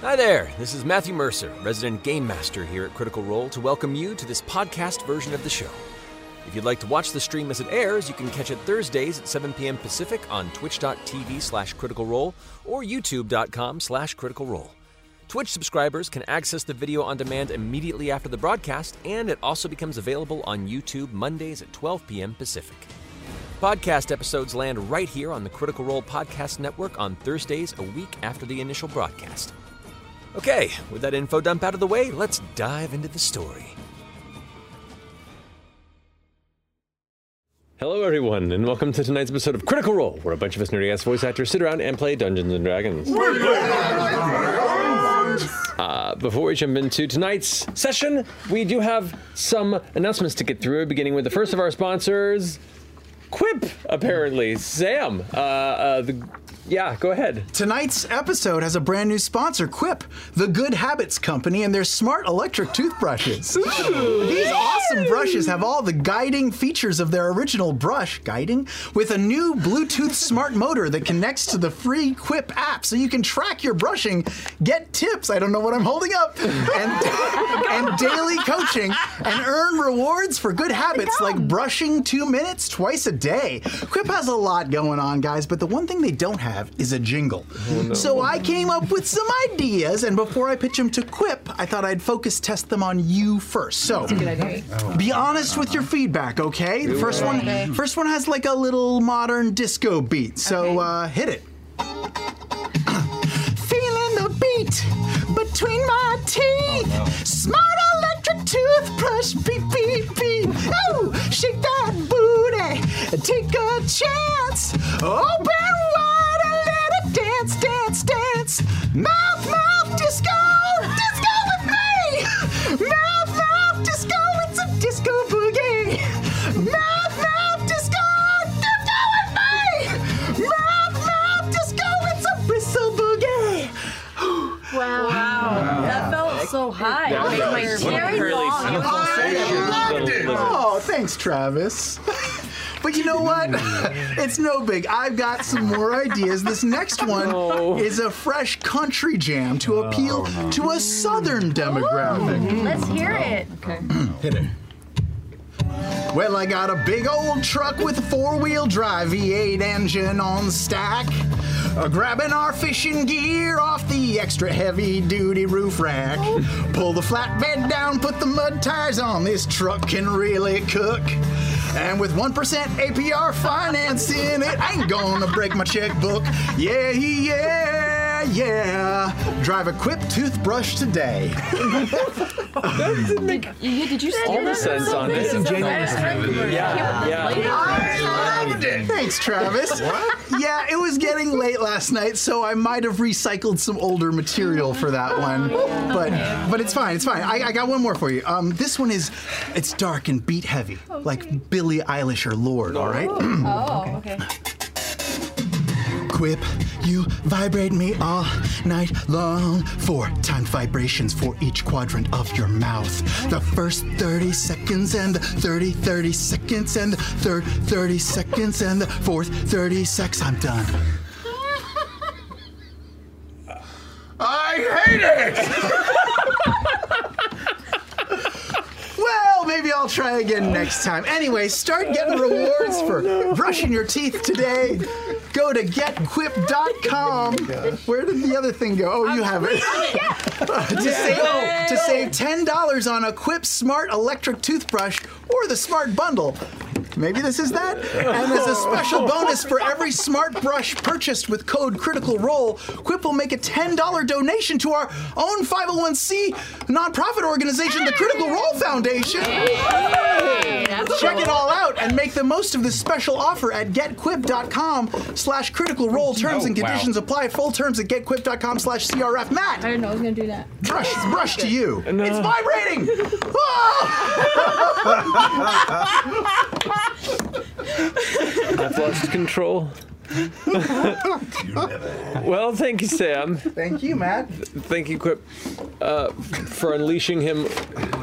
Hi there, this is Matthew Mercer, resident game master here at Critical Role, to welcome you to this podcast version of the show. If you'd like to watch the stream as it airs, you can catch it Thursdays at 7 p.m. Pacific on twitch.tv slash critical role or youtube.com slash critical role. Twitch subscribers can access the video on demand immediately after the broadcast, and it also becomes available on YouTube Mondays at 12 p.m. Pacific. Podcast episodes land right here on the Critical Role Podcast Network on Thursdays a week after the initial broadcast. Okay, with that info dump out of the way, let's dive into the story. Hello, everyone, and welcome to tonight's episode of Critical Role, where a bunch of us nerdy ass voice actors sit around and play Dungeons and Dragons. Uh, before we jump into tonight's session, we do have some announcements to get through, beginning with the first of our sponsors, Quip, apparently. Sam, uh, uh, the, yeah, go ahead. Tonight's episode has a brand new sponsor, Quip, the Good Habits Company, and their smart electric toothbrushes. These awesome brushes have all the guiding features of their original brush, guiding, with a new Bluetooth smart motor that connects to the free Quip app so you can track your brushing, get tips, I don't know what I'm holding up, and, and daily coaching, and earn rewards for good habits like brushing two minutes twice a day. Quip has a lot going on, guys, but the one thing they don't have is a jingle. So I came up with some ideas, and before I pitch them to Quip, I thought I'd focus test them on you first. So be honest with your feedback, okay? The first one, first one has like a little modern disco beat, so uh, hit it. Feeling the beat between my teeth. Smart electric toothbrush, beep, beep, beep. Oh, shake that booty. Take a chance. Open wide and let it dance, dance, dance. Mouth, mouth, disco. Disco with me. Mouth, mouth, disco. It's a disco boogie. Mouth, mouth, disco. Disco with me. Mouth, mouth, disco. It's a bristle boogie. Wow. That felt so high. That It made my was- what a very really long. It was simple all- I Little loved it. lizard. Oh, thanks, Travis. But you know what? it's no big. I've got some more ideas. This next one is a fresh country jam to appeal to a southern demographic. Let's hear it. Hit it. Well, I got a big old truck with a four-wheel drive V8 engine on stack. Uh, grabbing our fishing gear off the extra heavy-duty roof rack. Pull the flatbed down, put the mud tires on. This truck can really cook. And with 1% APR financing, it ain't gonna break my checkbook. Yeah, yeah, yeah. Drive a Quip toothbrush today. Yeah, did you All the sense on it. Disingenuous. Yeah, yeah. I loved it. Thanks, Travis. Yeah, it was getting late last night, so I might have recycled some older material for that one. But but it's fine. It's fine. I, I got one more for you. Um, this one is, it's dark and beat heavy, like Billie Eilish or Lord. All right. Oh, okay. Quip, you vibrate me all night long. Four timed vibrations for each quadrant of your mouth. The first 30 seconds and the 30 30 seconds and the third 30 seconds and the fourth 30 seconds. I'm done. I hate it! Well, maybe I'll try again next time. Anyway, start getting rewards for brushing your teeth today. Go to getquip.com. Where did the other thing go? Oh, you have it. to, save, to save $10 on a Quip Smart Electric Toothbrush or the Smart Bundle. Maybe this is that? And as a special bonus for every smart brush purchased with code Critical Role, Quip will make a $10 donation to our own 501c nonprofit organization, the Critical Role Foundation. Check it all out and make the most of this special offer at getquip.com slash critical role. Terms and wow. conditions apply. Full terms at getquip.com slash CRF. Matt! I didn't know I was gonna do that. brush, brush to you. It's vibrating. Ah! I've lost control. well, thank you, Sam. Thank you, Matt. Thank you, Quip, uh, for unleashing him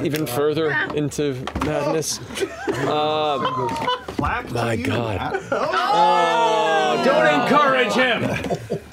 even further into madness. Black My God. Oh. Oh, Don't encourage him!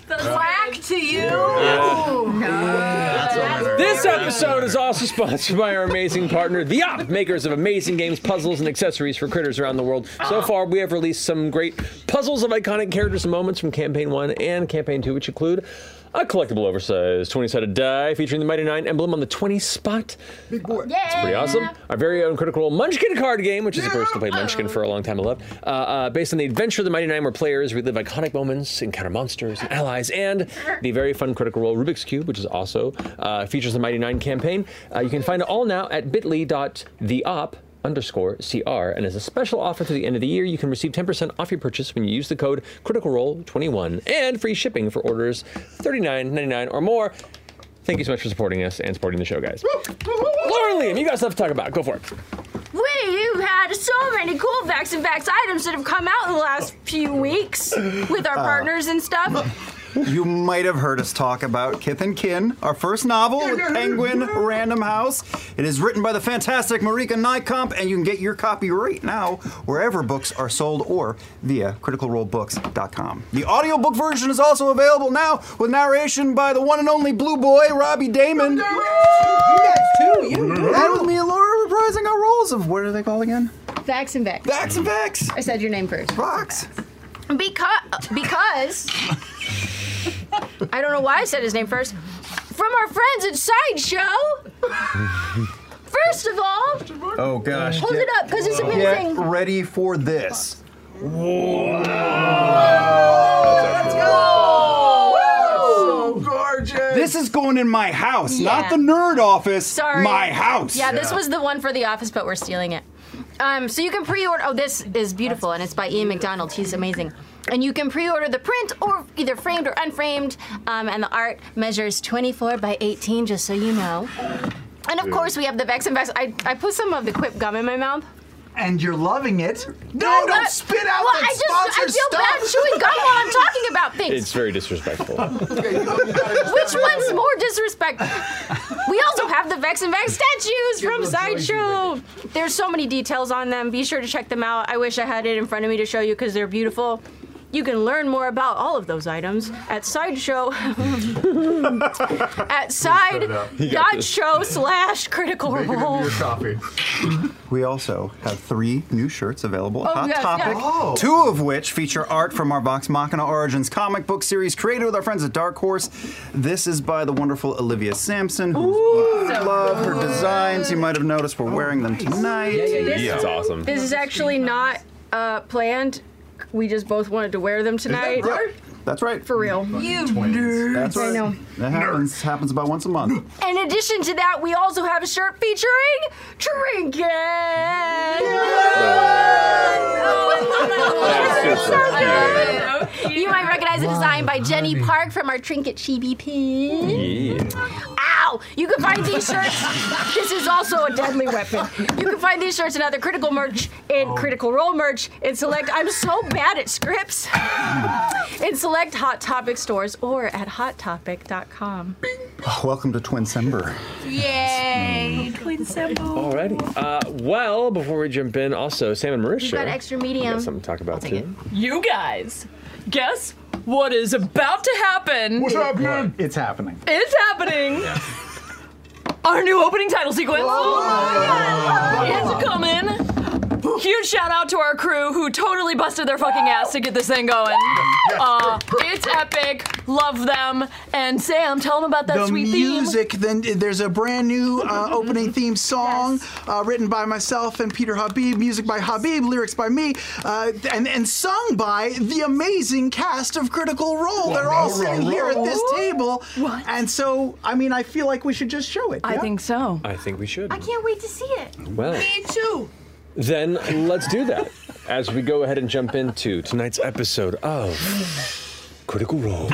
The whack to you. Yeah. No. episode is also sponsored by our amazing partner, The Op, makers of amazing games, puzzles, and accessories for critters around the world. So far, we have released some great puzzles of iconic characters and moments from Campaign 1 and Campaign 2, which include a collectible oversized 20 sided die featuring the Mighty Nine emblem on the 20 spot. It's Pretty awesome. Our very own Critical Role Munchkin card game, which is a person who played Munchkin for a long time and loved. Uh, uh, based on the adventure of the Mighty Nine, where players relive iconic moments, encounter monsters and allies, and the very fun Critical Role Rubik's Cube, which is also uh, features the Mighty Nine campaign. Uh, you can find it all now at bit.ly.theop underscore CR. And as a special offer to the end of the year, you can receive 10% off your purchase when you use the code Critical Role 21 and free shipping for orders $39.99 or more. Thank you so much for supporting us and supporting the show, guys. Lauren Liam, you got stuff to talk about. Go for it. We've had so many cool Vax and Vax items that have come out in the last few weeks with our partners and stuff. You might have heard us talk about Kith and Kin, our first novel with Penguin Random House. It is written by the fantastic Marika Nykamp, and you can get your copy right now wherever books are sold or via criticalrolebooks.com. The audiobook version is also available now with narration by the one and only Blue Boy, Robbie Damon. too. Mm-hmm. And with me and Laura reprising our roles of what are they called again? Vax and Vax. Vax and Vax! I said your name first. Rocks! Because, because I don't know why I said his name first. From our friends at Sideshow. First of all, Oh gosh. hold it up because it's Get amazing. ready for this. This is going in my house, not Yeah. the nerd office. Sorry. My house. Yeah, this was the one for the office, but we're stealing it. Um, so you can pre-order. Oh, this is beautiful, and it's by Ian McDonald. He's amazing. And you can pre-order the print, or either framed or unframed. Um, and the art measures 24 by 18, just so you know. And of course, we have the Vex and Vex. I, I put some of the Quip gum in my mouth. And you're loving it. Uh, No, don't spit out well, that I just I sponsored feel bad stuff. chewing gum while I'm talking about things. It's very disrespectful. Which one's more disrespect? we also have the Vex and Vex statues from Sideshow. There's so many details on them. Be sure to check them out. I wish I had it in front of me to show you because they're beautiful. You can learn more about all of those items at Sideshow at side dot show slash critical role. We also have three new shirts available at Oh, Hot yes, Topic. yes. Two of which feature art from our Vox Machina Origins comic book series created with our friends at Dark Horse. This is by the wonderful Olivia Sampson, who's we love her designs. You might have noticed we're wearing them tonight. Yeah, it's awesome. This is actually not uh, planned. We just both wanted to wear them tonight. That's right. For real. That's right. know. That happens, happens about once a month. In addition to that, we also have a shirt featuring Trinket. You might recognize the design by Jenny Park from our Trinket Chibi pin. Ow! You can find these shirts. this is also a deadly weapon. You can find these shirts and other critical merch and critical role merch in select. I'm so bad at scripts. in select Hot Topic stores or at hottopic.com. Welcome to Twin Sember. Yay! Alrighty. Uh, well, before we jump in, also Sam and Marisha. We've got extra medium. got something to talk about take too. You guys, guess what is about to happen? happening? It's happening. It's happening. Our new opening title sequence. Oh It's coming. Huge shout out to our crew who totally busted their fucking ass to get this thing going. Uh, it's epic. Love them. And Sam, tell them about that the sweet music. Then there's a brand new uh, opening theme song uh, written by myself and Peter Habib, music by Habib, lyrics by me, uh, and and sung by the amazing cast of Critical Role. They're all sitting here at this table, and so I mean, I feel like we should just show it. theme. I think so. I think we should. I can't wait to see it. Well, too. then let's do that as we go ahead and jump into tonight's episode of Critical Role.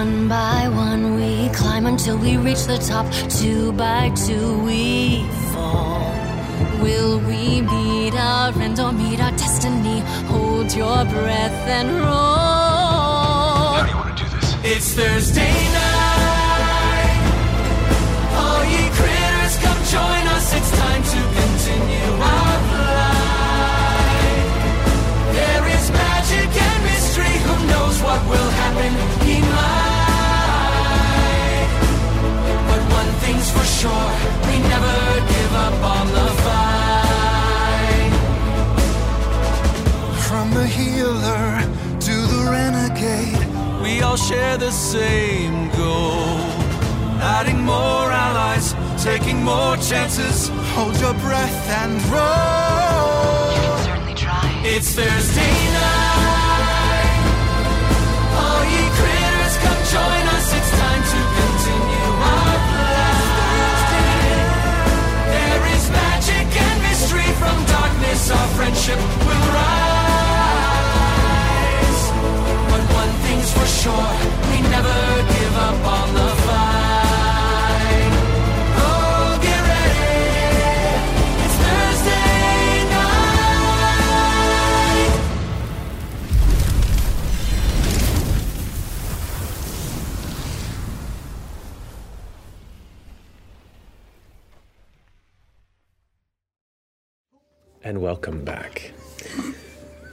One by one we climb until we reach the top. Two by two we fall. Will we meet our end or meet our destiny? Hold your breath and roll. do you want to do this? It's Thursday night. All ye critters, come join us. It's time to continue our flight. war. We never give up on the fight. From the healer to the renegade, we all share the same goal. Adding more allies, taking more chances. Hold your breath and roll. Certainly try. It's Thursday night. All ye critters, come join us. It's time to continue our blast. There is magic and mystery from darkness. Our friendship will rise. But one thing's for sure: we never give up on the fight. Oh, get ready! It's Thursday night. and welcome back.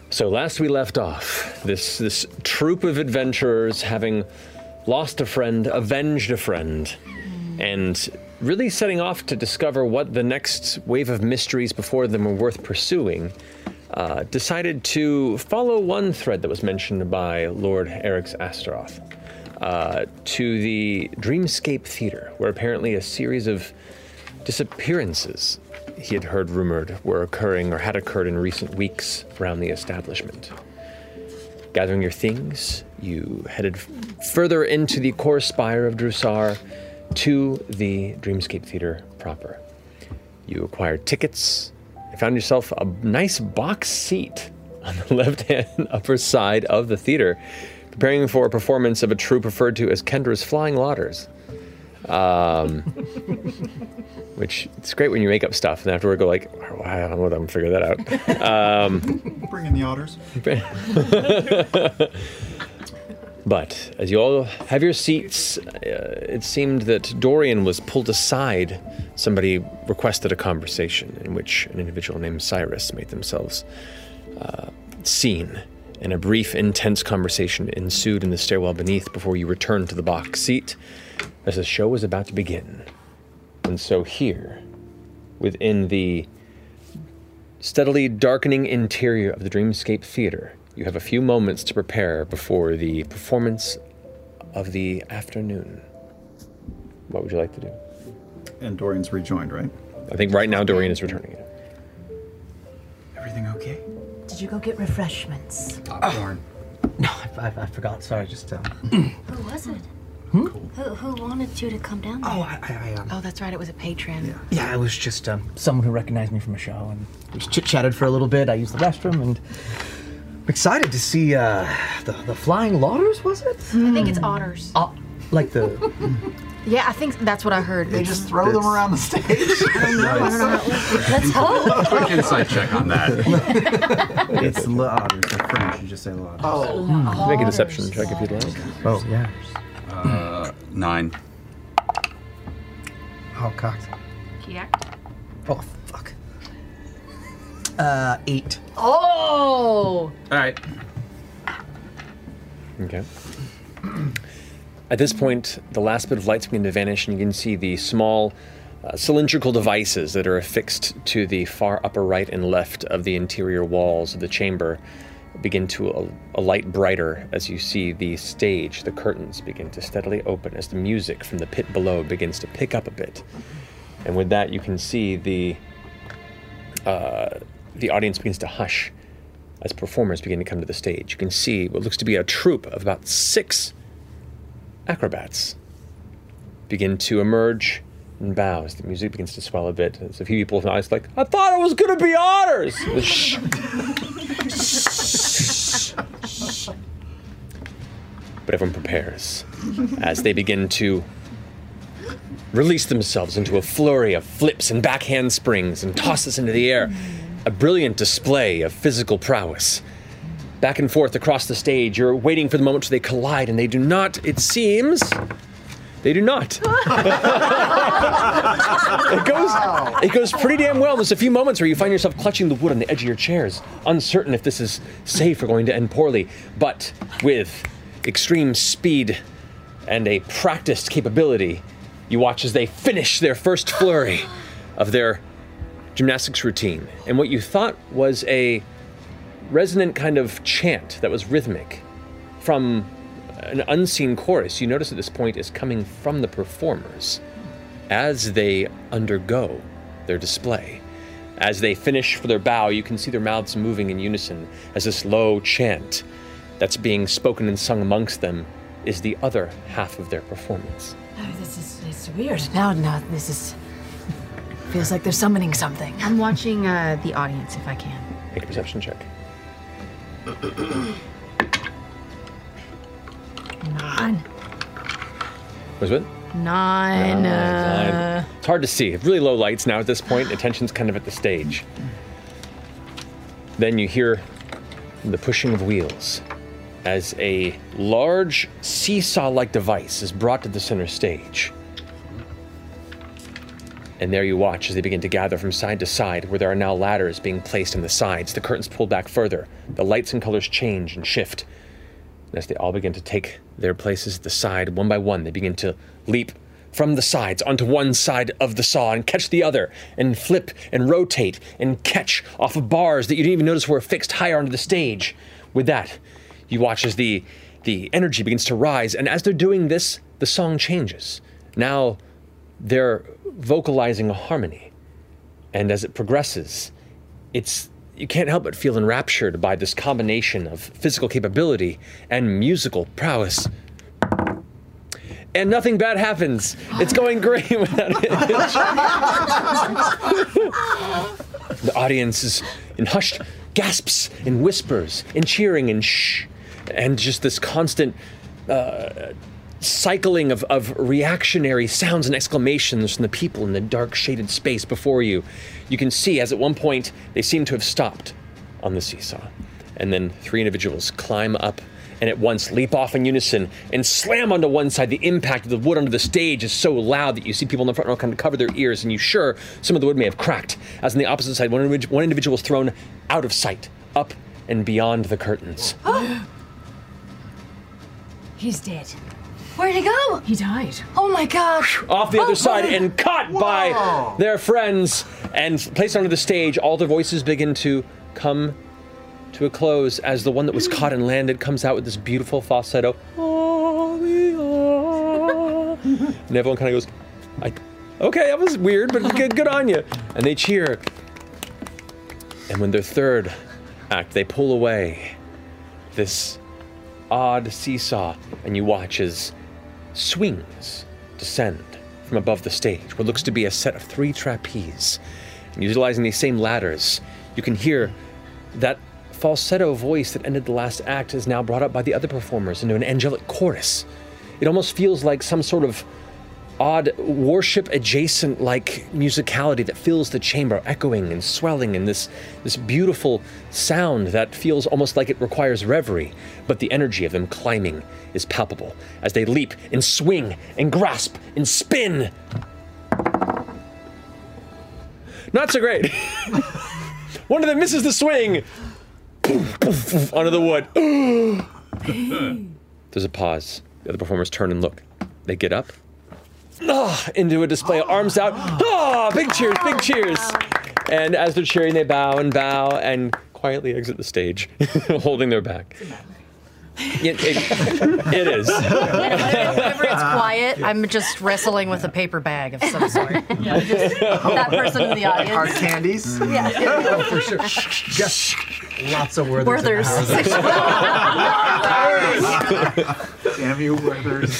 So last we left off, this this troop of adventurers having lost a friend, avenged a friend, and really setting off to discover what the next wave of mysteries before them were worth pursuing, uh, decided to follow one thread that was mentioned by Lord Eric's Astaroth uh, to the Dreamscape Theater, where apparently a series of disappearances he had heard rumored were occurring or had occurred in recent weeks around the establishment. Gathering your things, you headed f- further into the core spire of Drusar to the Dreamscape Theater proper. You acquired tickets and found yourself a nice box seat on the left hand upper side of the theater, preparing for a performance of a troupe referred to as Kendra's Flying Lauders. Um, which it's great when you make up stuff and afterward go like, "Oh, I don't know what I'm figure that out. Um, Bring in the otters. but as you all have your seats, uh, it seemed that Dorian was pulled aside. Somebody requested a conversation in which an individual named Cyrus made themselves uh, seen, and a brief, intense conversation ensued in the stairwell beneath before you returned to the box seat as the show was about to begin. And so here, within the steadily darkening interior of the Dreamscape Theater, you have a few moments to prepare before the performance of the afternoon. What would you like to do? And Dorian's rejoined, right? I think right now Dorian is returning it. Everything okay? Did you go get refreshments? Popcorn. No, I, I, I forgot. Sorry, just. Uh, Who was it? Who, who wanted you to come down there? oh, I, I, I, um, Oh, that's right. It was a patron. yeah, it was just um, someone who recognized me from a show, and we chit chatted for a little bit. I used the restroom, and I'm excited to see uh, the the flying lauders. Was it? I think it's otters. Oh. Uh, like the Yeah, I think that's what I heard. They just throw them around the stage. Let's hope. Quick insight check on that. it's the otters. They're French. You just say otters. Oh, Hmm. Make a deception check if you'd like. oh yeah, Uh, Nine. oh cocked. Yeah. Oh fuck. Uh, eight. Oh! All right. Okay. At this point, the last bit of lights begin to vanish, and you can see the small uh, cylindrical devices that are affixed to the far upper right and left of the interior walls of the chamber begin to al- alight brighter as you see the stage, the curtains begin to steadily open as the music from the pit below begins to pick up a bit. And with that, you can see the uh, the audience begins to hush as performers begin to come to the stage. You can see what looks to be a troupe of about six acrobats begin to emerge and bow as the music begins to swell a bit. As a few people with eyes like, I thought it was going to be otters! Shh. but everyone prepares as they begin to release themselves into a flurry of flips and backhand springs and tosses into the air. A brilliant display of physical prowess. Back and forth across the stage, you're waiting for the moment till they collide, and they do not, it seems. They do not. it goes it goes pretty damn well. There's a few moments where you find yourself clutching the wood on the edge of your chairs, uncertain if this is safe or going to end poorly. But with extreme speed and a practiced capability, You watch as they finish their first flurry of their gymnastics routine. And what you thought was a resonant kind of chant that was rhythmic from an unseen chorus you notice at this point is coming from the performers as they undergo their display. As they finish for their bow, you can see their mouths moving in unison as this low chant that's being spoken and sung amongst them is the other half of their performance. Oh, this is it's weird. Now, now this is feels like they're summoning something. I'm watching uh, the audience if I can. Make a perception check. Nine. Was it? Nine. Uh, Oh It's hard to see. Really low lights now at this point. Attention's kind of at the stage. Then you hear the pushing of wheels as a large seesaw like device is brought to the center stage. And there you watch as they begin to gather from side to side, where there are now ladders being placed in the sides, the curtains pulled back further, the lights and colors change and shift. And as they all begin to take their places at the side, one by one, they begin to leap from the sides onto one side of the saw and catch the other, and flip and rotate and catch off of bars that you didn't even notice were fixed higher onto the stage. With that, you watch as the the energy begins to rise, and as they're doing this, the song changes. Now they're vocalizing a harmony, and as it progresses, it's you can't help but feel enraptured by this combination of physical capability and musical prowess. And nothing bad happens. It's going great without it. The audience is in hushed gasps and whispers and cheering and shh, and just this constant uh, cycling of, of reactionary sounds and exclamations from the people in the dark shaded space before you. You can see as at one point they seem to have stopped on the seesaw, and then three individuals climb up. And at once leap off in unison and slam onto one side. The impact of the wood onto the stage is so loud that you see people in the front row kind of cover their ears, and you sure some of the wood may have cracked. As on the opposite side, one, individ- one individual is thrown out of sight, up and beyond the curtains. Oh! He's dead. Where'd he go? He died. Oh my gosh. off the other side and caught by their friends and placed onto the stage. All their voices begin to come to a close as the one that was caught and landed comes out with this beautiful falsetto, and everyone kind of goes, I, "Okay, that was weird, but good, good on you." And they cheer. And when their third act, they pull away this odd seesaw, and you watch as swings descend from above the stage, what looks to be a set of three trapeze. And utilizing these same ladders, you can hear that falsetto voice that ended the last act is now brought up by the other performers into an angelic chorus. It almost feels like some sort of odd worship adjacent like musicality that fills the chamber echoing and swelling in this this beautiful sound that feels almost like it requires reverie but the energy of them climbing is palpable as they leap and swing and grasp and spin not so great one of them misses the swing Poof, poof, poof, onto the wood there's a pause the other performers turn and look they get up ah, into a display, arms out. Ah, big cheers, big cheers. And as they're cheering, they bow and bow and quietly exit the stage, holding their back. It- it- it is. Whenever it's quiet, I'm just wrestling with a paper bag of some sort. that person in the audience. Hard candies? Yeah. Oh, for sure. Just lots of Werthers. Werthers. Damn you, Werthers.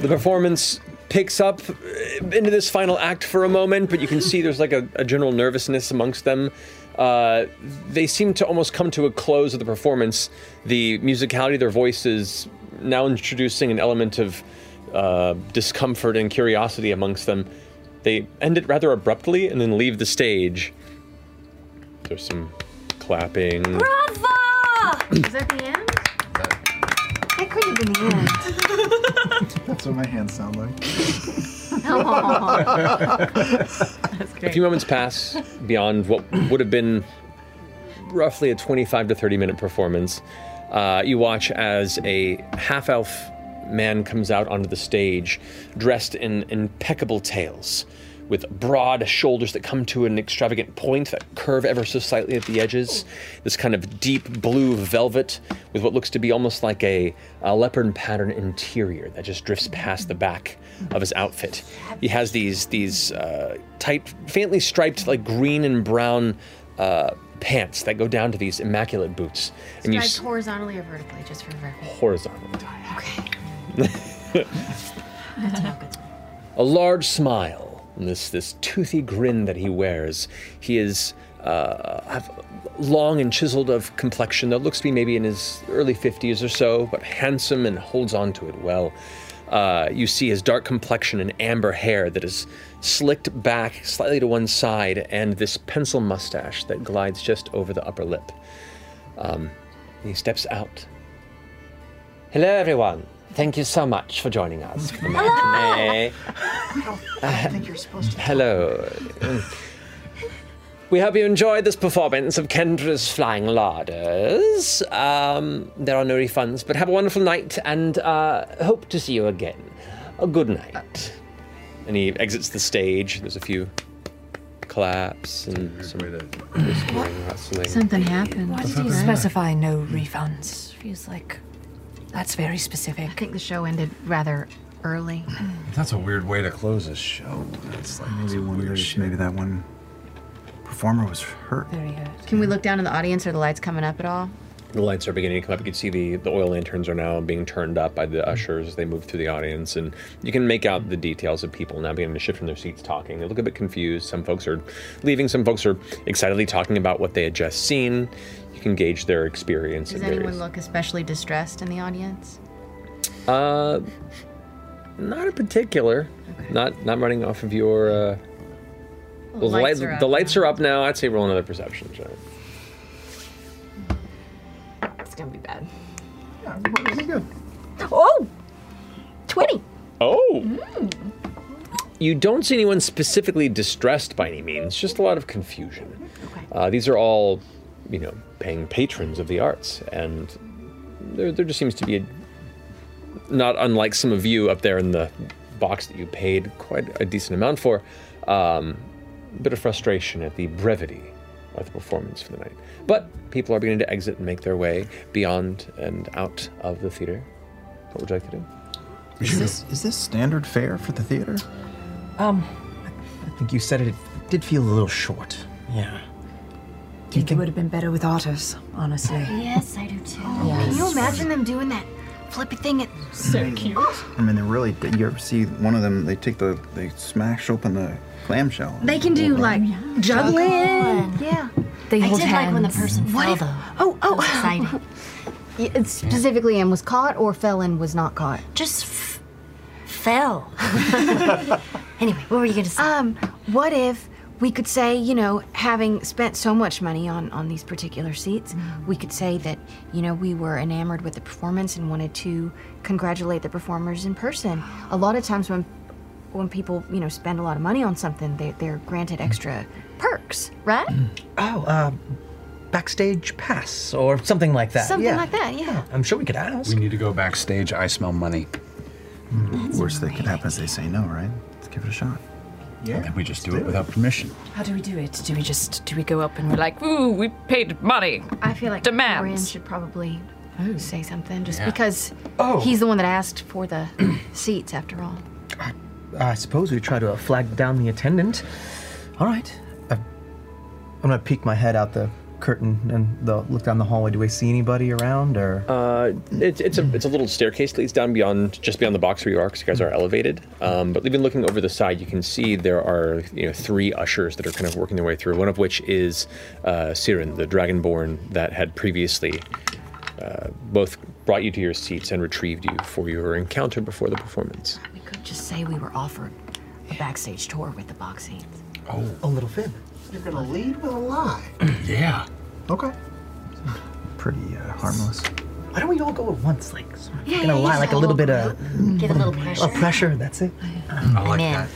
the performance picks up uh, into this final act for a moment, but you can see there's like a, a general nervousness amongst them. Uh, they seem to almost come to a close of the performance. The musicality of their voices now introducing an element of uh, discomfort and curiosity amongst them. They end it rather abruptly and then leave the stage. There's some clapping. Bravo! Is that the end? That could have been the That's what my hands sound like. end. Oh. A few moments pass beyond what would have been roughly a 25 to 30 minute performance. Uh, you watch as a half elf man comes out onto the stage dressed in impeccable tails, with broad shoulders that come to an extravagant point that curve ever so slightly at the edges. This kind of deep blue velvet with what looks to be almost like a, a leopard pattern interior that just drifts past the back of his outfit. He has these these uh, tight, faintly striped, like green and brown uh, pants that go down to these immaculate boots, and you Striped horizontally or vertically, just for reference. horizontal. a large smile, and this this toothy grin that he wears. He is uh, have long and chiseled of complexion that looks to be maybe in his early fifties or so, but handsome and holds on to it well. Uh, you see his dark complexion and amber hair that is slicked back slightly to one side, and this pencil mustache that glides just over the upper lip. Um, he steps out. Hello, everyone. Thank you so much for joining us for the matinee. I think you're supposed to. Hello. We hope you enjoyed this performance of Kendra's Flying Larders. Um, there are no refunds, but have a wonderful night and uh, hope to see you again. A good night. And he exits the stage. There's a few claps and some whispering, rustling. Something happened. Why did you specify no refunds? Feels like that's very specific. I think the show ended rather early. That's a weird way to close a show. That's like maybe one weird maybe that one performer was hurt. Very hurt. Can we look down in the audience? Are the lights coming up at all? The lights are beginning to come up. You can see the, the oil lanterns are now being turned up by the ushers as they move through the audience, and you can make out the details of people now beginning to shift from their seats talking. They look a bit confused. Some folks are leaving, some folks are excitedly talking about what they had just seen. You can gauge their experience. Does at various- anyone look especially distressed in the audience? Uh, not in particular. Not not running off of your. Uh, Well, well, the lights, lights are up the lights are up now. I'd say roll another perception check. It's gonna be bad. Oh! 20. Oh. You don't see anyone specifically distressed by any means. Just a lot of confusion. Uh, these are all, you know, paying patrons of the arts, and there there just seems to be a, not unlike some of you up there in the box that you paid quite a decent amount for. Um, a bit of frustration at the brevity of the performance for the night. But people are beginning to exit and make their way beyond and out of the theater. What would you like to do? Is this, is this standard fare for the theater? Um, I think you said it, it did feel a little short. Yeah. I think it would have been better with otters, honestly. Yes, I do too. Can you imagine them doing that flippy thing at so cute? I mean, they're really. You ever see one of them? They take the. They smash open the clamshell. They can do like juggling. Yeah. They I hold did like when the hands. person What fell, if- though. Oh, oh, exciting. It specifically and was caught or fell and was not caught? Just f- fell. anyway, what were you gonna say? Um, what if we could say, you know, having spent so much money on on these particular seats, Mm-hmm. we could say that, you know, we were enamored with the performance and wanted to congratulate the performers in person. A lot of times when when people, you know, spend a lot of money on something, they they're granted Mm-hmm. extra perks, right? Oh, uh, backstage pass or something like that. Something yeah. like that, yeah. I'm sure we could ask. We need to go backstage. I smell money. Mm. Worst that could happen is they say no, right? Let's give it a shot. Yeah. And then we just do it without permission. How do we do it? Do we just do we go up and we're like, ooh, we paid money? I feel like Rand demands. should probably Oh. say something just Yeah. because Oh. he's the one that asked for the seats after all. I suppose we try to uh, flag down the attendant. All right. I, I'm gonna peek my head out the curtain and the, look down the hallway. Do I see anybody around or? Uh, it's it's a it's a little staircase that leads down beyond just beyond the box where you are, because you guys are elevated. Um, but even looking over the side, you can see there are you know three ushers that are kind of working their way through. One of which is uh, Siren, the Dragonborn that had previously uh, both brought you to your seats and retrieved you for your encounter before the performance. We could just say we were offered a backstage tour with the box seats. Oh, a little fib. You're gonna lead with a lie. yeah. Okay. Pretty uh, harmless. Why don't we all go at once, like sort of Yeah, gonna yeah, lie, yeah. like a little bit of Give a little A pressure. pressure. That's it. I like in. that.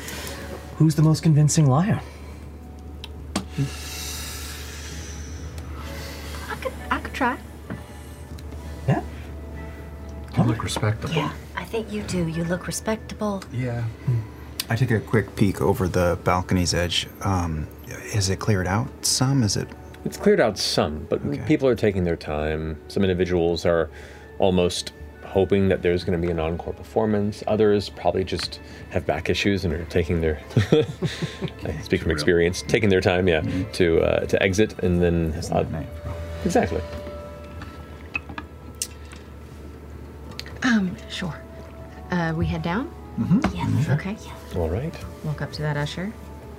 Who's the most convincing liar? I could try. You look respectable. I think you do. You look respectable. Yeah. I take a quick peek over the balcony's edge. Um, is it cleared out some? Is it? It's cleared out some, but people are taking their time. Some individuals are almost hoping that there's going to be an encore performance. Others probably just have back issues and are taking their I speak from experience, taking their time, yeah, to uh, to exit and then uh, exactly. Um, sure. Uh, we head down? Mm-hmm. Mhm. Yeah. Okay. All right. Walk up to that usher.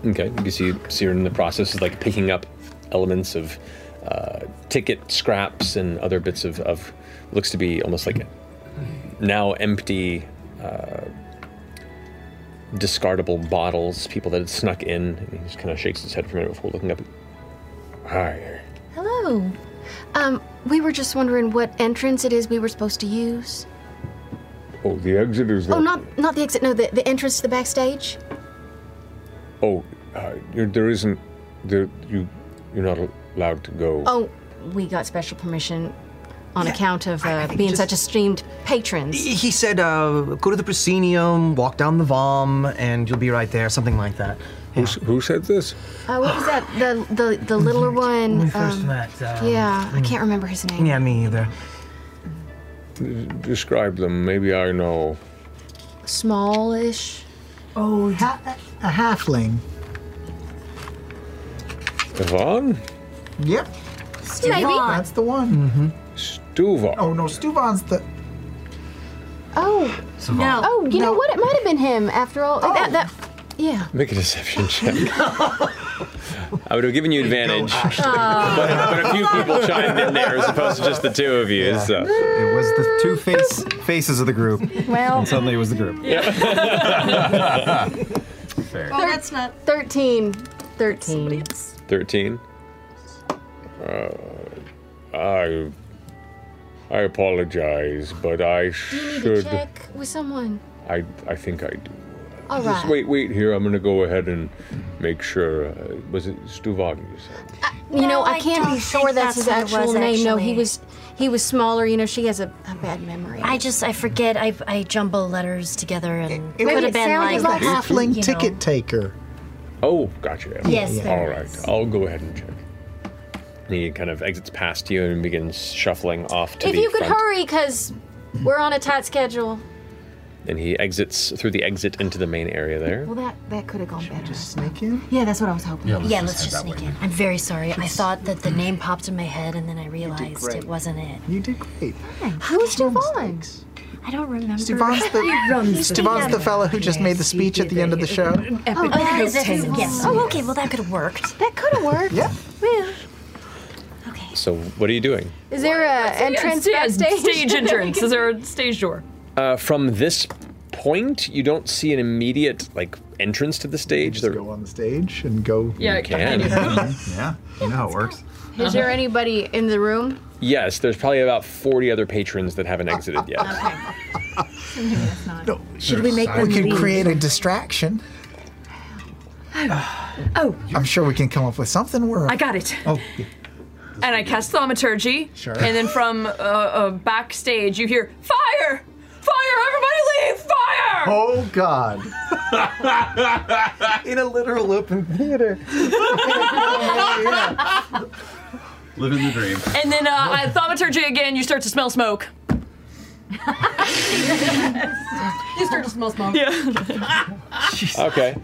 Okay, you see, see her in the process of like picking up elements of uh, ticket scraps and other bits of, of looks to be almost like now empty uh, discardable bottles, people that had snuck in. And he just kind of shakes his head for a minute before looking up. Hi. Hello. Um, we were just wondering what entrance it is we were supposed to use. Oh, the exit is. Oh, not not the exit. No, the, the entrance to the backstage. Oh, uh, you- there isn't. There, you, you're not allowed to go. Oh, we got special permission on account of uh, being such esteemed patrons. He said, uh, go to the proscenium, walk down the Vom, and you'll be right there, something like that. Who, who said this? Uh, what was that? The the the littler one. Mm-hmm. we first met, um, yeah, I can't remember his name. Yeah, me either. Describe them. Maybe I know. Smallish. Oh, a halfling. Yvonne? Yep. Maybe. That's the one. Duval. Oh no, Stuvan's the. Oh. Savant. No. Oh, you know No. what? It might have been him after all. Oh. That that. Yeah. Make a deception check. I would have given you advantage, Aw. but, but a few people chimed in there as opposed to just the two of you. So. It was the two face faces of the group. Well- And suddenly it was the group. Well, that's not 13. 13. 13. Uh, I I apologize, but I Do you need should to check with someone? I I think I do. All Just right. wait, wait here. I'm gonna go ahead and make sure. Uh, was it Stuvog? You said? You know, No, I I can't don't be sure think that's his that's what it actual was, name. No, actually. he was he was smaller. You know, she has a, a bad memory. I just I forget. I I jumble letters together and it could would- have it been sounded like, The halfling you know. ticket taker. Oh, gotcha. Yes, there All right. I'll go ahead and check. And he kind of exits past you and begins shuffling off to If the you could front. hurry, because we're on a tight schedule. And he exits through the exit into the main area there. Well, that that could have gone better. Just sneak in. Yeah, that's what I was hoping. Yeah, let's yeah, just let's head just that way sneak in. I'm very sorry. I thought that the name popped in my head and then I realized mm-hmm. great. it wasn't it. You did great. Who's Devon? I don't remember. Stuvan's the, Stuvan's the fella who just made the speech at the end of the show. Oh, that is it. Yes. Yes. Oh, okay. Well, that could have worked. That could have worked. yeah. So what are you doing? Is there a entrance yeah, backstage? stage that we entrance. can- Is there a stage door? Uh, from this point, you don't see an immediate like entrance to the stage. There- Go on the stage and go. Yeah, You can. yeah, you know how it works. Is Uh-huh. there anybody in the room? yes, there's probably about 40 other patrons that haven't exited Oh, yet. No, Should we make them We can leave? create a distraction. Oh, I'm sure we can come up with something. We're I got it. Oh, And I cast thaumaturgy. Sure. And then from uh, uh, backstage, you hear fire, fire! Everybody leave! Fire! oh God! In a literal open theater. Living the dream. And then uh, I thaumaturgy again. You start to smell smoke. You start to smell smoke. Yeah. Okay.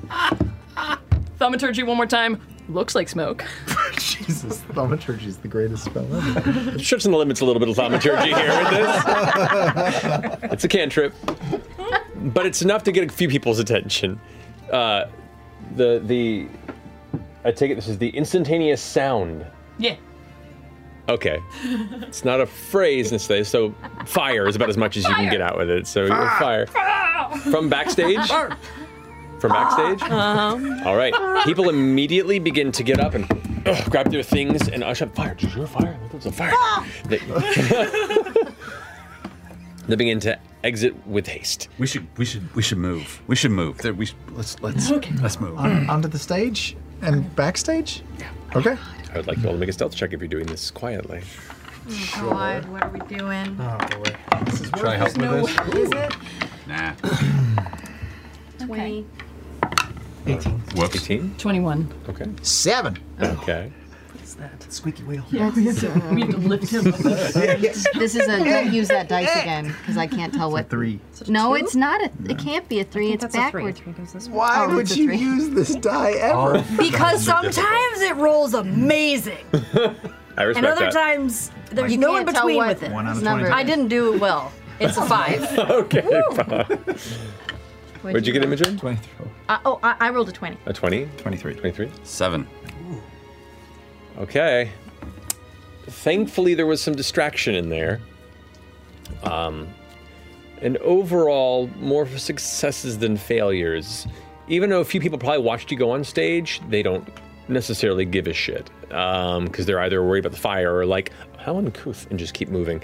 Thaumaturgy one more time. Looks like smoke. Jesus, thaumaturgy is the greatest spell ever. Stretching the limits a little bit of thaumaturgy here with this. It's a cantrip, but it's enough to get a few people's attention. Uh, the the I take it this is the instantaneous sound. Yeah. Okay, it's not a phrase in this, so fire is about as much as you can get out with it. So you're fire from backstage. From backstage. Uh, Uh-huh. All right. People immediately begin to get up and ugh, grab their things and usher fire. Did you hear fire? There's a fire. They, they begin to exit with haste. We should we should we should move. We should move. There, we should, let's let's let's move. On, onto the stage and backstage. Yeah. Okay. I would like you all to make a stealth check if you're doing this quietly. Sure. God, what are we doing? Oh boy. This is Try help worthless. with this? no way, is it? Nah. 20. 18. Whoops. 18? 21. Okay. Seven. Okay. What is that? Squeaky wheel. Yeah, we have to, we have to lift him up. This is a don't use that dice again because I can't tell what. Three. No, it's not. A, It can't be a three. It's backward. Why Oh, would it's a you three. use this die All ever? of Because them are different. sometimes it rolls Mm-hmm. amazing, I and respect other that. times there's You no in can't tell between what with it. One out of number 20. I didn't do it well. It's a five. okay. fine. Where'd you get Imogen? 23. Uh, oh, I, I rolled a 20. A 20? 23. 23? 7. Okay. Thankfully, there was some distraction in there. Um, and overall, more successes than failures. Even though a few people probably watched you go on stage, they don't necessarily give a shit because they're either worried about the fire or like how uncouth and just keep moving.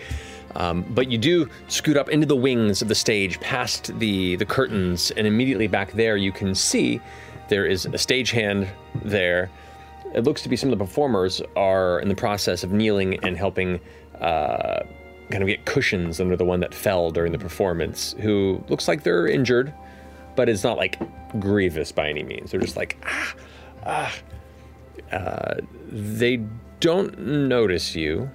Um, but you do scoot up into the wings of the stage, past the the curtains, and immediately back there you can see there is a stagehand there it looks to be some of the performers are in the process of kneeling and helping uh, kind of get cushions under the one that fell during the performance, who looks like they're injured, but it's not like grievous by any means. They're just like, ah, ah. Uh, they don't notice you.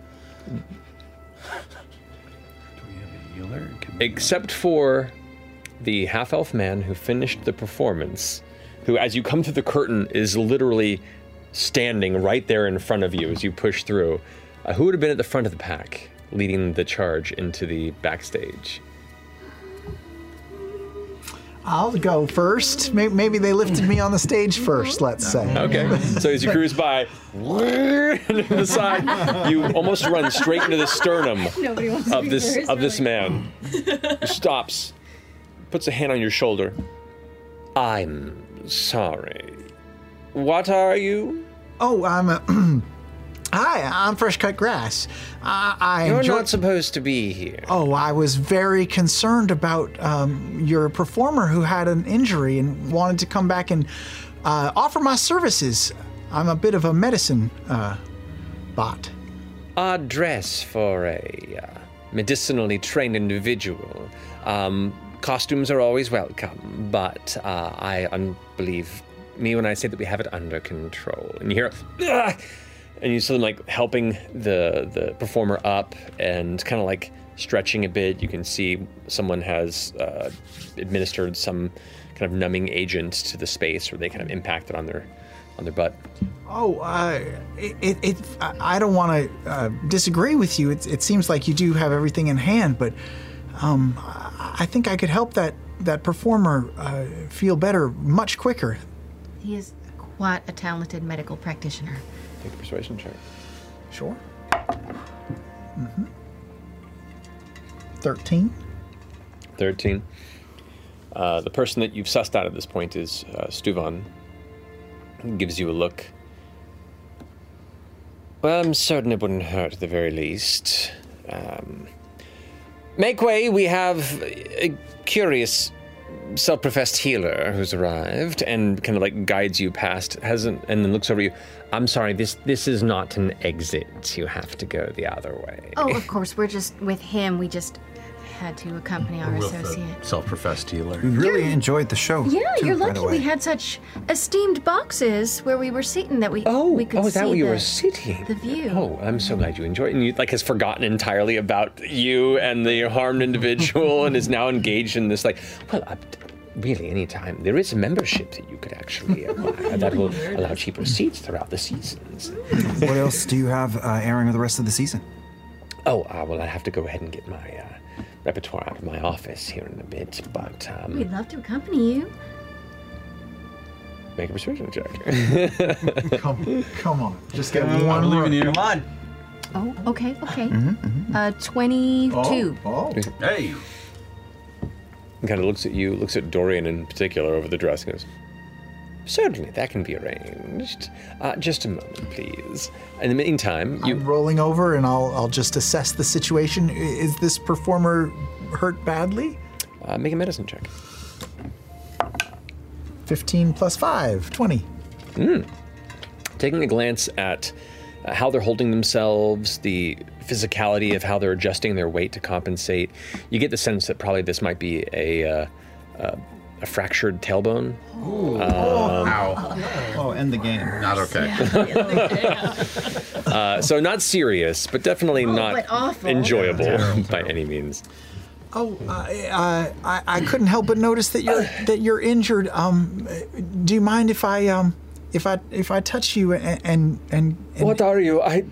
Except for the half elf man who finished the performance, who, as you come through the curtain, is literally standing right there in front of you as you push through. Uh, who would have been at the front of the pack, leading the charge into the backstage? I'll go first. May- Maybe they lifted me on the stage first, let's say. Okay, so as you cruise by, to the side, you almost run straight into the sternum Nobody wants to of be this first, of this man. Stops, puts a hand on your shoulder. I'm sorry. What are you? Oh, I'm a. Hi, I'm Fresh Cut Grass. I, I You're enjoy- not supposed to be here. Oh, I was very concerned about um, your performer who had an injury and wanted to come back and uh, offer my services. I'm a bit of a medicine uh, bot. our dress for a uh, medicinally trained individual. Um, costumes are always welcome, but uh, I un- believe me when I say that we have it under control. And you hear, "Ugh!" and you see them like helping the the performer up and kind of like stretching a bit. You can see someone has uh, administered some kind of numbing agent to the space where they kind of impact it on their on their butt. Oh, uh, it, it, it, I I don't want to uh, disagree with you. It, it seems like you do have everything in hand, but um, I I think I could help that, that performer uh, feel better much quicker. He is quite a talented medical practitioner. Take a persuasion check. Sure. Mm-hmm. 13. 13. Uh, the person that you've sussed out at this point is uh, Stuvan. He Gives you a look. Well, I'm certain it wouldn't hurt at the very least. Um, make way, we have a curious self professed healer who's arrived and kind of like guides you past, hasn't, and then looks over you. I'm sorry, this, this is not an exit. You have to go the other way. Oh, of course. We're just with him. We just had to accompany our With the associate. Self-professed healer. We really enjoyed Oh, the show. Yeah, too, you're by lucky the we way. had such esteemed boxes where we were seating that we we could Oh, is see that where you the, were sitting? the view. Oh, I'm so glad you enjoyed it. And you like has forgotten entirely about you and the harmed individual and is now engaged in this like, well, I, really any time there is a membership that you could actually acquire that will allow cheaper seats throughout the seasons. what else do you have uh, airing of the rest of the season? Oh, uh, well, I have to go ahead and get my uh, repertoire out of my office here in a bit, but um, We'd love to accompany you. make a persuasion check. come, come on, just get Come on, I one. believe in more. you. Come on. Oh, okay, okay. Mhm, Uh, twenty-two. Oh, Hey. Kind of looks at you, looks at Dorian in particular over the dress, and goes, Certainly, that can be arranged. Uh, just a moment, please. In the meantime, you. I'm rolling over and I'll, I'll just assess the situation. I- Is this performer hurt badly? Uh, make a medicine check. 15 plus 5, 20. Mm. Taking a Hmm. glance at uh, how they're holding themselves, the physicality of how they're adjusting their weight to compensate. You get the sense that probably this might be a uh, uh, a fractured tailbone. Ooh. Um, Oh, end the game. Not okay. uh, so not serious, but definitely not Oh, but awful. enjoyable Terrible, by any means. Oh, uh, uh, I, I couldn't help but notice that you're that you're injured. Um, uh, do you mind if I um if I if I touch you and and and, what are you? I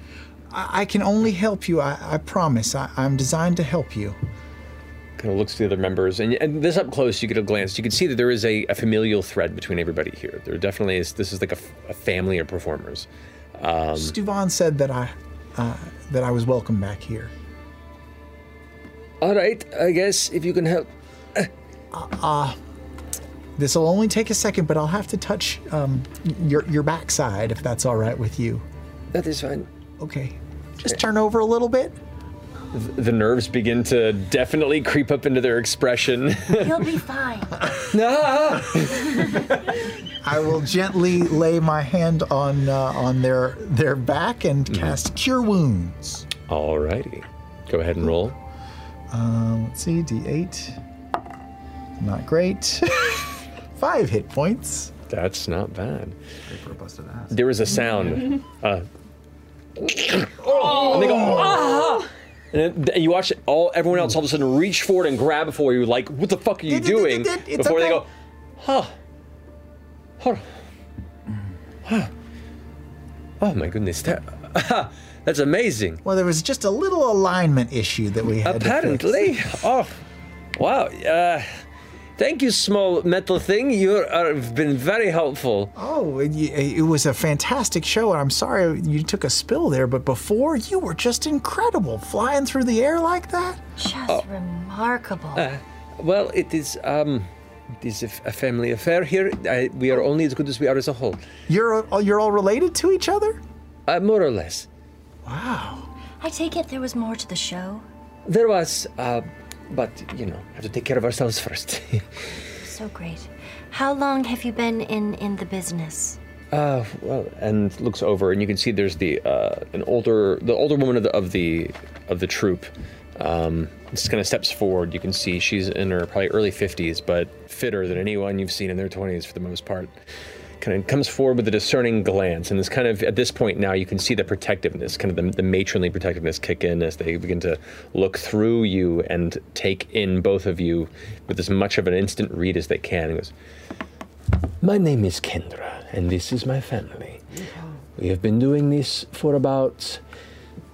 I, I can only help you. I, I promise. I, I'm designed to help you. Kind of looks to the other members, and, and this up close, you get a glance. You can see that there is a, a familial thread between everybody here. There definitely is. This is like a, f- a family of performers. Um, Stuvan said that I uh, that I was welcome back here. All right, I guess if you can help. Uh, this will only take a second, but I'll have to touch um, your your backside if that's all right with you. That is fine. Okay, just turn over a little bit. th- the nerves begin to definitely creep up into their expression. He'll be fine. no. I will gently lay my hand on uh, on their their back and Mm-hmm. cast Cure Wounds. Alrighty. Go ahead and roll. Um, let's see, D8. Not great. Five hit points. That's not bad. There was a sound. Uh, Oh. And they go, "Ah!" and it- and you watch it, all everyone else all of a sudden reach forward and grab for you, like, what the fuck are you doing? It's Before they okay. go, huh. Hold on. Huh. Oh my goodness, that, that's amazing. Well, there was just a little alignment issue that we had. to fix. Apparently. Oh, wow. Uh, thank you, small metal thing. You are- have been very helpful. Oh, it, it was a fantastic show, and I'm sorry you took a spill there, but before you were just incredible, flying through the air like that. Just Oh. remarkable. Uh, well, it is. Um, it is a, f- a family affair here. I, we are only as good as we are as a whole. You're all, you're all related to each other. Uh, more or less. I take it there was more to the show. There was, uh, but you know, have to take care of ourselves first. So great. How long have you been in in the business? Uh, well, and looks over, and you can see there's the uh, an older the older woman of the of the of the troop. Um, just kind of steps forward. You can see she's in her probably early fifties, but fitter than anyone you've seen in their twenties for the most part. Kind of comes forward with a discerning glance, and is kind of at this point now you can see the protectiveness, kind of the, the matronly protectiveness kick in as they begin to look through you and take in both of you with as much of an instant read as they can. And goes, my name is Kendra, and this is my family. We have been doing this for about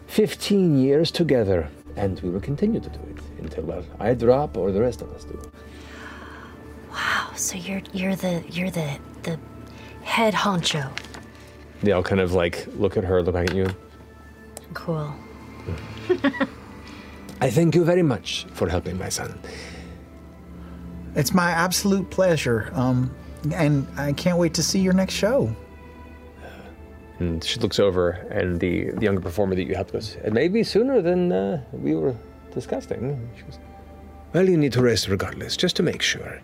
15 years together, and we will continue to do it until well, I drop or the rest of us do. Wow. So you're you're the you're the the head honcho. They all kind of like look at her, look back at you. Cool. I thank you very much for helping my son. It's my absolute pleasure, um, and I can't wait to see your next show. And she looks over, and the, the younger performer that you helped goes, "It may be sooner than uh, we were discussing." She goes, "Well, you need to rest regardless, just to make sure."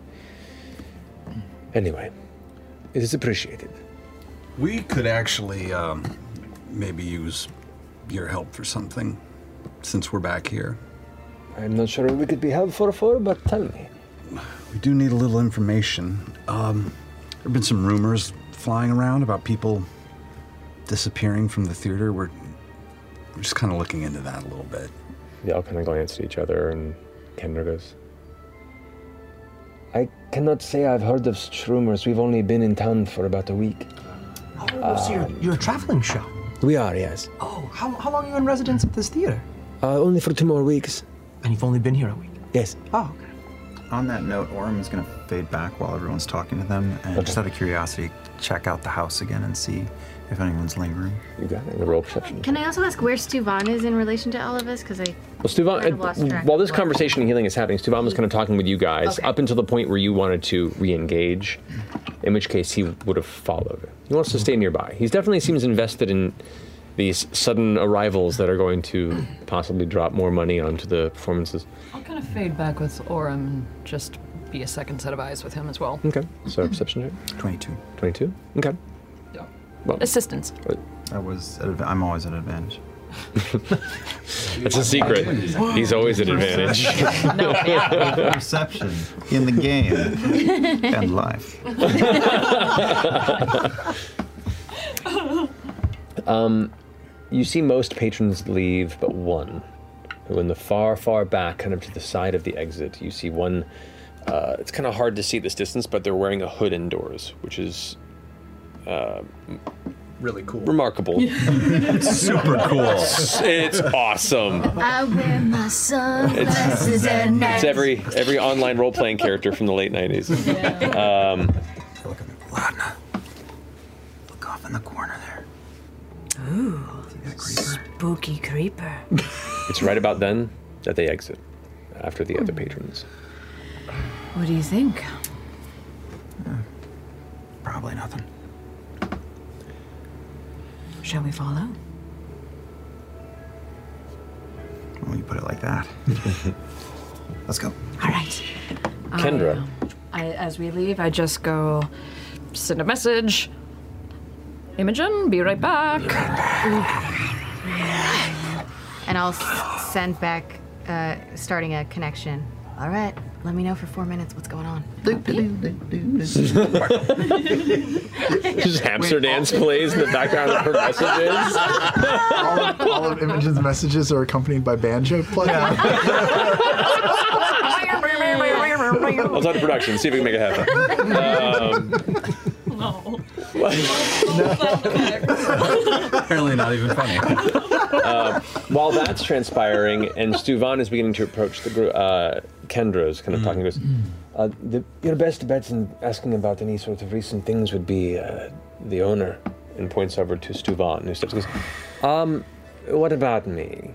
Anyway, it is appreciated. We could actually um, maybe use your help for something since we're back here. I'm not sure what we could be helpful for, but tell me. We do need a little information. Um, there have been some rumors flying around about people disappearing from the theater. We're, we're just kind of looking into that a little bit. They all kind of glance at each other, and Kendra goes, I cannot say I've heard of such rumors. We've only been in town for about a week. Oh, so you're, Um, you're a traveling show. We are, yes. Oh, how, how long are you in residence at this theater? Uh, only for two more weeks. And you've only been here a week? Yes. Ah, Oh, On that note, Orem is going to fade back while everyone's talking to them, and just out of curiosity, check out the house again and see if anyone's lingering. You got it. Roll perception. Can I also ask where Stuvan is in relation to all of us? Because I Well, Stuvan, Kind of lost track while this of what- conversation and healing is happening, Stuvan was kind of talking with you guys Okay. up until the point where you wanted to re-engage, in which case he would have followed. He wants to stay nearby. He definitely seems invested in these sudden arrivals that are going to possibly drop more money onto the performances. I'll kind of fade back with Orem and just be a second set of eyes with him as well. Okay. So perception check. Twenty-two. Twenty-two. Okay. Yeah. Well, Assistance. uh, I was. At, adva- I'm always at advantage. It's a secret. He's always at advantage. Perception in the game and life. Uh-huh. Um, you see most patrons leave but one, who in the far, far back, kind of to the side of the exit, you see one. Uh, it's kind of hard to see at this distance, but they're wearing a hood indoors, which is uh, really cool, remarkable, Super cool. It's awesome. Uh, oh, I wear my sunglasses at night. It's every every online role playing character from the late nineties. Um, Ooh, spooky creeper. it's right about then that they exit after the other patrons. What do you think? Probably nothing. Shall we follow? When you put it like that. Let's go. All right. Kendra. I, as we leave, I just go send a message. Imogen, be right back. And I'll s- send back, uh, starting a connection. All right, let me know for four minutes what's going on. Just hamster dance plays in the background of her messages. all, of, all of Imogen's messages are accompanied by banjo playing. I'll talk to production, see if we can make it happen. Um, Apparently not even funny. uh, while that's transpiring, and Stuvan is beginning to approach the group, uh, Kendra's kind of talking. Goes, uh, the, your best bets in asking about any sort of recent things would be uh, the owner, and points over to Stuvan, who steps. Goes, um, what about me?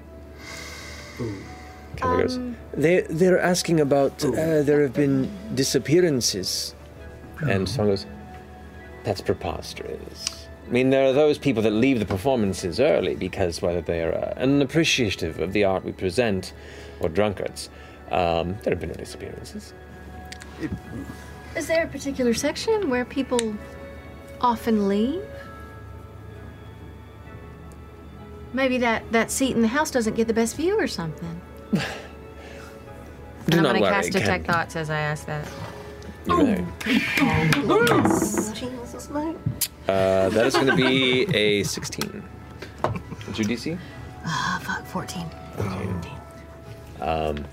Kendra goes. They they're asking about uh, there have been disappearances, and someone goes, "That's preposterous." I mean, there are those people that leave the performances early because whether they are uh, unappreciative of the art we present, or drunkards, um, there have been no disappearances. Is there a particular section where people often leave? Maybe that, that seat in the house doesn't get the best view or something. Do and I'm not gonna worry, cast Ken. detect thoughts as I ask that. You may. Uh, that is going to be a 16. What's your DC? Ah, fuck, 14. Um,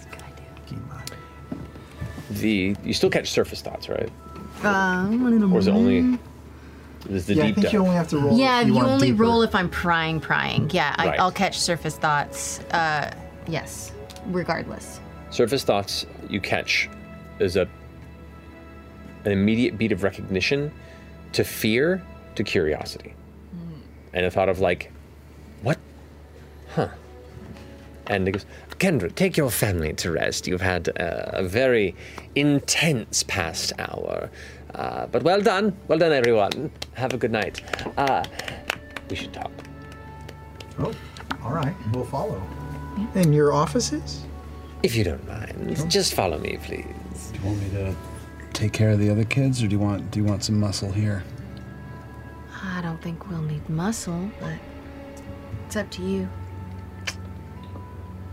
the you still catch surface dots, right? Um, Or is it only is the yeah, I deep think dive? you only have to roll. yeah, if you, you, want only deeper. roll if I'm prying, prying. Yeah, I, Right. I'll catch surface thoughts. Uh, yes, regardless. Surface thoughts you catch is a an immediate beat of recognition to fear to curiosity. And a thought of like, what? Huh. And it goes, Kendra, take your family to rest. You've had uh, a very intense past hour. Uh, but well done. Well done, everyone. Have a good night. Uh, we should talk. Oh, all right, we'll follow. And your offices? If you don't mind, just follow me, please. Do you want me to take care of the other kids, or do you want do you want some muscle here? I don't think we'll need muscle, but it's up to you.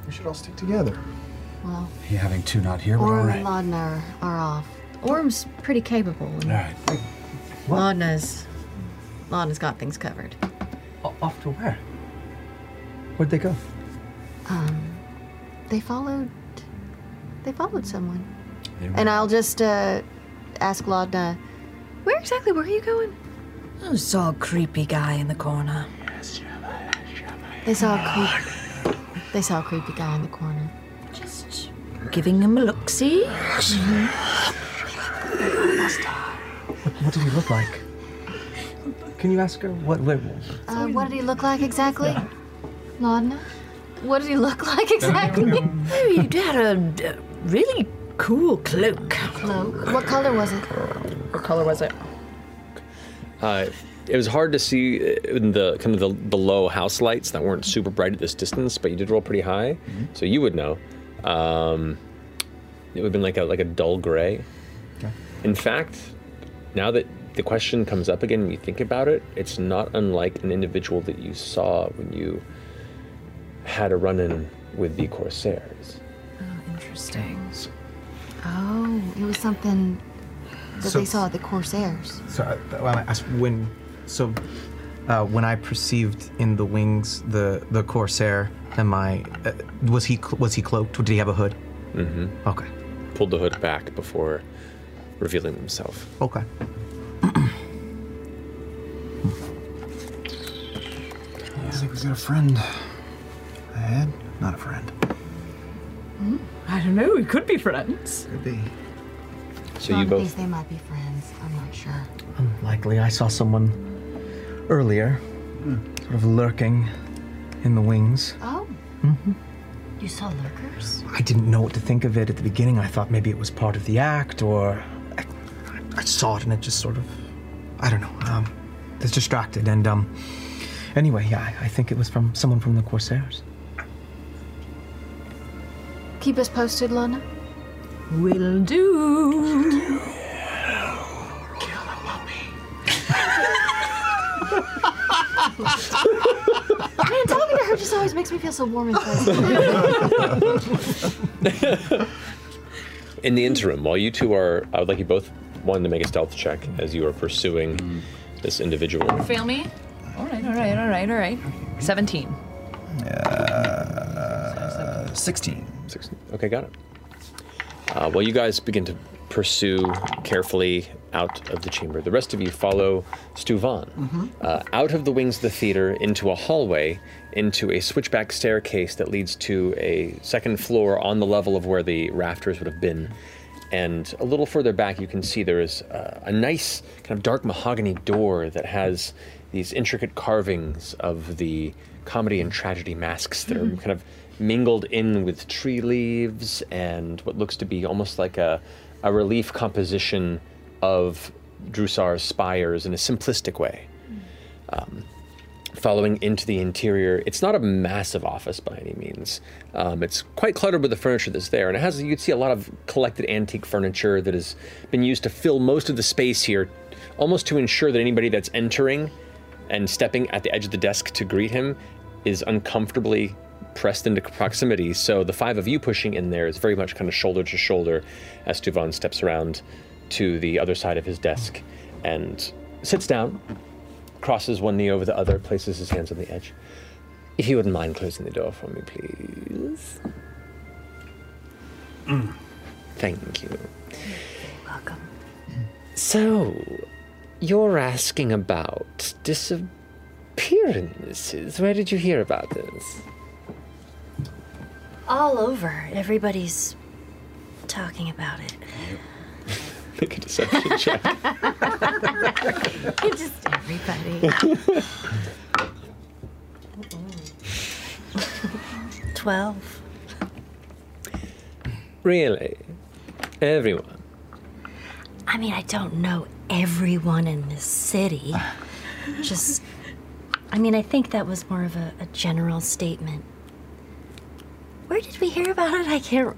We should all stick together. Well, Yeah, having two not here, but all Orm right. and Laudna are, are off. Orm's pretty capable. And All right. Laudna's, Laudna's got things covered. Off to where? Where'd they go? Um, they followed. They followed someone. And I'll just uh, ask Laudna, where exactly were you going? Oh, I saw a creepy guy in the corner. They saw a creep. They saw a creepy guy in the corner. Just giving him a look see. Mm-hmm. What, what did he look like? Can you ask her what? Where, Uh, what did he look like exactly, Laudna? What did he look like exactly? Oh, you had a, a really cool cloak. Cloak. What color was it? What color was it? Uh, it was hard to see uh, in the kind of the, the low house lights that weren't super bright at this distance, but you did roll pretty high, so you would know. Um, it would have been like a like a dull gray. In fact, now that the question comes up again and you think about it, it's not unlike an individual that you saw when you had a run in with the Corsairs. Interesting. Oh, it was something that So- they saw at the Corsairs. So I, well, I asked when, so uh, when I perceived in the wings the the corsair, am I? Uh, was he cl- was he cloaked? Did he have a hood? Mm-hmm. Okay. Pulled the hood back before revealing himself. Okay. I think we got a friend. Ahead? Not a friend. Hmm? I don't know. We could be friends. Could be. Sean thinks they might be friends. I'm not sure. Unlikely. I saw someone earlier, sort of lurking in the wings. Oh. Mm-hmm. You saw lurkers? I didn't know what to think of it at the beginning. I thought maybe it was part of the act, or I, I saw it and it just sort of, I don't know, um, it's distracted. And um, anyway, yeah, I, I think it was from someone from the Corsairs. Keep us posted, Lana. Will do. Man, talking to her just always makes me feel so warm and fuzzy. In the interim, while you two are, I would like you both one to make a stealth check as you are pursuing this individual. Fail me. All right, all right, all right, all right. 17. Uh, 16. 16. Okay, got it. Uh, while you guys begin to pursue carefully out of the chamber, the rest of you follow Stuvan Mm-hmm. uh, out of the wings of the theater into a hallway, into a switchback staircase that leads to a second floor on the level of where the rafters would have been. And a little further back, you can see there is uh, a nice kind of dark mahogany door that has these intricate carvings of the comedy and tragedy masks that are Mm-hmm. Mhm. kind of mingled in with tree leaves and what looks to be almost like a, a relief composition of Drusar's spires in a simplistic way. Um, following into the interior, it's not a massive office by any means. Um, it's quite cluttered with the furniture that's there, and it has you can see a lot of collected antique furniture that has been used to fill most of the space here, almost to ensure that anybody that's entering and stepping at the edge of the desk to greet him is uncomfortably pressed into proximity. So the five of you pushing in there is very much kind of shoulder to shoulder as Stuvan steps around to the other side of his desk and sits down, crosses one knee over the other, places his hands on the edge. If you wouldn't mind closing the door for me, please. Mm. Thank you. Welcome. So, you're asking about disappearances. Where did you hear about this? All over. Everybody's talking about it. Make a deception check. Just everybody. Twelve. Really? Everyone? I mean, I don't know everyone in this city. Just, I mean, I think that was more of a, a general statement. Where did we hear about it? I can't.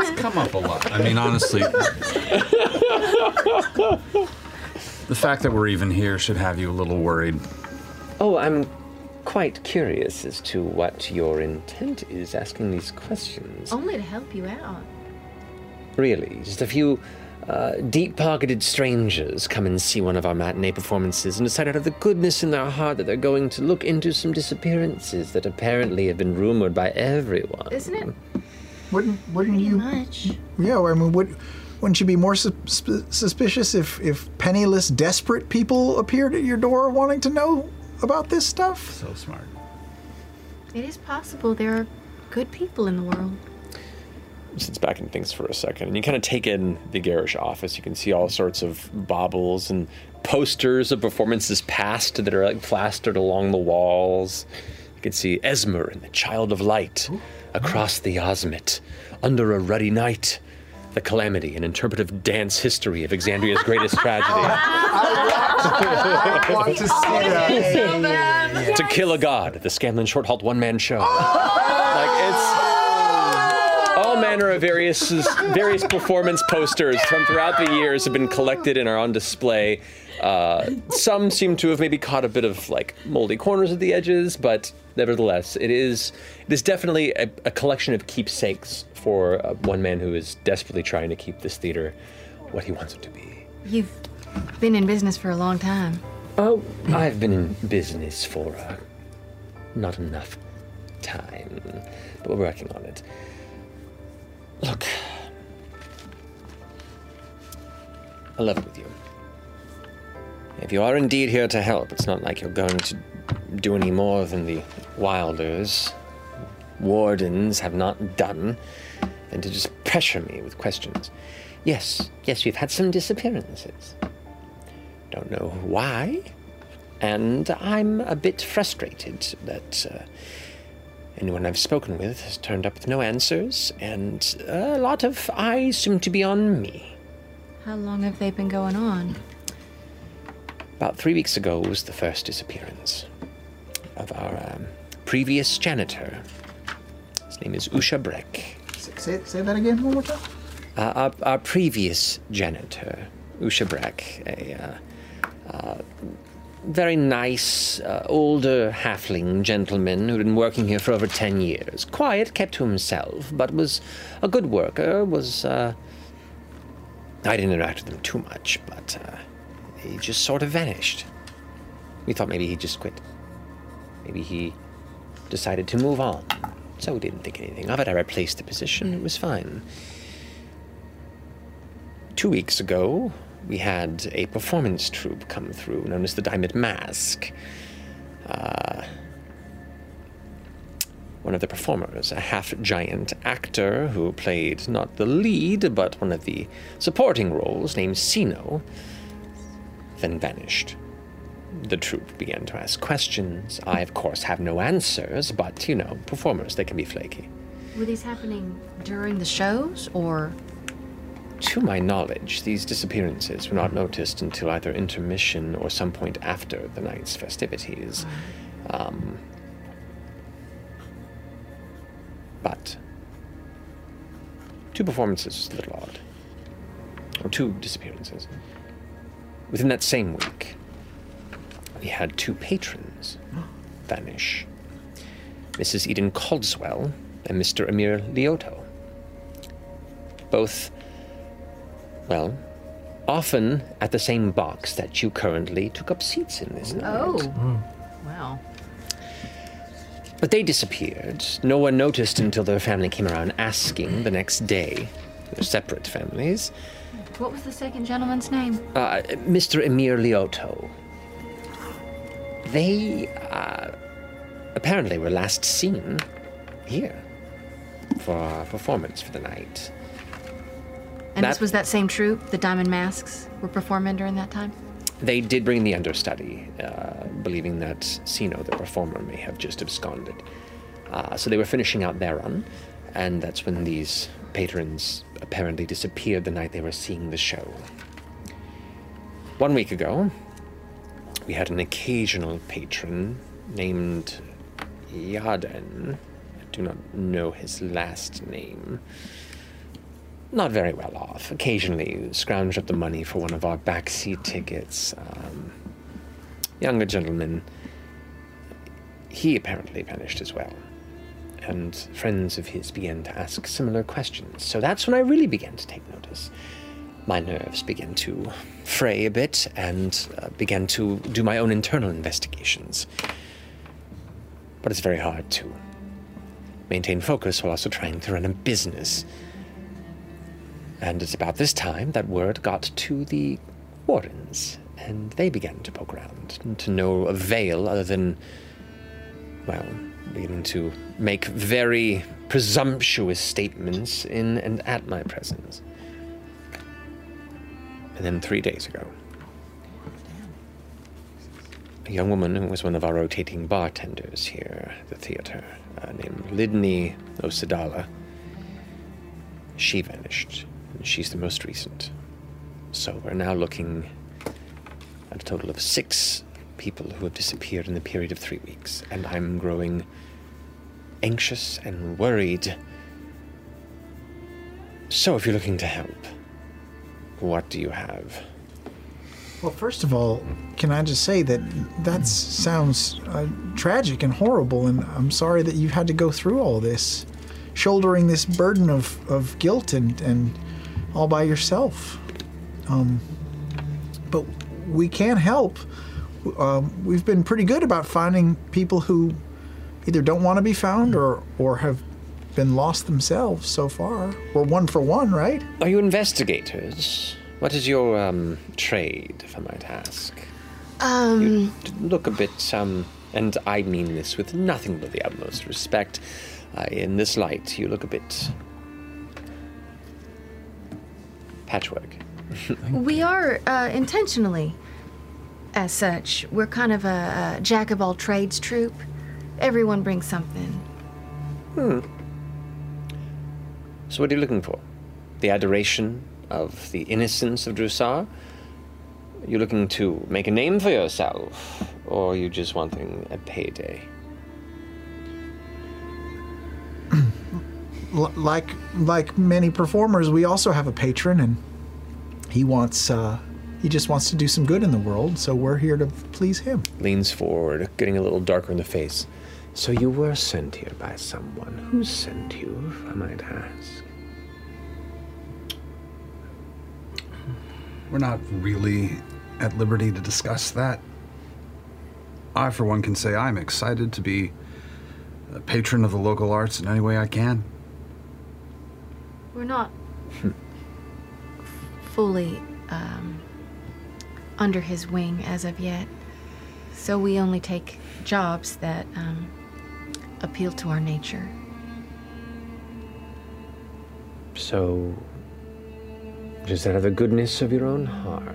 It's come up a lot. I mean, honestly, The fact that we're even here should have you a little worried. Oh, I'm quite curious as to what your intent is asking these questions. Only to help you out. Really, just a few uh, deep pocketed strangers come and see one of our matinee performances and decide out of the goodness in their heart that they're going to look into some disappearances that apparently have been rumored by everyone. Isn't it? Wouldn't wouldn't you? Yeah, I mean, would wouldn't you be more sus- sp- suspicious if if penniless, desperate people appeared at your door wanting to know about this stuff? So smart. It is possible there are good people in the world. sits back and thinks for a second, and you kind of take in the garish office. You can see all sorts of baubles and posters of performances past that are like plastered along the walls. You can see Esmer and the Child of Light across the Osmit, under a ruddy night. The Calamity, an interpretive dance history of Exandria's greatest tragedy. I want to see that. To Kill a God, the Scanlan Short Halt one man show. Like, it's. Oh, manner of various various performance posters from throughout the years have been collected and are on display. Uh, some seem to have maybe caught a bit of like moldy corners at the edges, but nevertheless, it is it is definitely a, a collection of keepsakes for uh, one man who is desperately trying to keep this theater what he wants it to be. You've been in business for a long time. Oh, I've been in business for uh, not enough time, but we're working on it. Look, I love it with you. If you are indeed here to help, it's not like you're going to do any more than the wilders, wardens have not done, than to just pressure me with questions. Yes, yes, we've had some disappearances. Don't know why. And I'm a bit frustrated that uh, anyone I've spoken with has turned up with no answers, and a lot of eyes seem to be on me. How long have they been going on? About three weeks ago was the first disappearance of our um, previous janitor. His name is Usha Breck. Say, say that again one more time. Uh, our, our previous janitor, Usha Breck, a uh, uh, very nice, uh, older halfling gentleman who'd been working here for over 10 years. Quiet, kept to himself, but was a good worker, was. Uh, I didn't interact with him too much, but uh, he just sort of vanished. We thought maybe he just quit. Maybe he decided to move on. So we didn't think anything of it. I replaced the position. It was fine. Two weeks ago, we had a performance troupe come through known as the Diamond Mask. Uh, one of the performers, a half giant actor who played not the lead, but one of the supporting roles, named Sino, then vanished. The troupe began to ask questions. I, of course, have no answers, but you know, performers, they can be flaky. Were these happening during the shows or To my knowledge, these disappearances were not noticed until either intermission or some point after the night's festivities. Um, but two performances was a little odd, or two disappearances. Within that same week, we had two patrons vanish Mrs. Eden Codswell and Mr. Amir Lioto. Both well, often at the same box that you currently took up seats in this Oh. night. Wow. But they disappeared. No one noticed until their family came around asking the next day. They're separate families. what was the second gentleman's name? Uh, Mr. Emir Lioto. They uh, apparently were last seen here for our performance for the night. And That- this was that same troupe, the Diamond Masks, were performing during that time? They did bring the understudy, uh, believing that Sino, the performer, may have just absconded. Uh, so they were finishing out their run, and that's when these patrons apparently disappeared the night they were seeing the show. One week ago, we had an occasional patron named Yaden. I do not know his last name not very well off. Occasionally scrounged up the money for one of our backseat tickets. Um, younger gentleman, he apparently vanished as well. And friends of his began to ask similar questions. So that's when I really began to take notice. My nerves began to fray a bit and uh, began to do my own internal investigations. But it's very hard to maintain focus while also trying to run a business. And it's about this time that word got to the Wardens, and they began to poke around, and to no avail other than, well, beginning to make very presumptuous statements in and at my presence. And then three days ago, a young woman who was one of our rotating bartenders here at the theater, uh, named Lydney Osadala, she vanished, and she's the most recent. So we're now looking at a total of six people who have disappeared in the period of three weeks, and I'm growing anxious and worried So, if you're looking to help, what do you have? Well, first of all, can I just say that that sounds uh, tragic and horrible, and I'm sorry that you had to go through all this, shouldering this burden of, of guilt and, and all by yourself. Um, but we can help. Um, we've been pretty good about finding people who either don't want to be found or, or have been lost themselves so far. We're one for one, right? Are you investigators? What is your um, trade, if I might ask? Um, Look a bit, um, and I mean this with nothing but the utmost respect. Uh, in this light, you look a bit patchwork. we are uh, intentionally, as such, we're kind of a, a jack of all trades troupe. Everyone brings something. Hmm. So, what are you looking for? The adoration of the innocence of Drusar? You're looking to make a name for yourself, or are you just wanting a payday? L- like like many performers, we also have a patron, and he wants uh, he just wants to do some good in the world. So we're here to please him. Leans forward, getting a little darker in the face. So, you were sent here by someone. Who sent you, if I might ask? We're not really at liberty to discuss that. I, for one, can say I'm excited to be a patron of the local arts in any way I can. We're not fully um, under his wing as of yet, so we only take jobs that um, appeal to our nature. So, just out of the goodness of your own heart,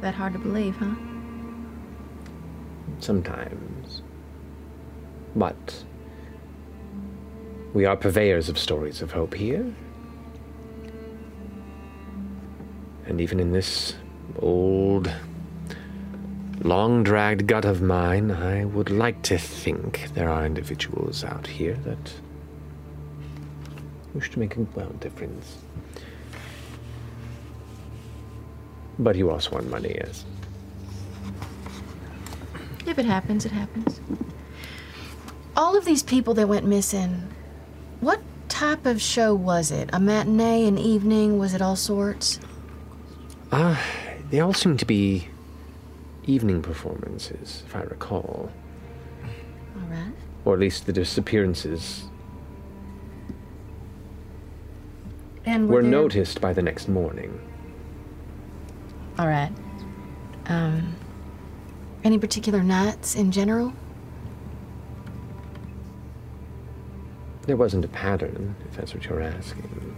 That hard to believe, huh? sometimes. But we are purveyors of stories of hope here. And even in this old, long dragged gut of mine, I would like to think there are individuals out here that wish to make a well difference. But you also want money, yes. If it happens, it happens. All of these people that went missing, what type of show was it? A matinee, an evening? Was it all sorts? Ah, they all seem to be evening performances, if I recall. All right. Or at least the disappearances And were, there- noticed by the next morning. All right. Um, any particular nights in general? There wasn't a pattern, if that's what you're asking.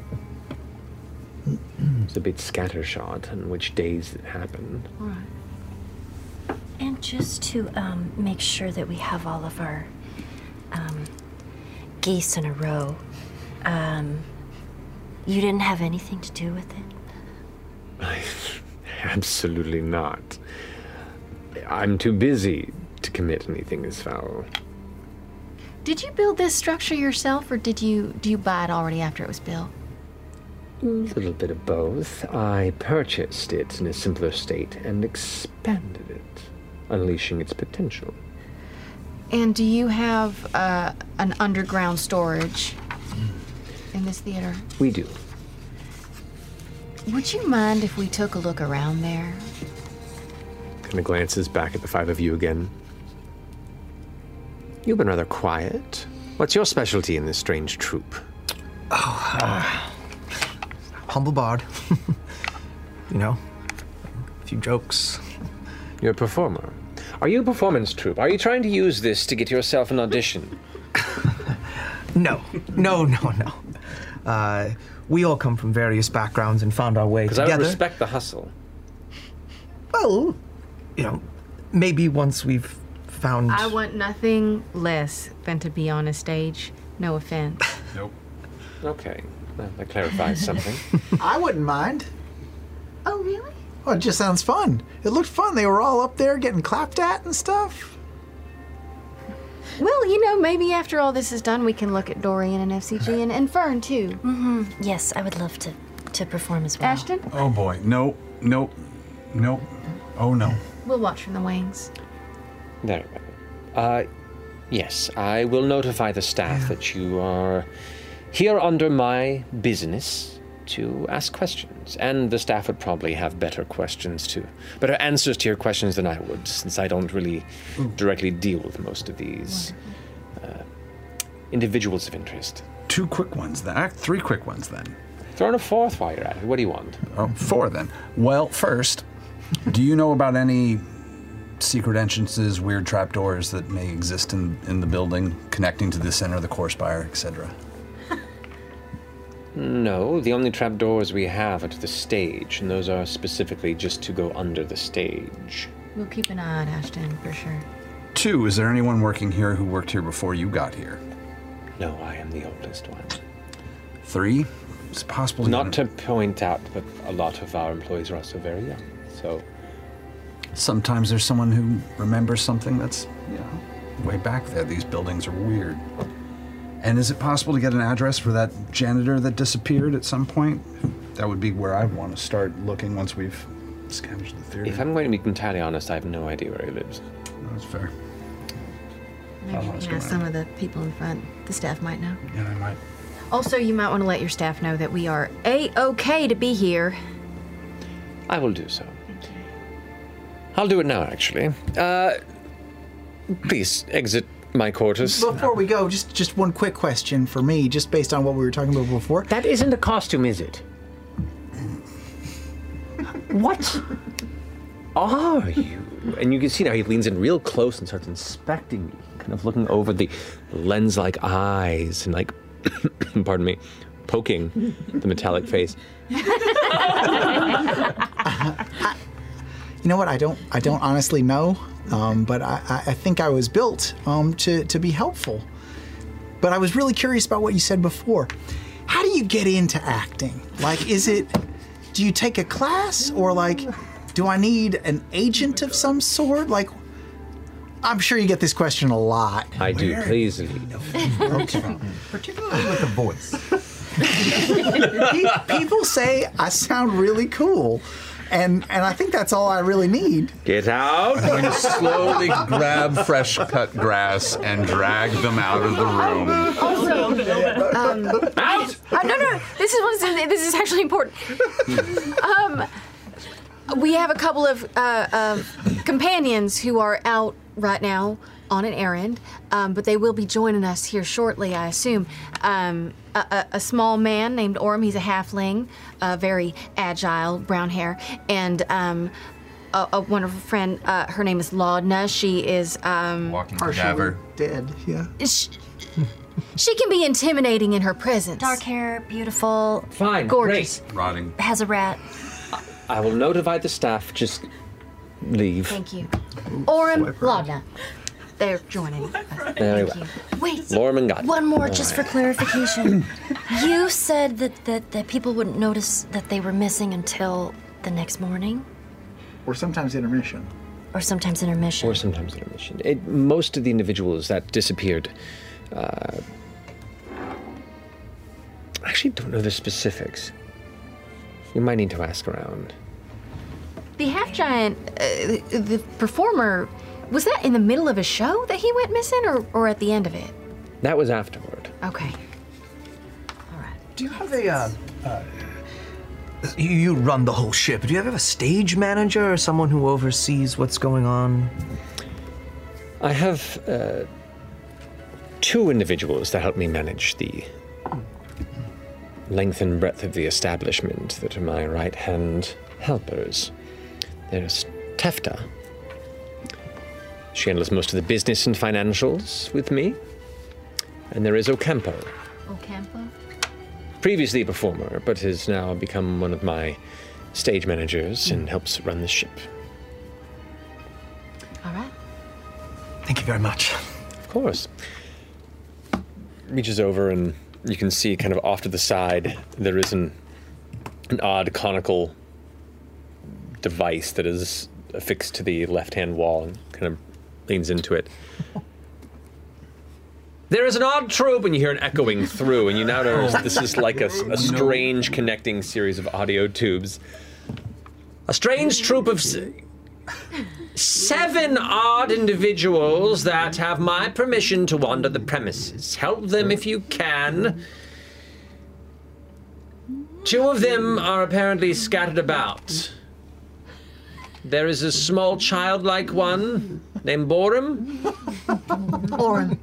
It's a bit scattershot on which days it happened. All right. And just to um, make sure that we have all of our um, geese in a row, um, you didn't have anything to do with it. Absolutely not. I'm too busy to commit anything as foul. Did you build this structure yourself, or did you do you buy it already after it was built? A little bit of both. I purchased it in a simpler state and expanded it, unleashing its potential. And do you have uh, an underground storage in this theater? We do. Would you mind if we took a look around there? Kind of glances back at the five of you again. You've been rather quiet. What's your specialty in this strange troop? Oh, uh, humble bard. you know, a few jokes. You're a performer. Are you a performance troupe? Are you trying to use this to get yourself an audition? No, no, no, no. Uh, we all come from various backgrounds and found our way Because I would together. respect the hustle. well, you know, maybe once we've found. I want nothing less than to be on a stage. No offense. Nope. Okay, well, that clarifies something. I wouldn't mind. Oh, really? Oh, it just sounds fun. It looked fun. They were all up there getting clapped at and stuff. Well, you know, maybe after all this is done, we can look at Dorian and FCG and, and Fern too. Mm-hmm. Yes, I would love to to perform as well. Ashton, Oh boy. Nope. Nope. Nope. Oh no. we'll watch from the wings. There. Uh, yes, I will notify the staff that you are here under my business to ask questions, and the staff would probably have better questions too, better answers to your questions than I would, since I don't really directly deal with most of these uh, individuals of interest. Two quick ones then. Act three quick ones then. Throw in a fourth while you're at it. What do you want? Oh, four then. Well, first, do you know about any secret entrances, weird trapdoors that may exist in, in the building connecting to the center of the core spire, etc.? No, the only trapdoors we have are to the stage, and those are specifically just to go under the stage. We'll keep an eye on Ashton for sure. Two, is there anyone working here who worked here before you got here? No, I am the oldest one. Three, it's possible. Not to point out, but a lot of our employees are also very young. So, Sometimes there's someone who remembers something that's, you know, way back there. These buildings are weird. And is it possible to get an address for that janitor that disappeared at some point? That would be where I want to start looking once we've scavenged the theater. if I'm going to be entirely honest, I have no idea where he lives. That's fair. Maybe we can ask some of the people in front. The staff might know. Yeah, I might. Also, you might want to let your staff know that we are a okay to be here. I will do so. I'll do it now, actually. Uh, please exit my quarters. Before we go, just just one quick question for me, just based on what we were talking about before. That isn't a costume, is it? What are you? And you can see now he leans in real close and starts inspecting me, kind of looking over the lens like eyes and like, pardon me, poking the metallic face. You know what? I don't I don't honestly know, um, but I, I I think I was built um, to to be helpful. But I was really curious about what you said before. How do you get into acting? Like, is it? Do you take a class or like? Do I need an agent of some sort? Like, I'm sure you get this question a lot. I do, please. Alina. Particularly with the voice. Pe- people say I sound really cool, and and I think that's all I really need. Get out! I'm going to slowly grab fresh cut grass and drag them out of the room. Also, um, out! Uh, no, no, this is one. This is actually important. um, We have a couple of uh, uh, companions who are out right now on an errand, um, but they will be joining us here shortly, I assume. Um, a, a, a small man named Orm, he's a halfling, uh, very agile, brown hair, and um, a, a wonderful friend. Uh, her name is Laudna. She is. Um, Walking Partially dead. Yeah. She, she can be intimidating in her presence. Dark hair, beautiful. Fine, Gorgeous. great. Rotting. Has a rat. I will notify the staff, just leave. Thank you. Orm, Laudna. They're joining. Very well. Wait. Lorman got it. One more, All just right. for clarification. you said that, that that people wouldn't notice that they were missing until the next morning, Or sometimes intermission. or sometimes intermission. Or sometimes intermission. It, most of the individuals that disappeared. Uh, I actually don't know the specifics. You might need to ask around. The half giant, uh, the, the performer, was that in the middle of a show that he went missing, or, or at the end of it? That was afterward. Okay. Do you have a. Uh, uh, you, you run the whole ship. Do you have a stage manager or someone who oversees what's going on? I have uh, two individuals that help me manage the length and breadth of the establishment that are my right hand helpers. There's Tefta. She handles most of the business and financials with me. And there is Ocampo, Ocampo? previously a performer, but has now become one of my stage managers and helps run the ship. All right. Thank you very much. Of course. Reaches over and you can see kind of off to the side there is an an odd conical device that is affixed to the left hand wall and kind of leans into it. There is an odd trope, and you hear an echoing through, and you now notice Oh. this is like a, a strange connecting series of audio tubes. A strange troop of s- seven odd individuals that have my permission to wander the premises. Help them if you can. Two of them are apparently scattered about. There is a small childlike one named Borum. Borum.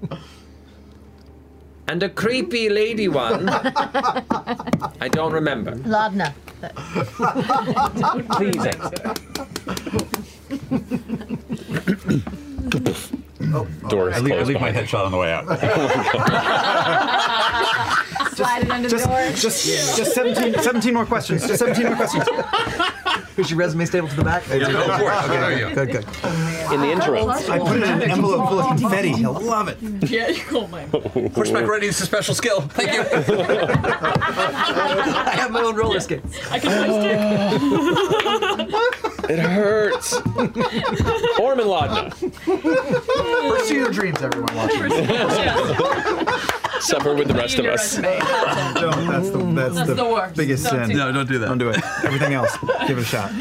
And a creepy lady one. I don't remember. Lardner. Please, Doors I leave, Oh, I leave my headshot on the way Oh, out. Slide it under Just, the door. just, just 17, 17 more questions. Just 17 more questions. Is your resume stapled to the back? Yeah, of course. Okay, There you go. good, good. In the interim, I put it in an envelope full of confetti. I love it. Yeah, oh my. Horseback riding is a special skill. Thank you. I have my own roller skates. I can It hurts. Orm and Laudna. Pursue your dreams, everyone Suffer with the rest of us. Don't. That's the, that's That's the, the worst. biggest Don't sin. do No, don't do that. Don't do it. Everything else, give it a shot.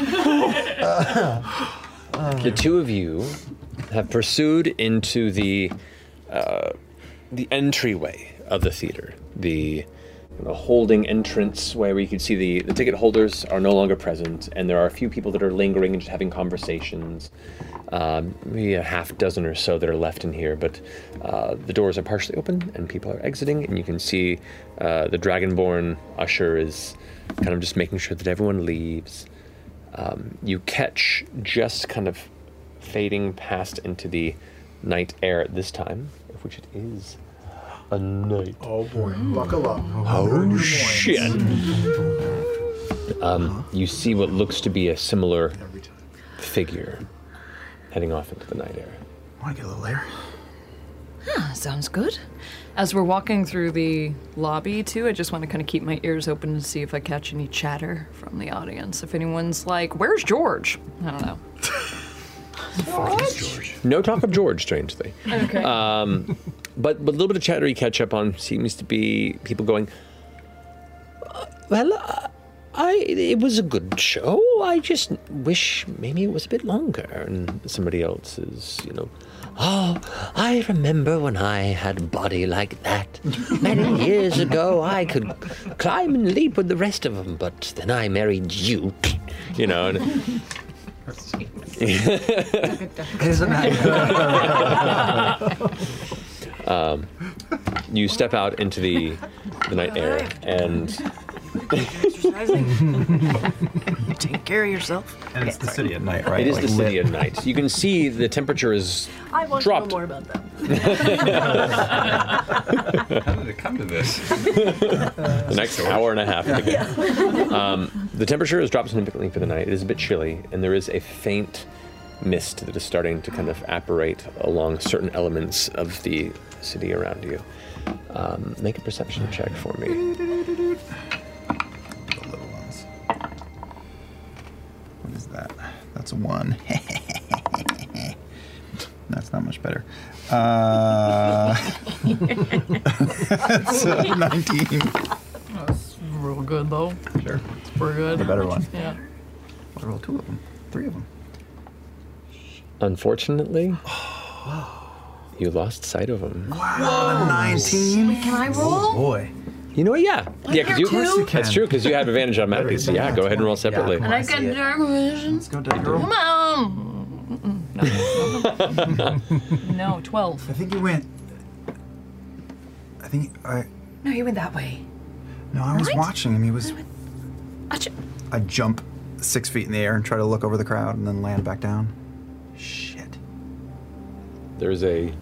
The two of you have pursued into the uh, the entryway of the theater, the the holding entrance where we can see the, the ticket holders are no longer present, and there are a few people that are lingering and just having conversations. Um, maybe a half dozen or so that are left in here, but uh, the doors are partially open and people are exiting, and you can see uh, the Dragonborn usher is kind of just making sure that everyone leaves. Um, you catch just kind of fading past into the night air at this time, of which it is a night. Oh boy, buckle up. Oh shit! Uh-huh. Um, you see what looks to be a similar figure heading off into the night air. Want to get a little air? Huh, sounds good. As we're walking through the lobby, too, I just want to kind of keep my ears open to see if I catch any chatter from the audience. If anyone's like, Where's George? I don't know. No talk of George, strangely. Okay. Um, but but a little bit of chatter you catch up on seems to be people going. Well, uh, I it was a good show. I just wish maybe it was a bit longer. And somebody else is, you know, oh, I remember when I had a body like that many years ago. I could climb and leap with the rest of them, but then I married you, you know. And, It doesn't matter. um, you step out into the, the night air and Take care of yourself. And it's the city at night, right? It is Like the city lit. at night. You can see the temperature is I want to dropped. know more about that. How did it come to this? the next hour and a half. to go. Um, the temperature has dropped significantly for the night. It is a bit chilly, and there is a faint mist that is starting to kind of apparate along certain elements of the city around you. Um, make a perception check for me. What is that? That's a one. That's not much better. Uh, that's uh, a 19. That's real good, though. Sure. It's pretty good. The better one. Yeah. I rolled two of them, three of them. Unfortunately, you lost sight of him. Whoa. 19. Can I roll? boy. You know what? Yeah. I yeah, because care you. too. That's true because you have advantage automatically. So yeah, go ahead and roll separately. And I got dark vision. Let's go Come on. No, 12. I think you went. I think I. No, you went that way. No, I was Right? watching him. He was. I ju- I jump six feet in the air and try to look over the crowd and then land back down. There's a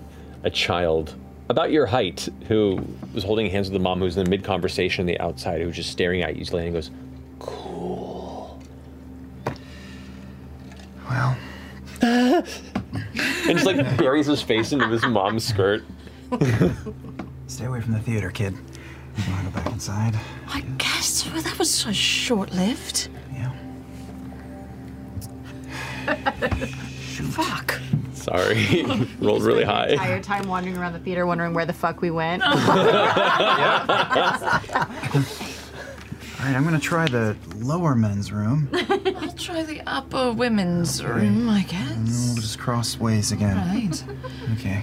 a child about your height who was holding hands with the mom who's in the mid conversation on the outside who's just staring at you. He's laying and goes, and just like buries his face into this mom's skirt. Stay away from the theater, kid. I want to go back inside. I guess well, that was so short lived. Yeah. Fuck. Sorry. Rolled really high. entire time wandering around the theater wondering where the fuck we went. All right, I'm going to try the lower men's room. I'll try the upper women's room, I guess. And then we'll just cross ways again. Right. Okay.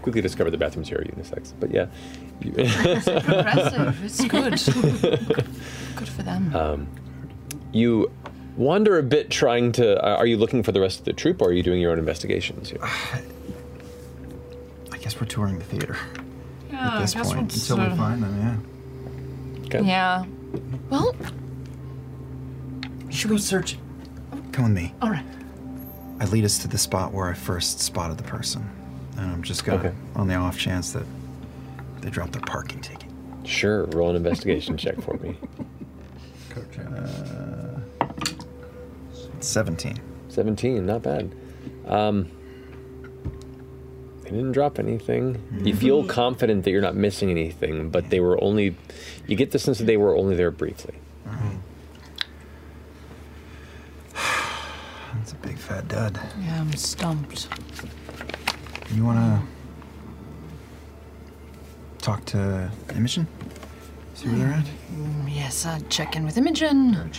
Quickly discovered the bathrooms here are unisex, but yeah. You- Impressive. It's good. good for them. Um, you wander a bit trying to. Uh, are you looking for the rest of the troop, or are you doing your own investigations here? I guess we're touring the theater Yeah, Ah, at this I guess point we'll until we uh, sort of- find them, yeah. Yeah. Well, Should we search? Come with me. All right. I lead us to the spot where I first spotted the person. And I'm just going to, on the off chance that they dropped their parking ticket. Sure, roll an investigation check for me. Uh, 17. 17, not bad. Um, they didn't drop anything. You feel confident that you're not missing anything, but they were only. You get the sense that they were only there briefly. That's a big fat dud. yeah, I'm stumped. You want to talk to Imogen? See where they're at? Mm, Yes, I'd check in with Imogen.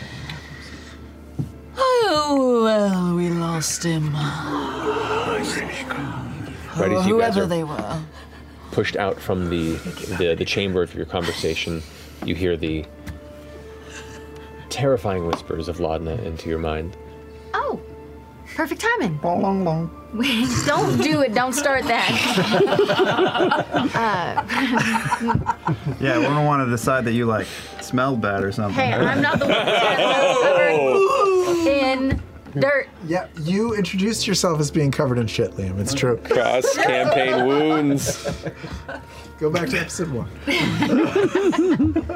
Oh, well, we lost him. Right as you guys Oh, Whoever are- they were. pushed out from the the, the chamber of your conversation, you hear the terrifying whispers of Laudna into your mind. oh, perfect timing. long, long. don't do it. Don't start that. uh, Yeah, we're gonna want to decide that you like smelled bad or something. Hey, I'm not the one Oh. in dirt. Yeah, you introduced yourself as being covered in shit, Liam. It's true. Cross campaign wounds. Go back to episode one.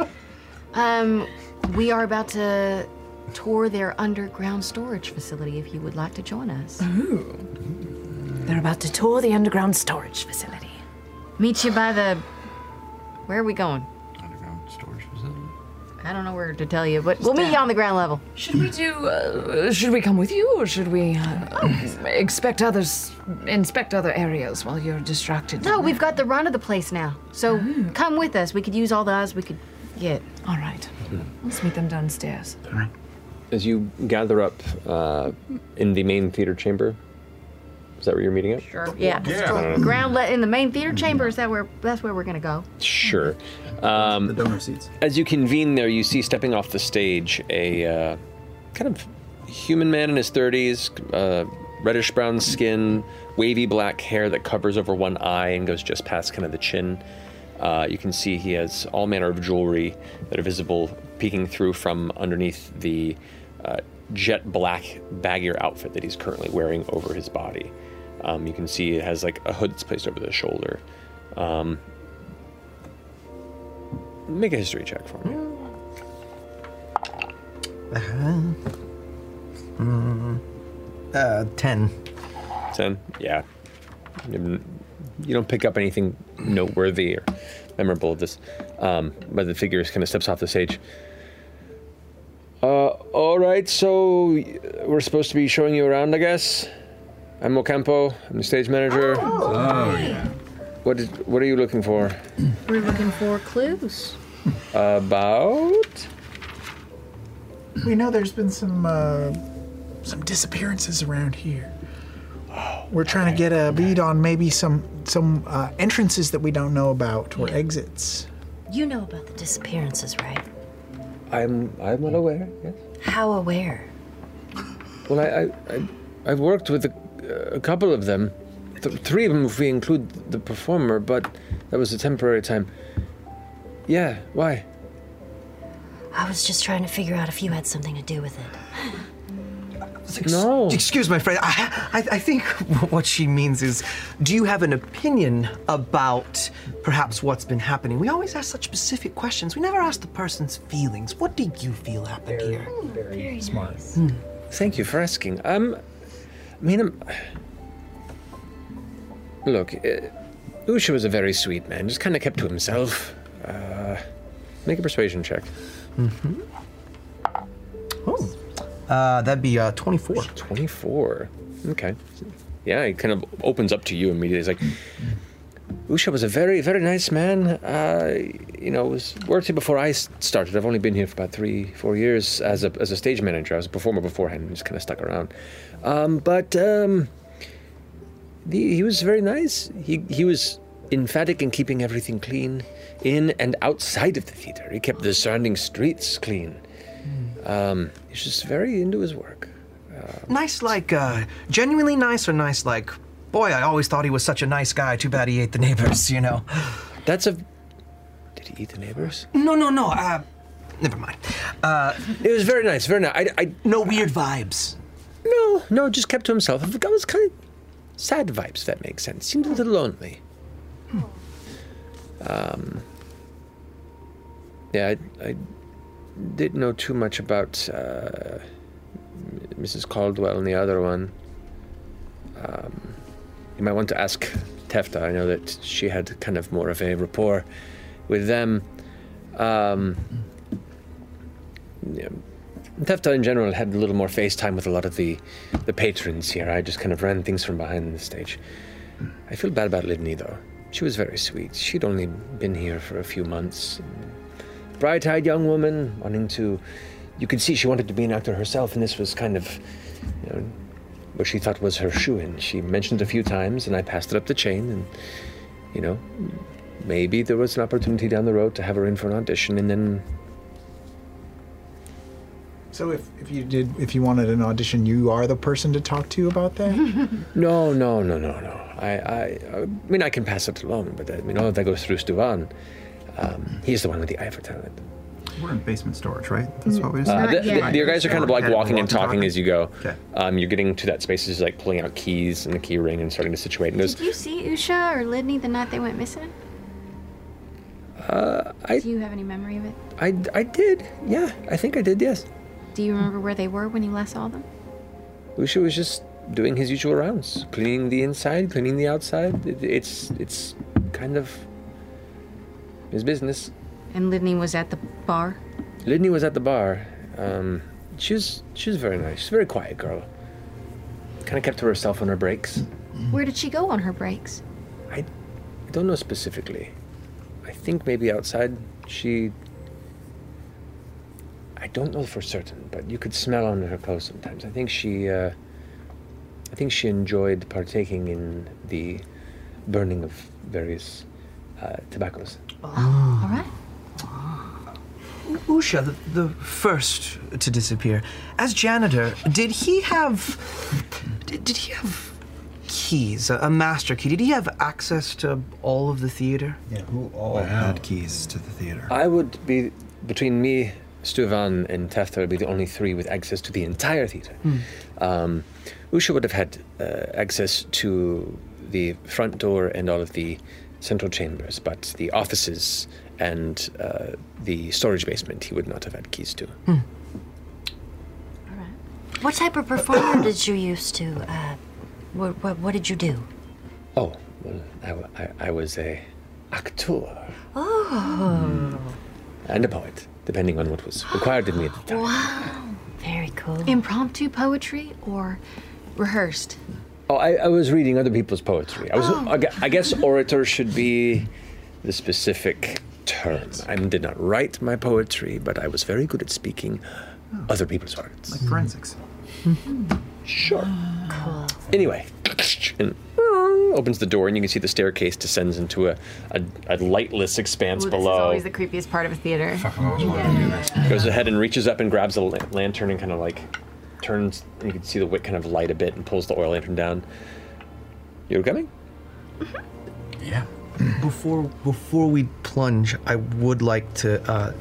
Um, we are about to tour their underground storage facility if you would like to join us. Ooh. They're about to tour the underground storage facility. Meet you by the. Where are we going? storage facility. I don't know where to tell you, but we'll meet you on the ground level. Should we do? Uh, should we come with you, or should we uh, expect others inspect other areas while you're distracted? No, we've got the run of the place now. So come with us. We could use all the eyes we could get. All right. Let's meet them downstairs. As you gather up uh, in the main theater chamber, is that where you're meeting up? Sure. Yeah. Ground le- in the main theater chamber. Is that where? That's where we're gonna go. Sure. Um, the donor seats. As you convene there, you see stepping off the stage a uh, kind of human man in his 30s, uh, reddish brown skin, wavy black hair that covers over one eye and goes just past kind of the chin. Uh, you can see he has all manner of jewelry that are visible peeking through from underneath the uh, jet black baggier outfit that he's currently wearing over his body. Um, you can see it has like a hood that's placed over the shoulder. Um, Make a history check for me. Uh-huh. Mm, uh, 10. Ten. Yeah. You don't pick up anything noteworthy or memorable of this, um, but the figure kind of steps off the stage. Uh, all right, so we're supposed to be showing you around, I guess. I'm Ocampo. I'm the stage manager. Oh, yeah. What is, What are you looking for? We're looking for clues. About We know there's been some uh, some disappearances around here. We're trying to get a bead on maybe some some uh, entrances that we don't know about or exits. You know about the disappearances, right? I'm I'm well aware. Yes. How aware? Well, I, I, I I've worked with a, a couple of them, th- three of them if we include the performer, but that was a temporary time. Yeah, why? I was just trying to figure out if you had something to do with it. No. Excuse my friend. I, I, I think what she means is, do you have an opinion about perhaps what's been happening? We always ask such specific questions. We never ask the person's feelings. What do you feel happened here? Very, smart. Hmm. Thank you for asking. Um, I mean, um, look, uh, Usha was a very sweet man. Just kind of kept to himself. Uh, make a persuasion check. Mm-hmm. Oh, uh, that'd be uh, 24. 24. Okay. yeah, he kind of opens up to you immediately. He's like, Usha was a very, very nice man. Uh, you know, was worked here before I s- started. I've only been here for about three, four years as a, as a stage manager. I was a performer beforehand and just kind of stuck around. Um, but um, the, he was very nice. He, he was emphatic in keeping everything clean in and outside of the theater. He kept the surrounding streets clean. Um, he's just very into his work. Nice, like, uh, genuinely nice or nice, like, boy, I always thought he was such a nice guy. Too bad he ate the neighbors, you know? That's a. Did he eat the neighbors? No, no, no. Uh, never mind. Uh, it was very nice, very nice. I, I no weird vibes. No, no, just kept to himself. I was kind of sad vibes. If that makes sense. Seemed a little lonely. Um, yeah, I, I didn't know too much about uh, M- Mrs. Caldwell and the other one. Um, you might want to ask Tefta. I know that she had kind of more of a rapport with them. Um, yeah, Tefta in general had a little more face time with a lot of the, the patrons here. I just kind of ran things from behind the stage. I feel bad about Livni though. She was very sweet. She'd only been here for a few months. Bright eyed young woman, wanting to. You could see she wanted to be an actor herself, and this was kind of, you know, what she thought was her shoe in. She mentioned it a few times, and I passed it up the chain, and, you know, maybe there was an opportunity down the road to have her in for an audition, and then So if, if you did if you wanted an audition, you are the person to talk to about that. No, no, no, no, no. I, I, I mean, I can pass it along, but I mean, all of that goes through Stuvan. Um, he's the one with the eye for talent. We're in basement storage, right? That's what we Uh, just the, the- you guys are kind of like Okay, walking and talking as you go. Um, you're getting to that space, is like pulling out keys and the key ring and starting to situate. And goes, Did you see Usha or Lidney the night they went missing? uh, I, Do you have any memory of it? I, I did. Yeah, I think I did. Yes. Do you remember where they were when you last saw them? Usha was just doing his usual rounds, cleaning the inside, cleaning the outside. It, it's, it's kind of his business. And Lidney was at the bar. Lydney was at the bar. Um, she was she was very nice. She's a very quiet girl. Kind of kept to herself on her breaks. Where did she go on her breaks? I don't know specifically. I think maybe outside she. I don't know for certain, but you could smell on her clothes sometimes. I think she. Uh, I think she enjoyed partaking in the burning of various uh, tobaccos. All right. Ah. Usha, the, the first to disappear, as janitor, did he have. Did, did he have keys, a, a master key? Did he have access to all of the theater? Yeah, who all had keys to the theater? I would be between me, Stuvan, and Tefta would be the only three with access to the entire theater. Um, Usha would have had uh, access to the front door and all of the central chambers, but the offices and uh, the storage basement he would not have had keys to. What type of performer did you used to? Uh, what, what, what did you do? Oh, well, I, w- I- I was a actor Oh, and a poet, depending on what was required of me at the time. Wow. Very cool. Impromptu poetry or rehearsed? Oh, I, I was reading other people's poetry. I was. Oh. I, gu- I guess orator should be the specific term. I did not write my poetry, but I was very good at speaking other people's words. Like forensics. Sure. Cool. Anyway, and opens the door, and you can see the staircase descends into a, a, a lightless expanse Ooh, this is below. always the creepiest part of a theater. Goes ahead and reaches up and grabs a la- lantern and kind of like turns. And you can see the wick kind of light a bit and pulls the oil lantern down. You're coming. Before before we plunge, I would like to uh,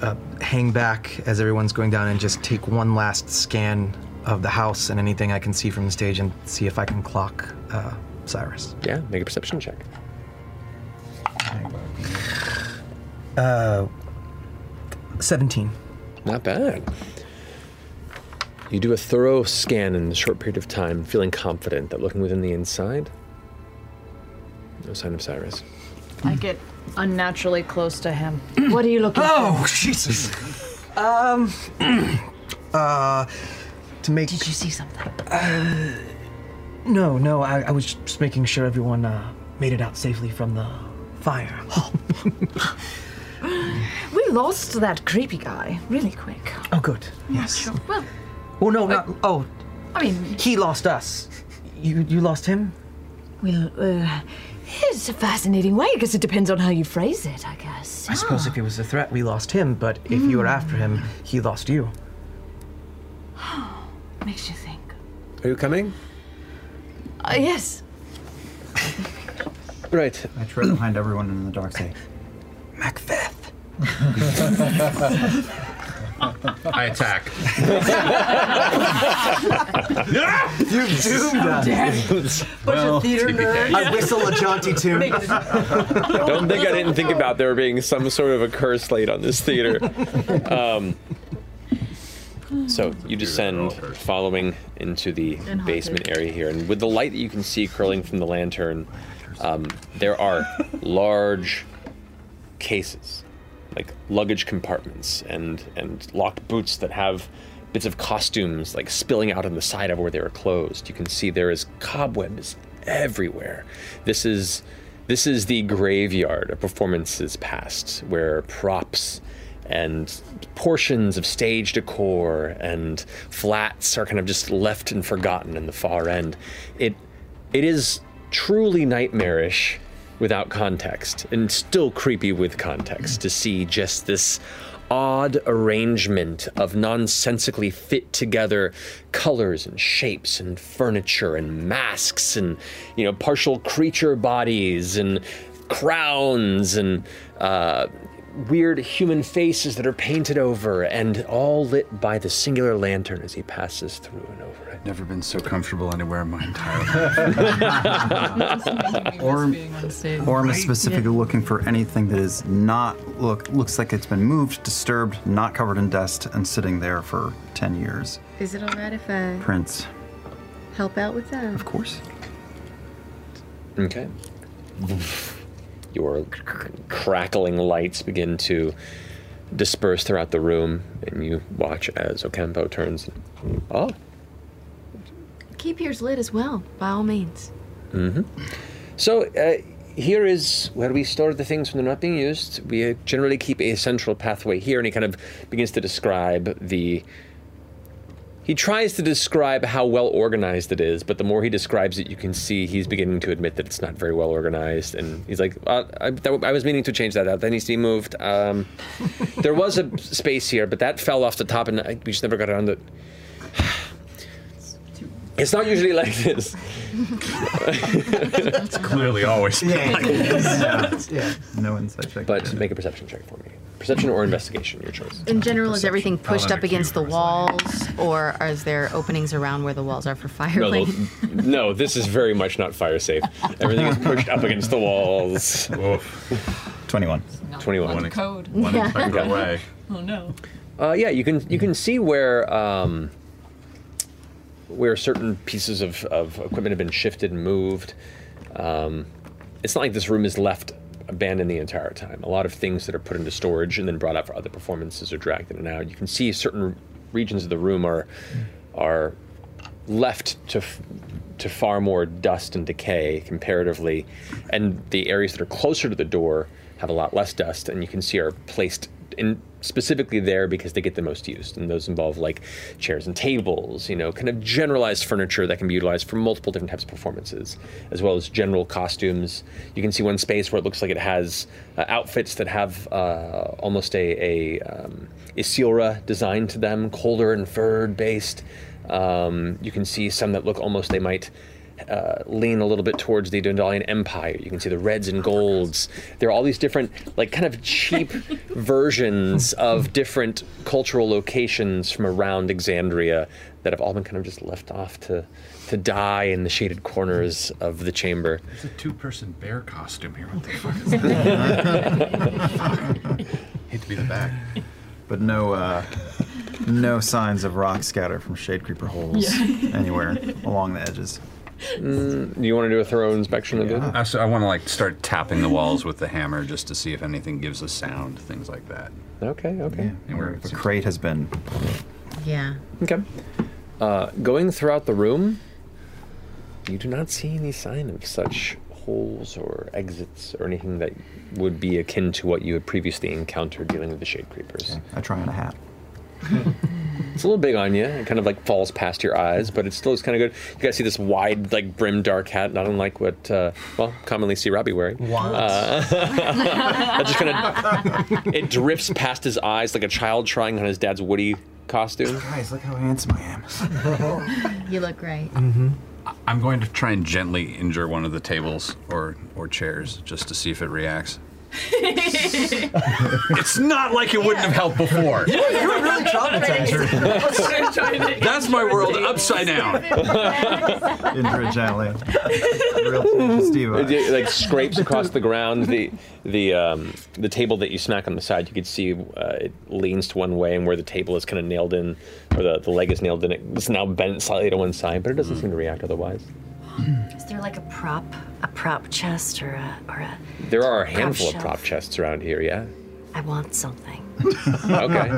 uh, hang back as everyone's going down and just take one last scan of the house and anything I can see from the stage and see if I can clock uh, Cyrus. Yeah, make a perception check. Uh, seventeen. Not bad. You do a thorough scan in a short period of time, feeling confident that looking within the inside, no sign of Cyrus. I get unnaturally close to him. What are you looking oh, Jesus. Um. uh, to make. Did you see something? Uh, No, no, I, I was just making sure everyone uh, made it out safely from the fire. Oh. We lost that creepy guy really quick. Oh, good. Yes. Well, uh, Well, no, not. Oh, I mean, he lost us. You you lost him? well, uh, it's a fascinating way because it depends on how you phrase it, I guess. I suppose Ah. Hmm. if it was a threat, we lost him. But if you were after him, he lost you. Makes you think. Are you coming? Uh, yes. Right. I trail behind everyone in the dark say, I attack. You doomed us. Well, TPK. I whistle a jaunty tune. Don't think I didn't think about there being some sort of a curse laid on this theater. Um, so you descend, following into the And haunted. basement area here, and with the light that you can see curling from the lantern, um, there are large cases, like luggage compartments and and locked boots that have bits of costumes like spilling out on the side of where they were closed. You can see there is cobwebs everywhere. This is this is the graveyard of performances past, where props and portions of stage decor and flats are kind of just left and forgotten in the far end. It it is truly nightmarish without context and still creepy with context to see just this odd arrangement of nonsensically fit together colors and shapes and furniture and masks and you know partial creature bodies and crowns and uh, weird human faces that are painted over and all lit by the singular lantern as he passes through and over it. Never been so comfortable anywhere in my entire life. or, Orm is specifically looking for anything that is not look looks like it's been moved, disturbed, not covered in dust, and sitting there for ten years. Is it all right if I Prince. help out with that? Of course. Okay. Your crackling lights begin to disperse throughout the room, and you watch as Ocampo turns. Oh, Keep yours lit as well, by all means. hmm So uh, here is where we store the things when they're not being used. We uh, generally keep a central pathway here, and he kind of begins to describe the. He tries to describe how well organized it is, but the more he describes it, you can see he's beginning to admit that it's not very well organized. And he's like, uh, I, that- I was meaning to change that out. That needs to be moved. Um, there was a space here, but that fell off the top, and I, we just never got around it. It's not usually like this. It's clearly always Yeah, like this. No insight check. But make a perception check for me. Perception or investigation, your choice. In general, is everything pushed I'll up against the walls, or is there openings around where the walls are for fire No, lane? the- no, this is very much not fire safe. Everything is pushed up against the walls. 21. 21. One code. One Yeah. code away. Oh no. Uh, yeah, you can you can see where um, where certain pieces of, of equipment have been shifted and moved. Um, it's not like this room is left abandoned the entire time. A lot of things that are put into storage and then brought out for other performances are dragged in and out. You can see certain regions of the room are are left to f- to far more dust and decay comparatively, and the areas that are closer to the door have a lot less dust, and you can see are placed in specifically there because they get the most used, and those involve like chairs and tables, you know, kind of generalized furniture that can be utilized for multiple different types of performances, as well as general costumes. You can see one space where it looks like it has uh, outfits that have uh, almost a a um, Isilra design to them, colder and furred based. Um, you can see some that look almost they might uh, lean a little bit towards the Dondalian Empire. You can see the reds and golds. There are all these different, like, kind of cheap versions of different cultural locations from around Exandria that have all been kind of just left off to to die in the shaded corners of the chamber. It's a two-person bear costume here. What the fuck is that? Hate to be the back. But no, uh, no signs of rock scatter from shade creeper holes Yeah. anywhere along the edges. Mm, you want to do a thorough inspection of I, s- I want to like start tapping the walls with the hammer just to see if anything gives a sound, things like that. Okay, okay. Anywhere the crate has been. Yeah. Okay. Uh, going throughout the room, You do not see any sign of such holes or exits or anything that would be akin to what you had previously encountered dealing with the shade creepers. I try on a hat. It's a little big on you. It kind of like falls past your eyes, but it still is kind of good. You guys see this wide, like brim dark hat, not unlike what, uh, well, commonly see Robbie wearing. What? Uh, that just kind of it drifts past his eyes like a child trying on his dad's Woody costume. Guys, look how handsome I am. you look great. Mm-hmm. I'm going to try and gently injure one of the tables or, or chairs just to see if it reacts. it's not like it wouldn't have helped before. Yeah, you're really traumatized. That's my world upside down. Injure it gently. It, it, like scrapes across the ground. The the um, the table that you smack on the side, you could see uh, it leans to one way, and where the table is kind of nailed in, or the, the leg is nailed in, it's now bent slightly to one side, but it Mm. doesn't seem to react otherwise. Is there like a prop, a prop chest, or a or a? There are a prop handful of shelf? prop chests around here. Yeah. I want something. Okay.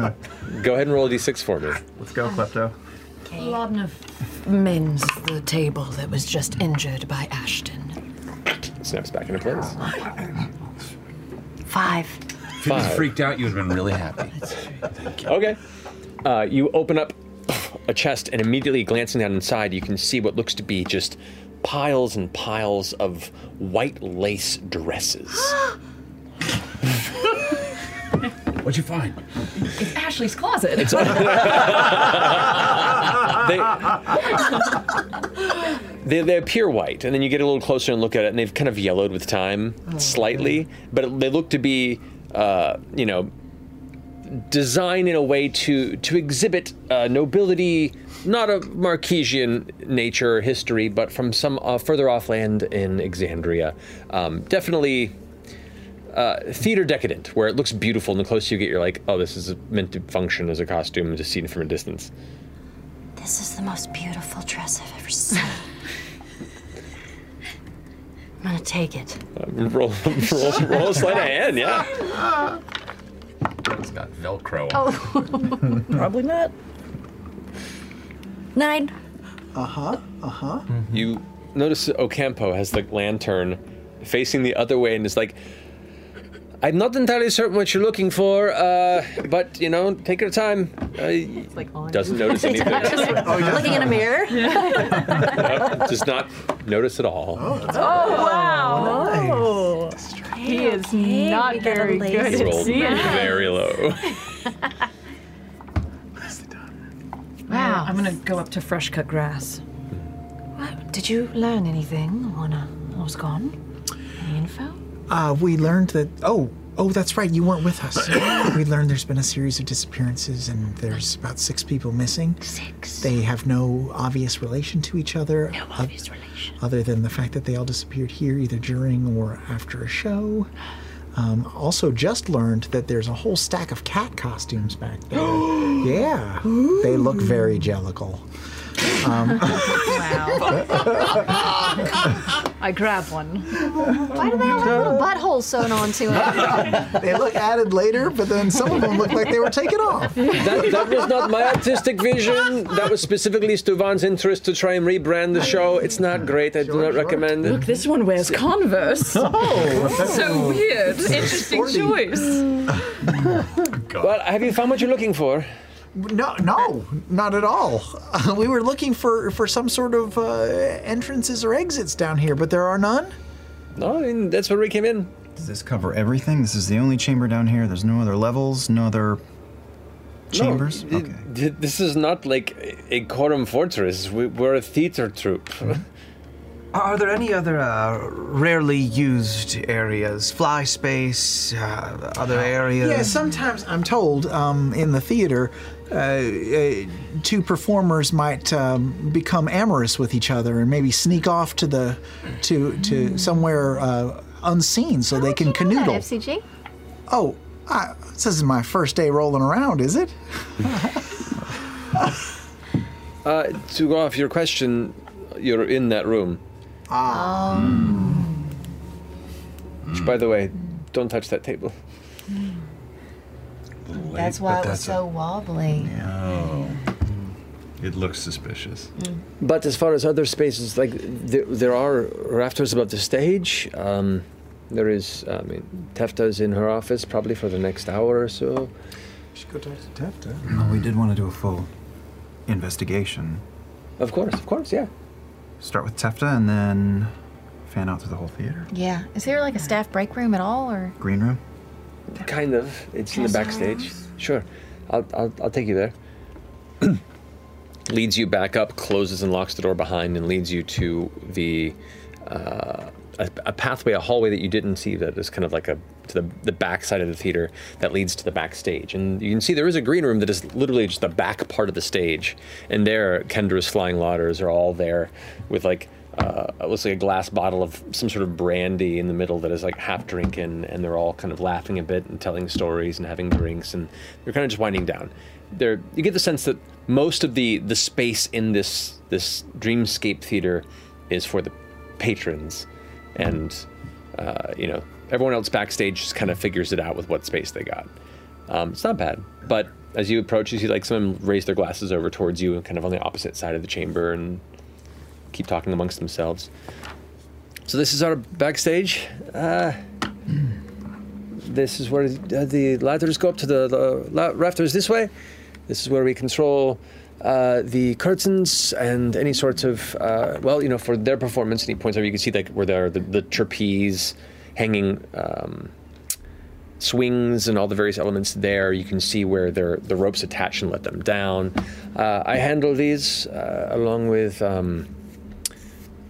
Go ahead and roll a d6 for me. Let's go, Klepto. Lobna mends the table that was just injured by Ashton. Snaps back into place. Five. If you just Five. freaked out, you would have been really happy. Okay. Uh, you open up a chest, and immediately glancing down inside, you can see what looks to be just piles and piles of white lace dresses. What'd you find? It's Ashley's closet. It's- They, they appear white, and then you get a little closer and look at it, and they've kind of yellowed with time, slightly, but it, they look to be, uh, you know, designed in a way to to exhibit uh, nobility, not of Marquesian nature or history, but from some uh, further off land in Exandria. Um, definitely. Uh, theater decadent, where it looks beautiful, and the closer you get, you're like, "Oh, this is meant to function as a costume, just seen from a distance." This is the most beautiful dress I've ever seen. I'm gonna take it. Um, roll, roll, roll a sleight of hand, yeah. It's got Velcro. Oh. Probably not. Nine. Uh huh. Uh huh. You notice that Ocampo has the lantern facing the other way and is like, I'm not entirely certain what you're looking for, uh, but you know, take your time. Uh, doesn't notice anything. Oh, Looking in a mirror. Does not notice at all. Oh, wow. Oh. He is not very good You at rolled seeing. very low. Wow. I'm gonna go up to fresh cut grass. Did you learn anything on uh, what's gone? Any info? Uh, we learned that. Oh, oh, that's right. You weren't with us. we learned there's been a series of disappearances, and there's about six people missing. Six. They have no obvious relation to each other. No obvious relation. Other than the fact that they all disappeared here, either during or after a show. Um, also, just learned that there's a whole stack of cat costumes back there. yeah, they look very jellical. Um, I grab one. Why do they all have little buttholes sewn onto it? they look added later, but then some of them look like they were taken off. that, that was not my artistic vision. That was specifically Stuvan's interest to try and rebrand the show. It's not great. I do not recommend it. Look, this one wears Converse. Oh. so weird. Interesting choice. Well, have you found what you're looking for? No, no, not at all. we were looking for for some sort of uh, entrances or exits down here, but there are none. No, I mean, that's where we came in. Does this cover everything? This is the only chamber down here. There's no other levels, no other chambers. No, th- This is not like a quorum fortress. We, we're a theater troupe. Are- Are there any other uh, rarely used areas? Fly space, uh, other areas? Yeah, sometimes I'm told um, in the theater, uh, uh, two performers might um, become amorous with each other and maybe sneak off to the to to somewhere uh, unseen so they can canoodle. FCG? Oh, I, this is my first day rolling around, is it? Uh, to go off your question, you're in that room. Ah. Which, by the way, don't touch that table. That's why it was so wobbly. No. It looks suspicious. Mm. But as far as other spaces, like there, there are rafters above the stage. Um, there is, I mean, Tefta's in her office probably for the next hour or so. Should go talk to Tefta. No, we did want to do a full investigation. Of course, of course, yeah. Start with Tefta and then fan out through the whole theater. Yeah. Is there like a staff break room at all, or Green room. Kind of. It's in the backstage. Sure. I'll, I'll, I'll take you there. leads you back up, closes and locks the door behind, and leads you to the uh, a, a pathway, a hallway that you didn't see that is kind of like a to the the back side of the theater that leads to the backstage. And you can see there is a green room that is literally just the back part of the stage, and there Kendra's flying lauders are all there with like. Uh, it looks like a glass bottle of some sort of brandy in the middle that is like half drinking, and they're all kind of laughing a bit and telling stories and having drinks, and they're kind of just winding down there you get the sense that most of the the space in this this dreamscape theater is for the patrons and uh, you know everyone else backstage just kind of figures it out with what space they got um, it's not bad but as you approach you see like some of them raise their glasses over towards you and kind of on the opposite side of the chamber and keep talking amongst themselves so this is our backstage uh, this is where uh, the ladders go up to the, the la- rafters this way. This is where we control uh, the curtains and any sorts of, uh, well, you know, for their performance, any points over, you can see like where there are the, the trapeze hanging um, swings and all the various elements there. You can see where their, the ropes attach and let them down. Uh, I handle these uh, along with. Um,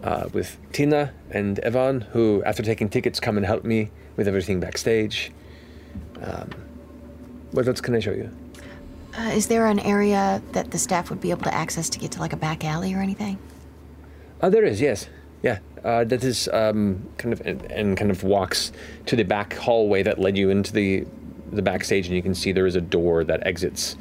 uh, with Tina and Evan, who, after taking tickets, come and help me with everything backstage. Um, what else can I show you? Uh, is there an area that the staff would be able to access to get to like a back alley or anything? Uh, there is, yes. Yeah, uh, that is um, kind of and, and kind of walks to the back hallway that led you into the the backstage, and you can see there is a door that exits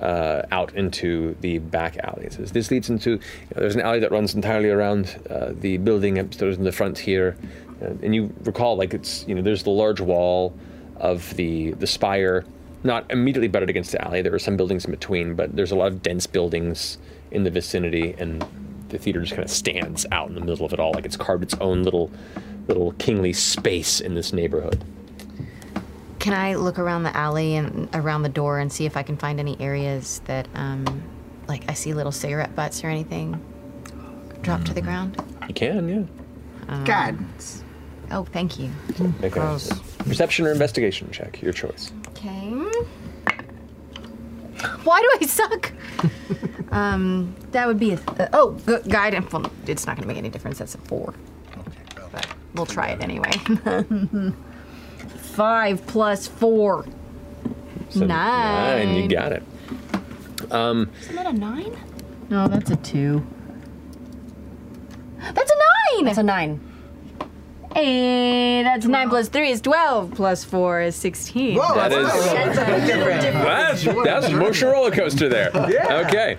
uh, out into the back alley. It says this leads into you know, there's an alley that runs entirely around uh, the building upstairs in the front here, uh, and you recall like it's you know there's the large wall of the the spire, not immediately butted against the alley. There are some buildings in between, but there's a lot of dense buildings in the vicinity, and the theater just kind of stands out in the middle of it all, like it's carved its own little little kingly space in this neighborhood. Can I look around the alley and around the door and see if I can find any areas that, um, like, I see little cigarette butts or anything dropped to the ground? You can, yeah. Um, God. Oh, thank you. Make a perception or investigation check, your choice. Okay. Why do I suck? um, that would be a uh, oh gu- guide and well, it's not going to make any difference. That's a four. But we'll try it anyway. Five plus four. Seven, nine. you got it. Um, Isn't that a nine? Oh, No, that's a two. That's a nine. That's a nine. Hey, that's nine plus three is twelve. Plus four is sixteen. Whoa, That is- That's, that's an emotional roller coaster there. Yeah. Okay.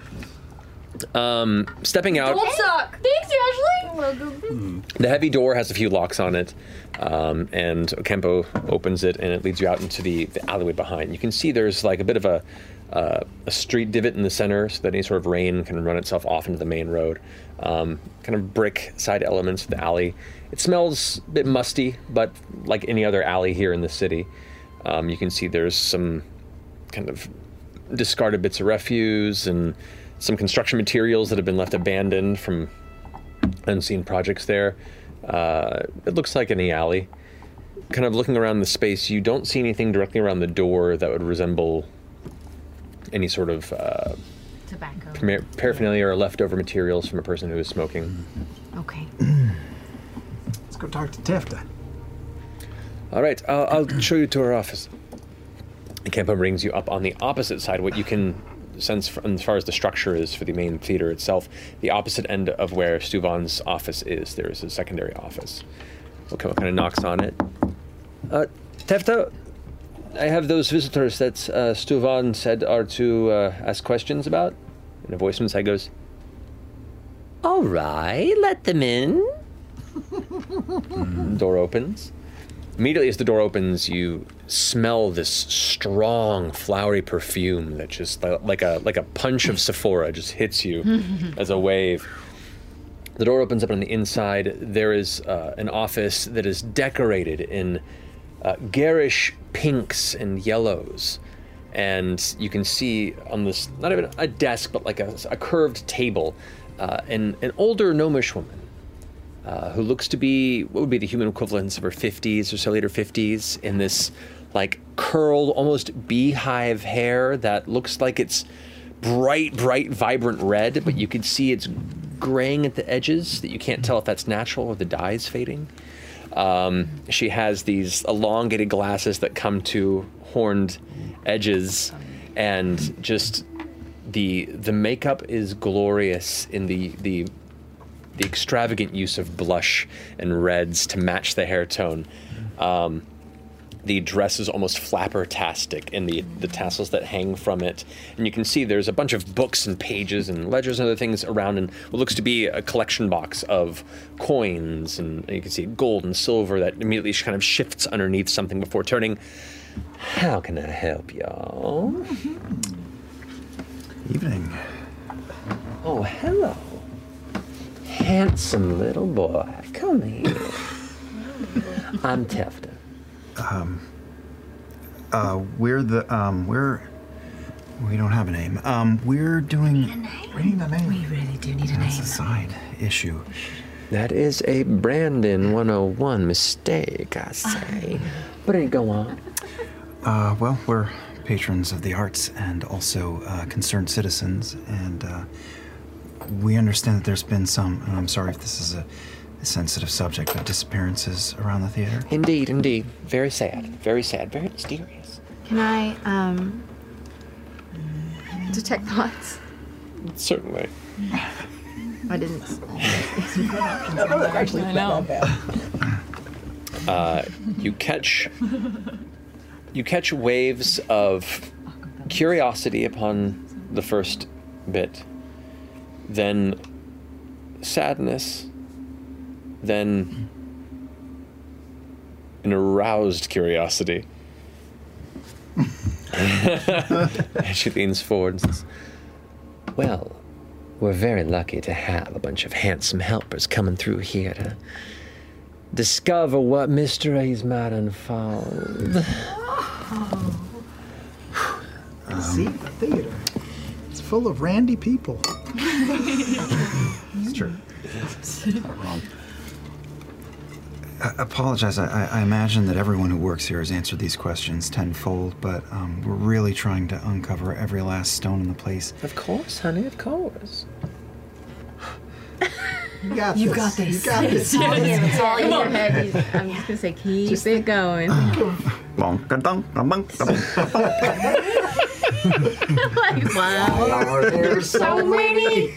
Um, stepping out, suck. Thanks, Ashley. Hmm. Welcome. the heavy door has a few locks on it, um, and Kempo opens it, and it leads you out into the, the alleyway behind. You can see there's like a bit of a uh, a street divot in the center, so that any sort of rain can run itself off into the main road. Um, kind of brick side elements of the alley. It smells a bit musty, but like any other alley here in the city, um, you can see there's some kind of discarded bits of refuse and some construction materials that have been left abandoned from unseen projects there. Uh, it looks like any alley. Kind of looking around the space, you don't see anything directly around the door that would resemble any sort of uh, Tobacco. par- paraphernalia or leftover materials from a person who is smoking. Okay. Let's go talk to Tefta. All right, I'll, I'll show you to her office. And Kempa brings you up on the opposite side. What you can sense from, as far as the structure is for the main theater itself, the opposite end of where Stuvan's office is, there is a secondary office. Well, Kempa kind of knocks on it. Uh, Tefta, I have those visitors that uh, Stuvan said are to uh, ask questions about. And a voice inside goes, All right, let them in. Door opens. Immediately as the door opens, you smell this strong, flowery perfume that just li- like a like a punch of Sephora just hits you as a wave. The door opens up on the inside. There is uh, an office that is decorated in uh, garish pinks and yellows. And you can see on this, not even a desk, but like a, a curved table, uh, an, an older gnomish woman uh, who looks to be what would be the human equivalents of her 50s or so later 50s in this like curled almost beehive hair that looks like it's bright bright vibrant red but you can see it's graying at the edges that you can't tell if that's natural or the dye is fading um, she has these elongated glasses that come to horned edges and just the the makeup is glorious in the the the extravagant use of blush and reds to match the hair tone. Um, the dress is almost flapper-tastic in the, the tassels that hang from it. And you can see there's a bunch of books and pages and ledgers and other things around in what looks to be a collection box of coins. And you can see gold and silver that immediately kind of shifts underneath something before turning. How can I help y'all? Evening. Oh, hello. Handsome little boy. Come here. I'm Tefta. Um, uh, we're the um, we're we don't have a name. Um, we're doing we need a name. We really do need a name. That's a side issue. That is a Brandon 101 mistake, I say. But it go on. Uh, well, we're patrons of the arts and also uh, concerned citizens, and uh, we understand that there's been some. And I'm sorry if this is a sensitive subject, but disappearances around the theater. Indeed, indeed. Very sad. Very sad. Very mysterious. Can I um detect thoughts? Certainly. I didn't. actually, I know. Uh, you catch you catch waves of curiosity upon the first bit, then sadness, then an aroused curiosity. and she leans forward and says, Well, we're very lucky to have a bunch of handsome helpers coming through here to discover what mysteries might unfold. See the theater. Um, It's full of randy people. It's true. I apologize. I, I- I imagine that everyone who works here has answered these questions tenfold, but um, we're really trying to uncover every last stone in the place. Of course, honey, of course. You got You this. got this. You got this. It's all in your head. It's all in Come your on. head. I'm just gonna say, keep it going. like, wow. There's so many.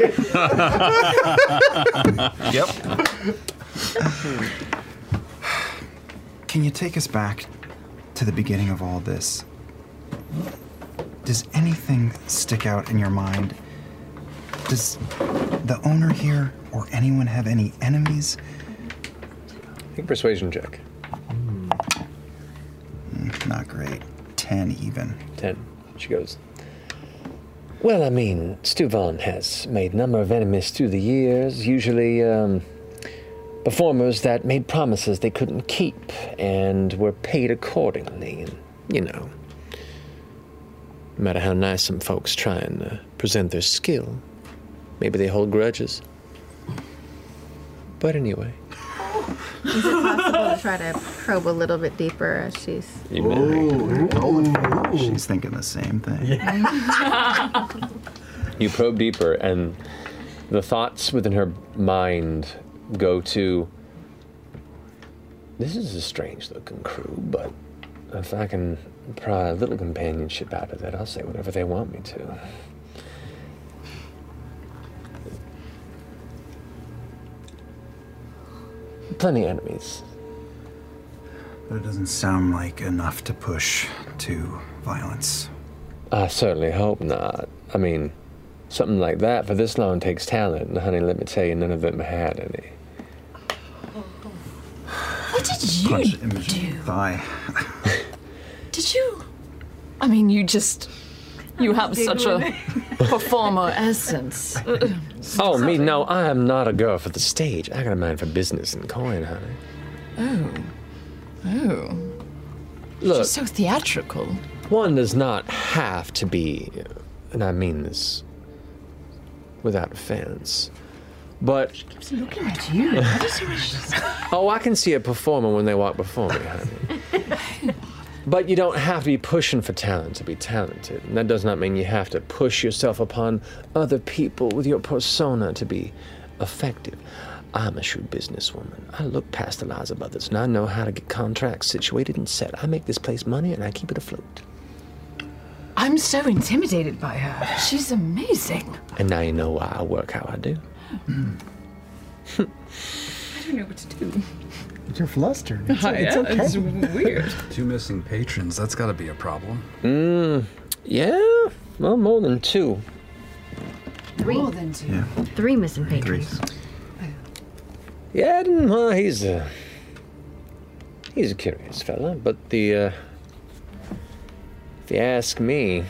yep. Can you take us back to the beginning of all this? Does anything stick out in your mind? Does the owner here or anyone have any enemies? Take persuasion check. Hmm. Not great. 10 even. 10. She goes, Well, I mean, Stuvan has made a number of enemies through the years, usually um, performers that made promises they couldn't keep and were paid accordingly. And, you know, no matter how nice some folks try and uh, present their skill, maybe they hold grudges. But anyway, Is it possible to try to probe a little bit deeper as she's? you married. Oh, She's thinking the same thing. You probe deeper, and the thoughts within her mind go to this is a strange looking crew, but if I can pry a little companionship out of that, I'll say whatever they want me to. Plenty of enemies. But it doesn't sound like enough to push to violence. I certainly hope not. I mean, something like that for this long takes talent, and honey, let me tell you, none of them had any. What did just punch Imogen in the thigh. Did you? I mean, you just. Oh, You have big such a woman. performer essence. Oh, me? No, I am not a girl for the stage. I got a mind for business and coin, honey. Oh. Oh. Look. She's so theatrical. One does not have to be, and I mean this without offense, but Keeps looking at you. I just wish- oh, I can see a performer when they walk before me, honey. But you don't have to be pushing for talent to be talented, and that does not mean you have to push yourself upon other people with your persona to be effective. I'm a shrewd businesswoman. I look past the lies of others, and I know how to get contracts situated and set. I make this place money, and I keep it afloat. I'm so intimidated by her. She's amazing. And now you know why I work how I do. I don't know what to do. You're flustered. It's- Hi, it's yeah, okay. it's weird. Two missing patrons. That's got to be a problem. Mmm. Yeah. Well, more than two. Three. More than two. Three missing patrons. Yeah, I didn't- well, he's a he's a curious fella, but the uh, if you ask me,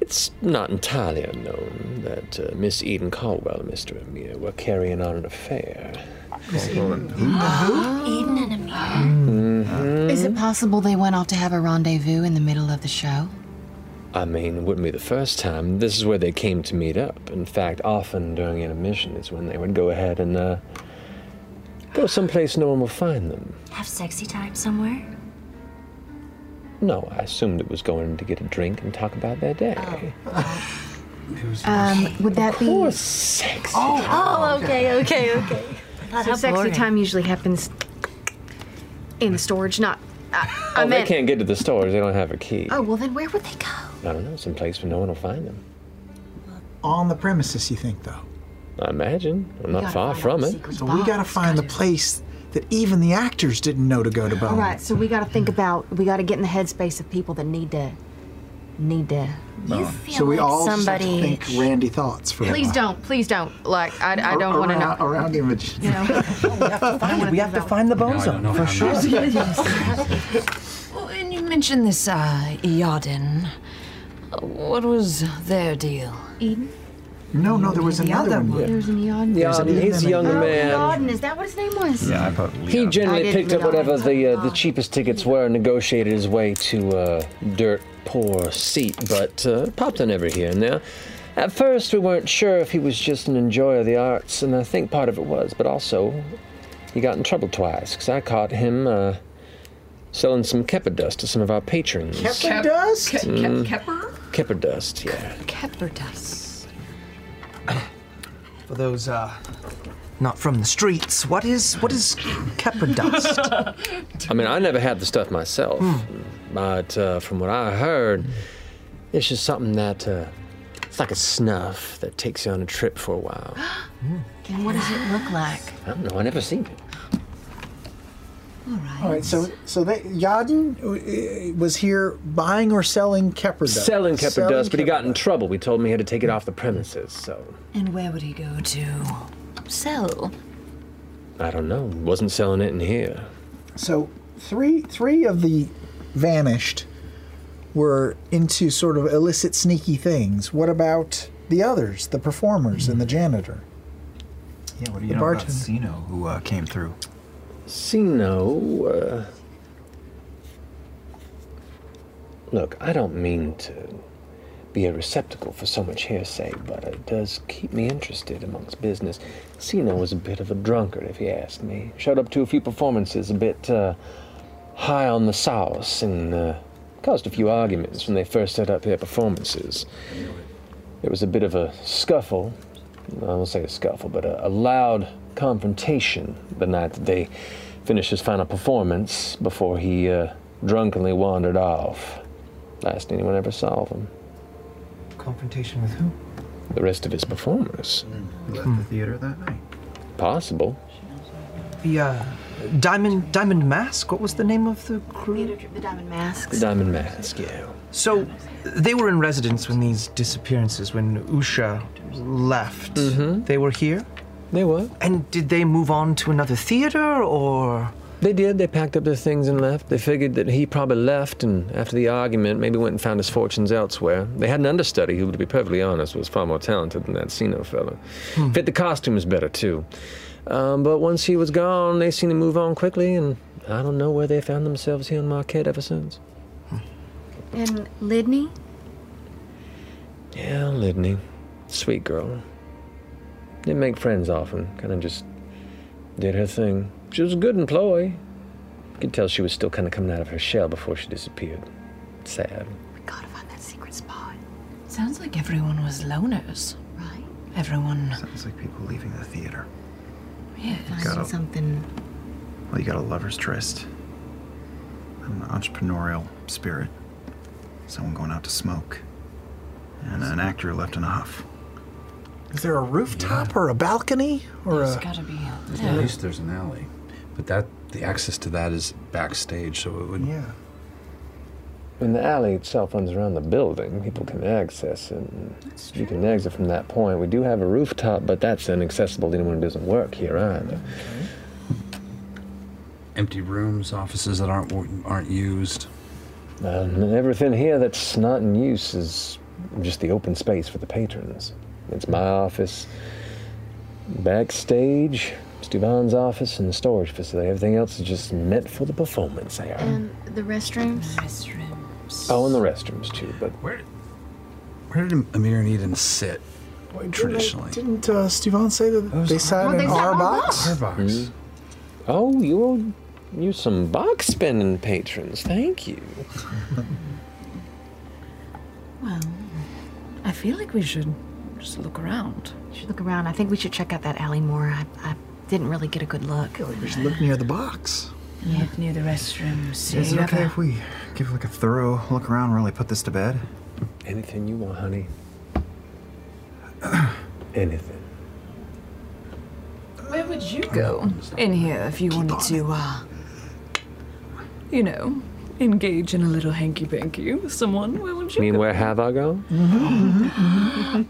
it's not entirely unknown that uh, Miss Eden Caldwell and Mister Amir were carrying on an affair. Miss Eden. Eden and Amir. Mm-hmm. Is it possible they went off to have a rendezvous in the middle of the show? I mean, it wouldn't be the first time. This is where they came to meet up. In fact, often during intermission is when they would go ahead and uh, go someplace no one will find them. Have sexy time somewhere? No, I assumed it was going to get a drink and talk about their day. Um, would that be? Of course, sexy. Oh, oh, okay, okay, okay. So how sexy boring. time usually happens in the storage, not. I, I oh, they meant. can't get to the stores. They don't have a key. Oh well, then where would they go? I don't know, someplace where no one will find them. On the premises, you think, though? I imagine. I'm gotta not far find from it. So we gotta find the place that even the actors didn't know to go to All Bone. right, so we got to think about. We got to get in the headspace of people that need to, need to. Uh, so we like all just have to somebody- think Randy thoughts for a Please while. don't, please don't. Like I, I don't want to know. Around- around image. We have to find the bones don't know for how sure. Well, and you mentioned this, uh, Yardin. What was their deal? Eden? No, no, there was The another other one. one. There's an Eon. Yeah, he's a young man. Auden, is that what his name was? Yeah, I probably. Hmm. He generally picked up whatever the Oh. uh, the cheapest tickets were and negotiated his way to uh, dirt poor seat, but uh, popped on every here and there. At first, we weren't sure if he was just an enjoyer of the arts, and I think part of it was, but also he got in trouble twice because I caught him uh, selling some kepper dust to some of our patrons. Kepper dust? Hmm. Mm. Kepper dust, yeah. Kepper dust. For those uh, not from the streets, what is what is Kepper dust? I mean, I never had the stuff myself, but uh, from what I heard, it's just something that uh, it's like a snuff that takes you on a trip for a while. And what does it look like? I don't know. I never seen it. All right. All right, so so that Yadin uh, was here buying or selling Kepper dust. Selling Kepper dust, but he got in trouble. We told him he had to take it off the premises, so And where would he go to sell? I don't know. Wasn't selling it in here. So three three of the vanished were into sort of illicit, sneaky things. What about the others, the performers and the janitor? Mm-hmm. Yeah, what do The you know about Sino bartender. who uh, came through? Sino, uh, look, I don't mean to be a receptacle for so much hearsay, but it does keep me interested amongst business. Sino was a bit of a drunkard, if you ask me. Showed up to a few performances a bit uh, high on the sauce and uh, caused a few arguments when they first set up their performances. There was a bit of a scuffle, I won't Uh, say a scuffle, but a, a loud confrontation the night that they finished his final performance before he uh, drunkenly wandered off. Last anyone ever saw of him. Confrontation with who? The rest of his performers. Mm. Left the theater that night. Possible. The uh, diamond diamond mask. What was the name of the crew? The diamond mask. The diamond mask, yeah. So they were in Mm-hmm. residence when these disappearances, when Usha left. They were here. They were. And did they move on to another theater or? They did. They packed up their things and left. They figured that he probably left, and after the argument, maybe went and found his fortunes elsewhere. They had an understudy who, to be perfectly honest, was far more talented than that Sino fellow. Fit the costumes better, too. Um, but once he was gone, they seemed to move on quickly, and I don't know where they found themselves here in Marquette ever since. And Lydney? Yeah, Lydney. Sweet girl. Didn't make friends often. Kind of just did her thing. She was a good employee. Could tell she was still kind of coming out of her shell before she disappeared. Sad. Find that secret spot. Sounds like everyone was loners, right? Everyone. Sounds like people leaving the theater. Yeah. Got it. something. Well, you got a lover's tryst, an entrepreneurial spirit, someone going out to smoke, and an actor left in a huff. Is there a rooftop or a balcony or There's a? gotta be. At least there's an alley, but that the access to that is backstage, so it would. Yeah. And the alley itself runs around the building. People can access it. and You can exit from that point. We do have a rooftop, but that's inaccessible to anyone who doesn't work here either. Empty rooms, offices that aren't wo- aren't used. Um, and everything here that's not in use is just the open space for the patrons. It's my office, backstage, Stuban's office, and the storage facility. Everything else is just meant for the performance hour. And the restrooms? oh, and the restrooms too. But where? Where did Amir and Eden sit? Traditionally. Didn't uh, Stevan say that they sat in our box? Mhm. Oh, you're you're some box spending patrons. Thank you. Well, I feel like we should just look around. Should look around. I think we should check out that alley more. I, I didn't really get a good look. we should look near the box. Yeah. near the restrooms. See Is it if okay a- if we give like a thorough look around, really put this to bed? Anything you want, honey. Anything. Where would you go in here if you wanted to, uh, you know, engage in a little hanky panky with someone? Where would you? mean, where have I gone?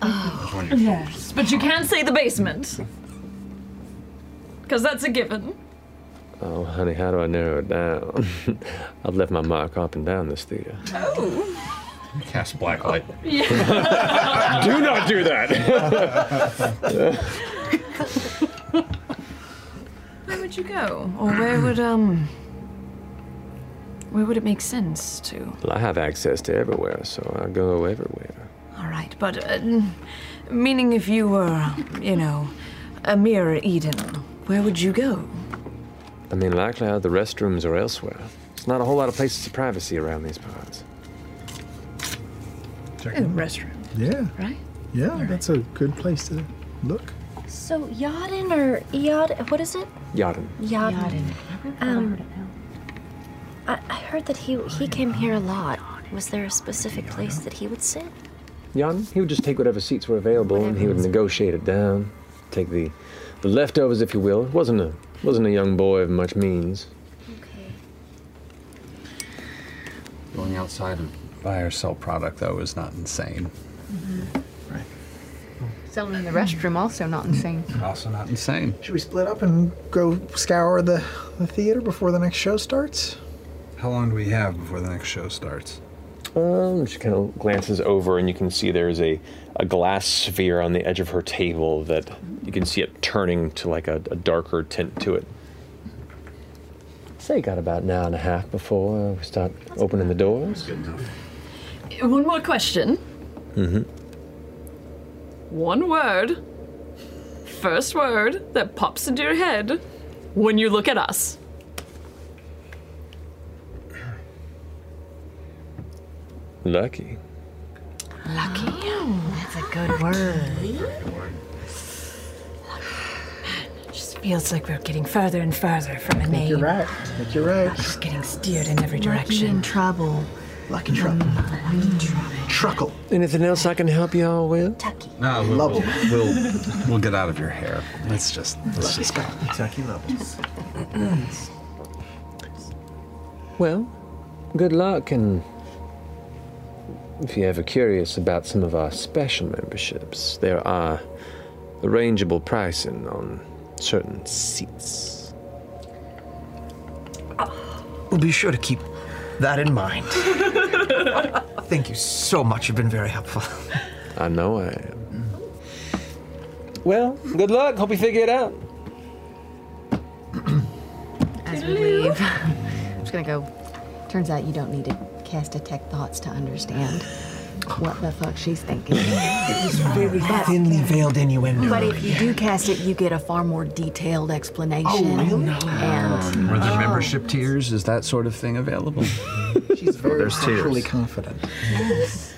Oh. Yes, but you can't say the basement. Because that's a given. Oh, honey, how do I narrow it down? I've left my mark up and down this theater. Oh. Cast black light. Yeah. do not do that. Where would you go? Or where would, um. Where would it make sense to? well, I have access to everywhere, so I go everywhere. All right, but uh, meaning if you were, you know, a mere Eden, where would you go? I mean, likely out of the restrooms or elsewhere. There's not a whole lot of places of privacy around these parts. Oh, restroom. Yeah. Right? Yeah, that's a good place to look. So Yadin or Eod, what is it? Yarden. Yadin. Um, I, I heard that he he came here a lot. Was there a specific place that he would sit? Yarden, he would just take whatever seats were available and he would negotiate it down. Take the, the leftovers, if you will. Wasn't a, wasn't a young boy of much means. Going outside and buy or sell product though is not insane. Mm-hmm. Selling in the restroom also not insane. Also not insane. Should we split up and go scour the, the theater before the next show starts? How long do we have before the next show starts? Um, she kind of glances over, and you can see there's a, a glass sphere on the edge of her table that you can see it turning to like a, a darker tint to it. Say, got about an hour and a half before uh, we start opening the doors. Good enough. One more question. Mm-hmm. One word. First word that pops into your head when you look at us. Lucky. Lucky. That's a good word. Just feels like we're getting further and further from a name. You're right. I think you're right. Just getting steered in every Lucky in direction. trouble. Lucky trouble. uh, Truckle. Anything else I can help you all with? No, we'll, Love we'll, we'll, we'll get out of your hair. Let's just let's just go. Kentucky levels. Well, good luck, and if you're ever curious about some of our special memberships, there are arrangeable pricing on certain seats. We'll be sure to keep that in mind. Thank you so much. You've been very helpful. I know I am. Mm. Well, good luck. Hope you figure it out. as we leave. I'm just gonna go. Turns out you don't need to cast detect thoughts to understand what the fuck she's thinking. it was very Thinly veiled innuendo. But if you do cast it, you get a far more detailed explanation. And Were there membership tiers? Is that sort of thing available? She's very There's sexually tiers. confident.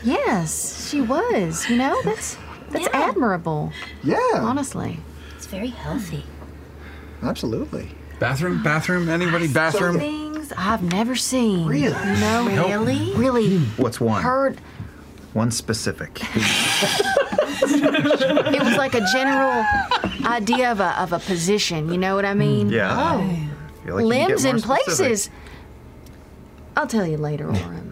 yes, she was. You know, that's that's admirable. Yeah. Honestly. It's very healthy. Absolutely. Bathroom? Bathroom? Anybody? Bathroom? Some things I've never seen. Really? You know? Nope. Really? Really What's one? heard. One specific. it was like a general idea of a, of a position. You know what I mean? Mm, Yeah. Oh. Feel like you can get Limbs more and specific. places. I'll tell you later, Warren.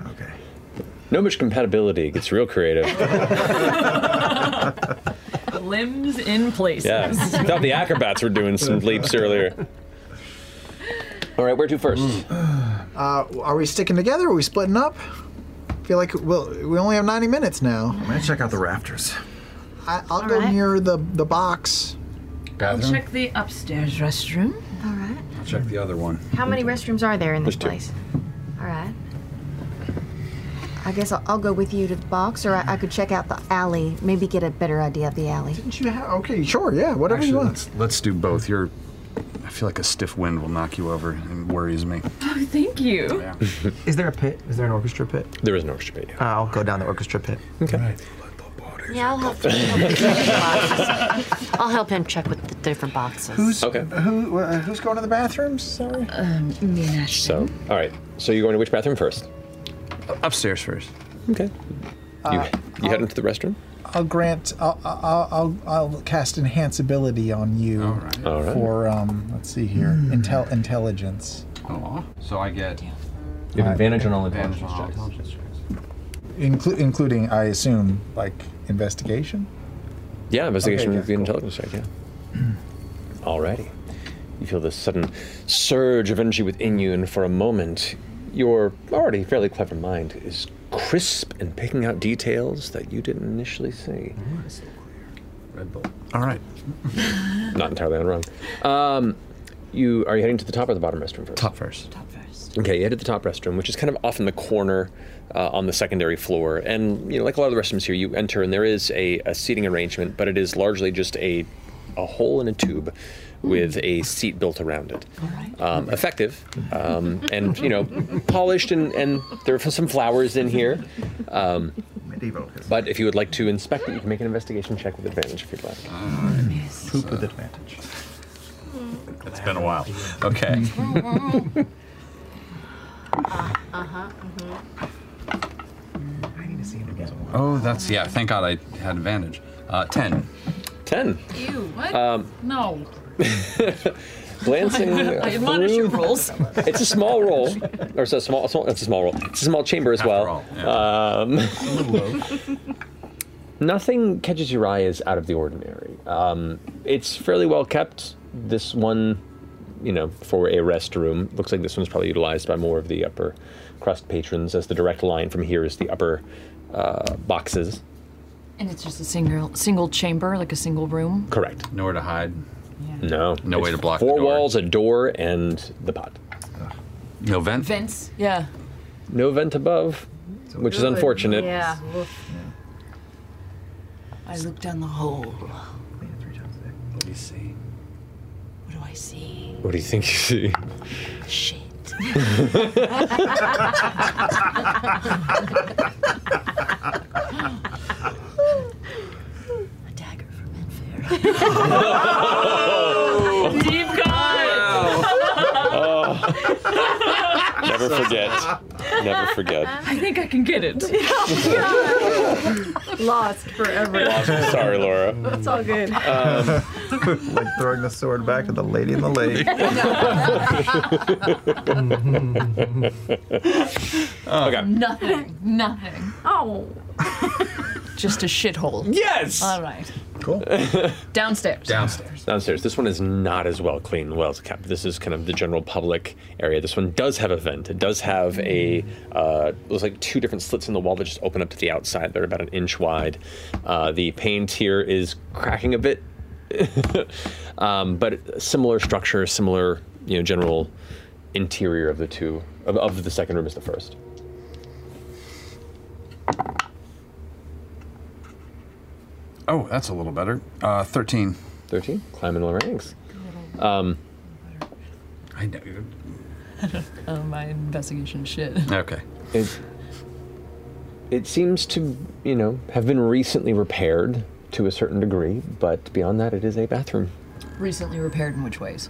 No much compatibility gets real creative. Limbs in place. Yeah, thought the acrobats were doing some leaps earlier. All right, where to first? Hmm. Uh, are we sticking together? Are we splitting up? feel like well, we only have 90 minutes now. I'm gonna check out the rafters. I, I'll go near the the box. Bathroom? the upstairs restroom. All right. I'll check the other one. How many restrooms are there in this There's two. place? All right. I guess I'll, I'll go with you to the box, or I, I could check out the alley, maybe get a better idea of the alley. Didn't you have? Okay, Oh, sure, yeah, whatever Actually, let's, let's do both. You're. I feel like a stiff wind will knock you over and worries me. Oh, thank you. Is there a pit? Is there an orchestra pit? There is an orchestra pit. Uh, I'll go down the orchestra pit. Okay. Yeah, I'll help. I'll help him check with the different boxes. Who's Okay. who? Uh, who's going to the bathrooms? Sorry. Um, me and Ash. So, all right. So you're going to which bathroom first? Upstairs first. Okay. You, you head into the restroom. I'll grant. I'll, I'll, I'll, I'll cast enhance ability on you All right. for um. Let's see here. Hmm. Intel intelligence. Aw. So I get. You have advantage on all Advantage intelligence on all checks. intelligence checks. Inclu- including, I assume, like investigation. Yeah, investigation Okay, would be an intelligence check. Yeah. Alrighty. You feel this sudden surge of energy within you, and for a moment, your already fairly clever mind is crisp in picking out details that you didn't initially see. Red Bull. All right. Not entirely unwrong. Um, you are you heading to the top or the bottom restroom first? Top first. Top first. Okay, you head to the top restroom, which is kind of off in the corner uh, on the secondary floor. And you know, like a lot of the restrooms here, you enter and there is a, a seating arrangement, but it is largely just a a hole in a tube with a seat built around it. Um, effective, um, and you know, polished, and and there are some flowers in here. Um, Medieval. But if you would like to inspect it, you can make an investigation check with advantage if you'd like. Poop with advantage. It's been a while. Okay. Uh-huh. I need to see it again. Oh, that's yeah. Thank God I had advantage. Uh, ten. Ten. Ew. What? Um, no. glancing I admonish through- your rules. It's a small roll, or it's a small, small. It's a small roll. It's a small chamber as well. um, nothing catches your eye as out of the ordinary. Um, it's fairly well kept. This one, you know, for a restroom, looks like this one's probably utilized by more of the upper crust patrons, as the direct line from here is the upper uh, boxes. And it's just a single single chamber, like a single room. Correct. Nowhere to hide. No. No way It's to block the Four door. walls, a door, and the pot. No vent. Vince. Yeah. No vent above, which is unfortunate. Yeah. I look down the hole. What do you see? What do I see? What do you think you see? Shit. Deep cut. Oh. Never forget. Never forget. I think I can get it. Lost forever. Lost. Sorry, Laura. That's all good. Um, like throwing the sword back at the lady in the lake. okay. Nothing. Nothing. Oh. Just a shithole. Yes. All right. Cool. Downstairs. Downstairs. Downstairs. This one is not as well clean, well as kept. This is kind of the general public area. This one does have a vent. It does have a, uh, there's like two different slits in the wall that just open up to the outside. They're about an inch wide. Uh, the paint here is cracking a bit, um, but similar structure, similar, you know, general interior of the two, of, of the second room is the first. Oh, that's a little better. Uh, 13. 13? Climbing the ranks. Um, I know. oh, my investigation shit. Okay. It, it seems to, you know, have been recently repaired to a certain degree, but beyond that, it is a bathroom. Recently repaired in which ways?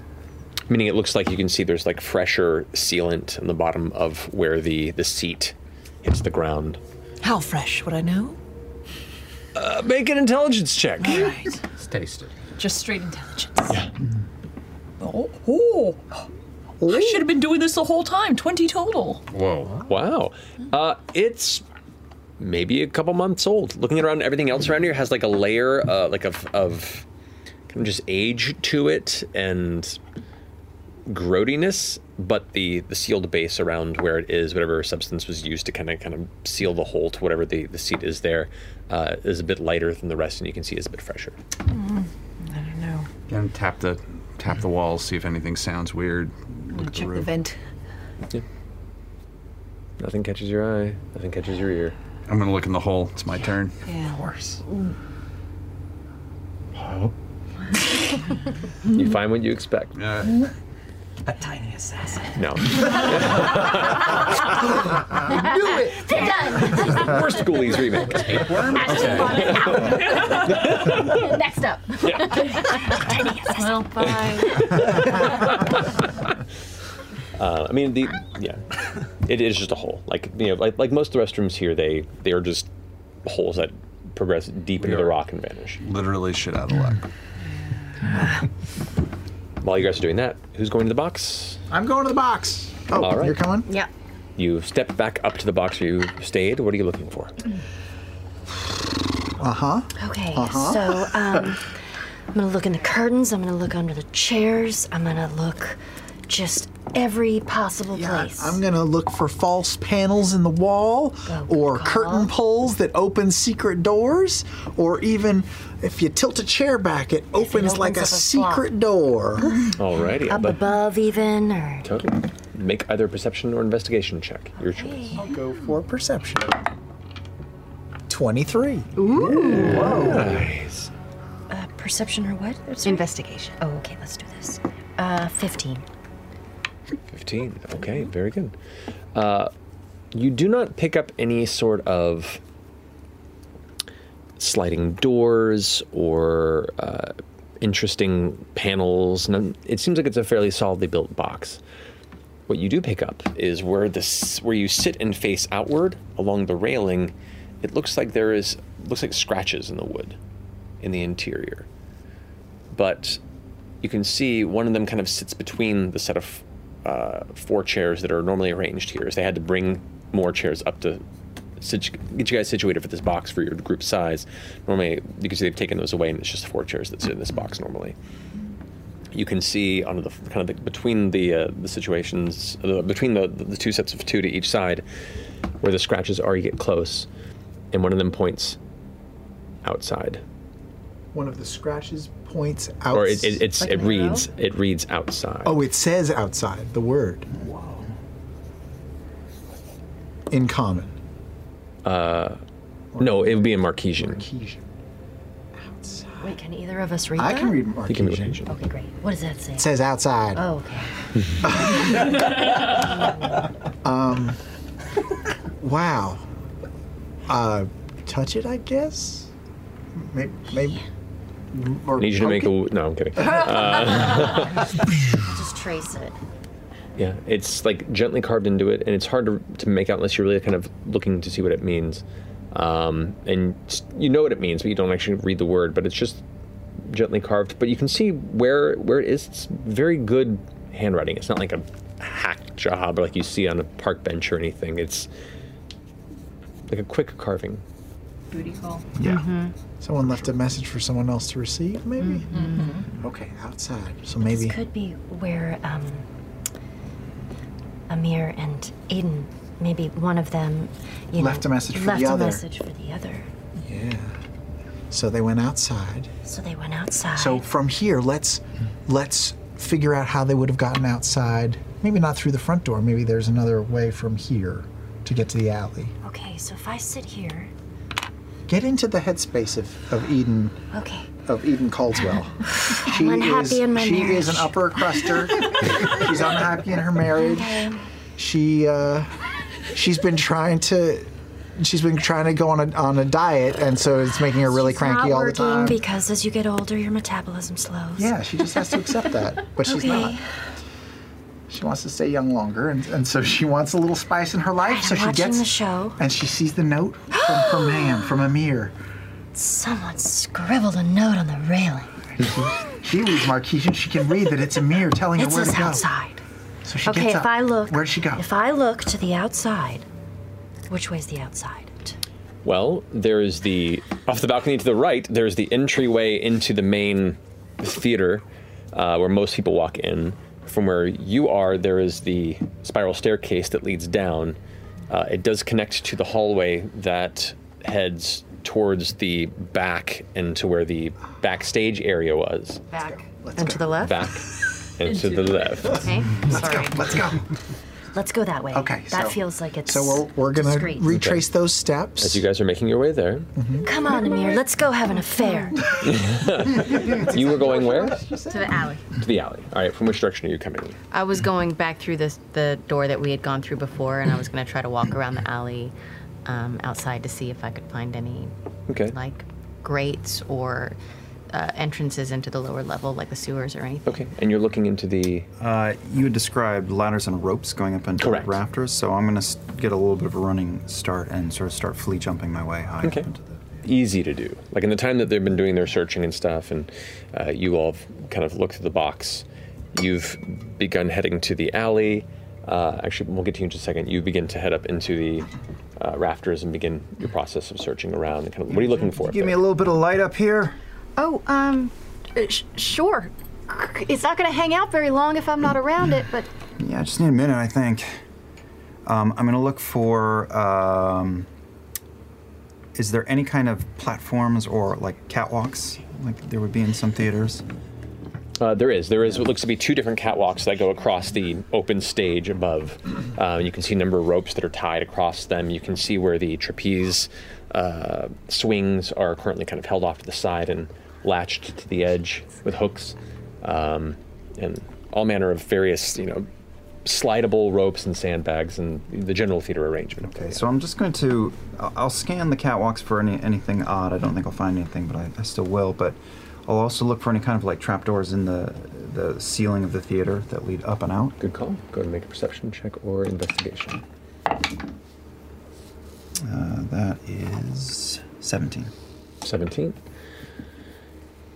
Meaning it looks like you can see there's like fresher sealant in the bottom of where the, the seat hits the ground. How fresh would I know? Uh, make an intelligence check. All right. It's tasted. Just straight intelligence. Oh, oh. I should have been doing this the whole time. 20 total. Whoa. Wow. Uh, it's maybe a couple months old. Looking around, everything else around here has like a layer uh, like of, of kind of just age to it and growdiness, but the, the sealed base around where it is, whatever substance was used to kind of kind of seal the hole to whatever the, the seat is there, uh, is a bit lighter than the rest, and you can see it's a bit fresher. I don't know. And tap the tap the walls, see if anything sounds weird. Look at the Check the roof. vent. Nothing catches your eye. Nothing catches your ear. I'm gonna look in the hole. It's my turn. Yeah. Worse. You find what you expect. A tiny assassin. No. I knew it. They're done. Worst ghoulies remake. Next up. well, bye. Uh, I mean, the yeah, it is just a hole. Like you know, like, like most of the restrooms here, they they are just holes that progress deep into the rock and vanish. Literally shit out of luck. While you guys are doing that, who's going to the box? I'm going to the box. Oh, All right. you're coming? Yeah. You step back up to the box where you stayed. What are you looking for? Uh huh. Okay, Uh-huh. so um, I'm gonna look in the curtains. I'm gonna look under the chairs. I'm gonna look just every possible place. I'm gonna look for false panels in the wall, Oh, or curtain poles that open secret doors, or even if you tilt a chair back, it opens, opens like a up a slot. secret door. Alrighty, Up but- above, even, or Totally. Make either a perception or investigation check. Your choice. I'll go for perception. 23. Ooh. Nice. uh, perception, or what? That's right. Investigation. Oh, okay, let's do this. Uh, 15. 15. Okay, very good. Uh, you do not pick up any sort of sliding doors or uh, interesting panels. None, it seems like it's a fairly solidly built box. What you do pick up is where this, where you sit and face outward along the railing. It looks like there is looks like scratches in the wood, in the interior. But you can see one of them kind of sits between the set of uh, four chairs that are normally arranged here. So they had to bring more chairs up to situ- get you guys situated for this box for your group size. Normally, you can see they've taken those away, and it's just four chairs that sit in this box normally. You can see on the kind of the, between the uh, the situations uh, between the the two sets of two to each side, where the scratches are. You get close, and one of them points outside. One of the scratches points out. Or it, it, it's, it reads it reads outside. Oh, it says outside the word. Wow. In common. Uh, no, it would be in Marquesian. Wait, can either of us read I that? can read You can read Marquesian. Okay, great. What does that say? It says outside. Oh, okay. Um, wow. Uh, touch it, I guess. Maybe. maybe or Need you to poke make it? a. No, I'm kidding. Uh, Just trace it. yeah, it's like gently carved into it, and it's hard to, to make out unless you're really kind of looking to see what it means. Um, and s- you know what it means, but you don't actually read the word. But it's just gently carved. But you can see where where it is. It's very good handwriting. It's not like a hack job or like you see on a park bench or anything. It's like a quick carving. booty call. Yeah. Mm-hmm. Someone left a message for someone else to receive, maybe? Mm-hmm. Okay, outside. So Mm-hmm. maybe. This could be where um, Amir and Aiden, maybe one of them, you know, Left a message for the left a other. message for the other. Yeah. So they went outside. So they went outside. So from here, let's let's figure out how they would have gotten outside. Maybe not through the front door. Maybe there's another way from here to get to the alley. okay, so if I sit here, Get into the headspace of, of Eden. Okay. Of Eden Caldwell. She unhappy is, in my She is an marriage. upper cruster. she's unhappy in her marriage. She uh, she's been trying to she's been trying to go on a on a diet, and so it's making her really it's cranky not all the working time. because as you get older, your metabolism slows. Yeah, she just has to accept that. But she's Okay. not. She wants to stay young longer, and, and so she wants a little spice in her life. so she watching gets the show. and she sees the note from her man, from Amir. Someone scribbled a note on the railing. She reads Marquise, and she can read that it's Amir telling It her where says to go. outside. So she okay, gets if up. I look, where'd she go? If I look to the outside, which way's the outside? Well, there is the off the balcony to the right. There is the entryway into the main theater, uh, where most people walk in. From where you are, there is the spiral staircase that leads down. Uh, it does connect to the hallway that heads towards the back and to where the backstage area was. Back and to the left. Back and to the left. Okay. Let's go. Let's go. Let's go that way. Okay, That so- feels like it's. So we're, we're gonna discreet. retrace those steps. As you guys are making your way there, Come on, Amir. Let's go have an affair. you were going where? To the alley. To the alley. All right. From which direction are you coming? I was going back through this, the door that we had gone through before, and I was going to try to walk around the alley um, outside to see if I could find any Okay. like grates or uh, entrances into the lower level, like the sewers or anything. Okay. And you're looking into the. Uh, you had described ladders and ropes going up into Correct. rafters, so I'm going to get a little bit of a running start and sort of start flea jumping my way high. Okay. Easy to do. Like in the time that they've been doing their searching and stuff, and uh, you all have kind of looked at the box, you've begun heading to the alley. Uh, actually, we'll get to you in just a second. You begin to head up into the uh, rafters and begin your process of searching around. And kind of, what are you looking for? Give me a little bit of light up here. Oh, um, uh, sh- sure. It's not going to hang out very long if I'm not around it, but Yeah, I just need a minute, I think. Um, I'm going to look for. Um, is there any kind of platforms or like catwalks like there would be in some theaters? Uh, there is. There is what looks to be two different catwalks that go across the open stage above. Uh, you can see a number of ropes that are tied across them. You can see where the trapeze uh, swings are currently kind of held off to the side and latched to the edge with hooks, um, and all manner of various, you know, slidable ropes and sandbags and the general theater arrangement. Okay, so I'm just going to. I'll I'll scan the catwalks for any anything odd. I don't think I'll find anything, but I, I still will. But I'll also look for any kind of like trapdoors in the the ceiling of the theater that lead up and out. Good call. Go ahead and make a perception check or investigation. Uh, that is 17. 17.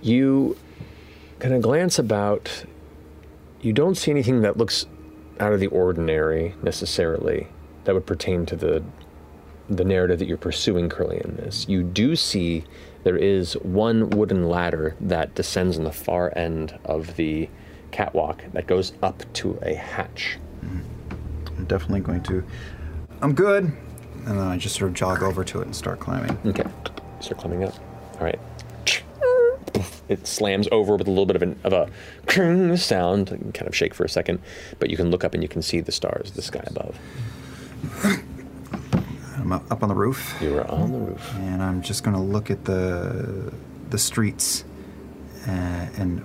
You kind of glance about. You don't see anything that looks out of the ordinary necessarily that would pertain to the the narrative that you're pursuing currently in this. You do see there is one wooden ladder that descends on the far end of the catwalk that goes up to a hatch. I'm definitely going to. I'm good. And then I just sort of jog over to it and start climbing. Okay. Start climbing up. All right. It slams over with a little bit of, an, of a kring sound, and kind of shake for a second, but you can look up and you can see the stars, the sky above. I'm up up on the roof. You are on the roof. And I'm just going to look at the the streets uh, and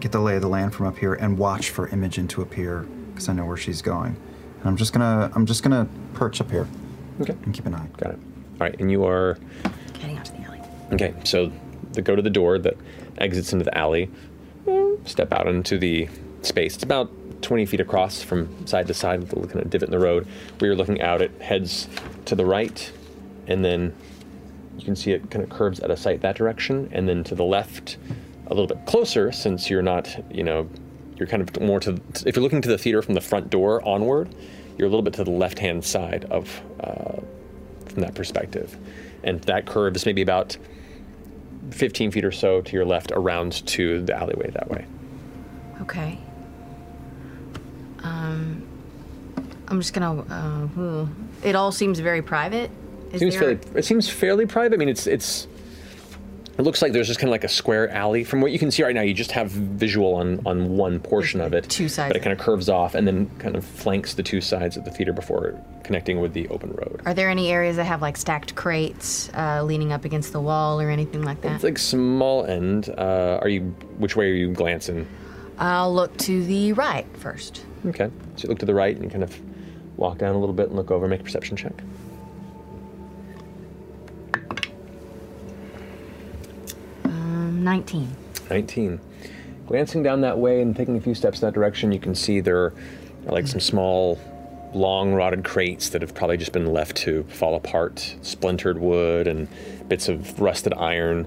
get the lay of the land from up here and watch for Imogen to appear because I know where she's going. And I'm just gonna I'm just gonna perch up here. Okay. And keep an eye. Got it. All right, and you are Heading out to the alley. okay. So they go to the door that exits into the alley. Step out into the space. It's about 20 feet across from side to side, with looking at a divot in the road. Where you're looking out, it heads to the right, and then you can see it kind of curves out of sight that direction, and then to the left, a little bit closer, since you're not, you know, you're kind of more to. If you're looking to the theater from the front door onward, you're a little bit to the left-hand side of uh, from that perspective. and that curves maybe about 15 feet or so to your left around to the alleyway that way. Okay. Um, I'm just gonna. Uh, hmm. it all seems very private. Is seems there? fairly, it seems fairly private. I mean, it's it's. It looks like there's just kind of like a square alley. From what you can see right now, you just have visual on on one portion of it. two sides But it of kind of curves off and then kind of flanks the two sides of the theater before connecting with the open road. Are there any areas that have like stacked crates uh, leaning up against the wall or anything like that? It's like small end. Uh, are you? Which way are you glancing? I'll look to the right first. Okay. So you look to the right and you kind of walk down a little bit and look over. Make a perception check. Um, 19. 19. Glancing down that way and taking a few steps in that direction, you can see there are like some small, long rotted crates that have probably just been left to fall apart, splintered wood and bits of rusted iron.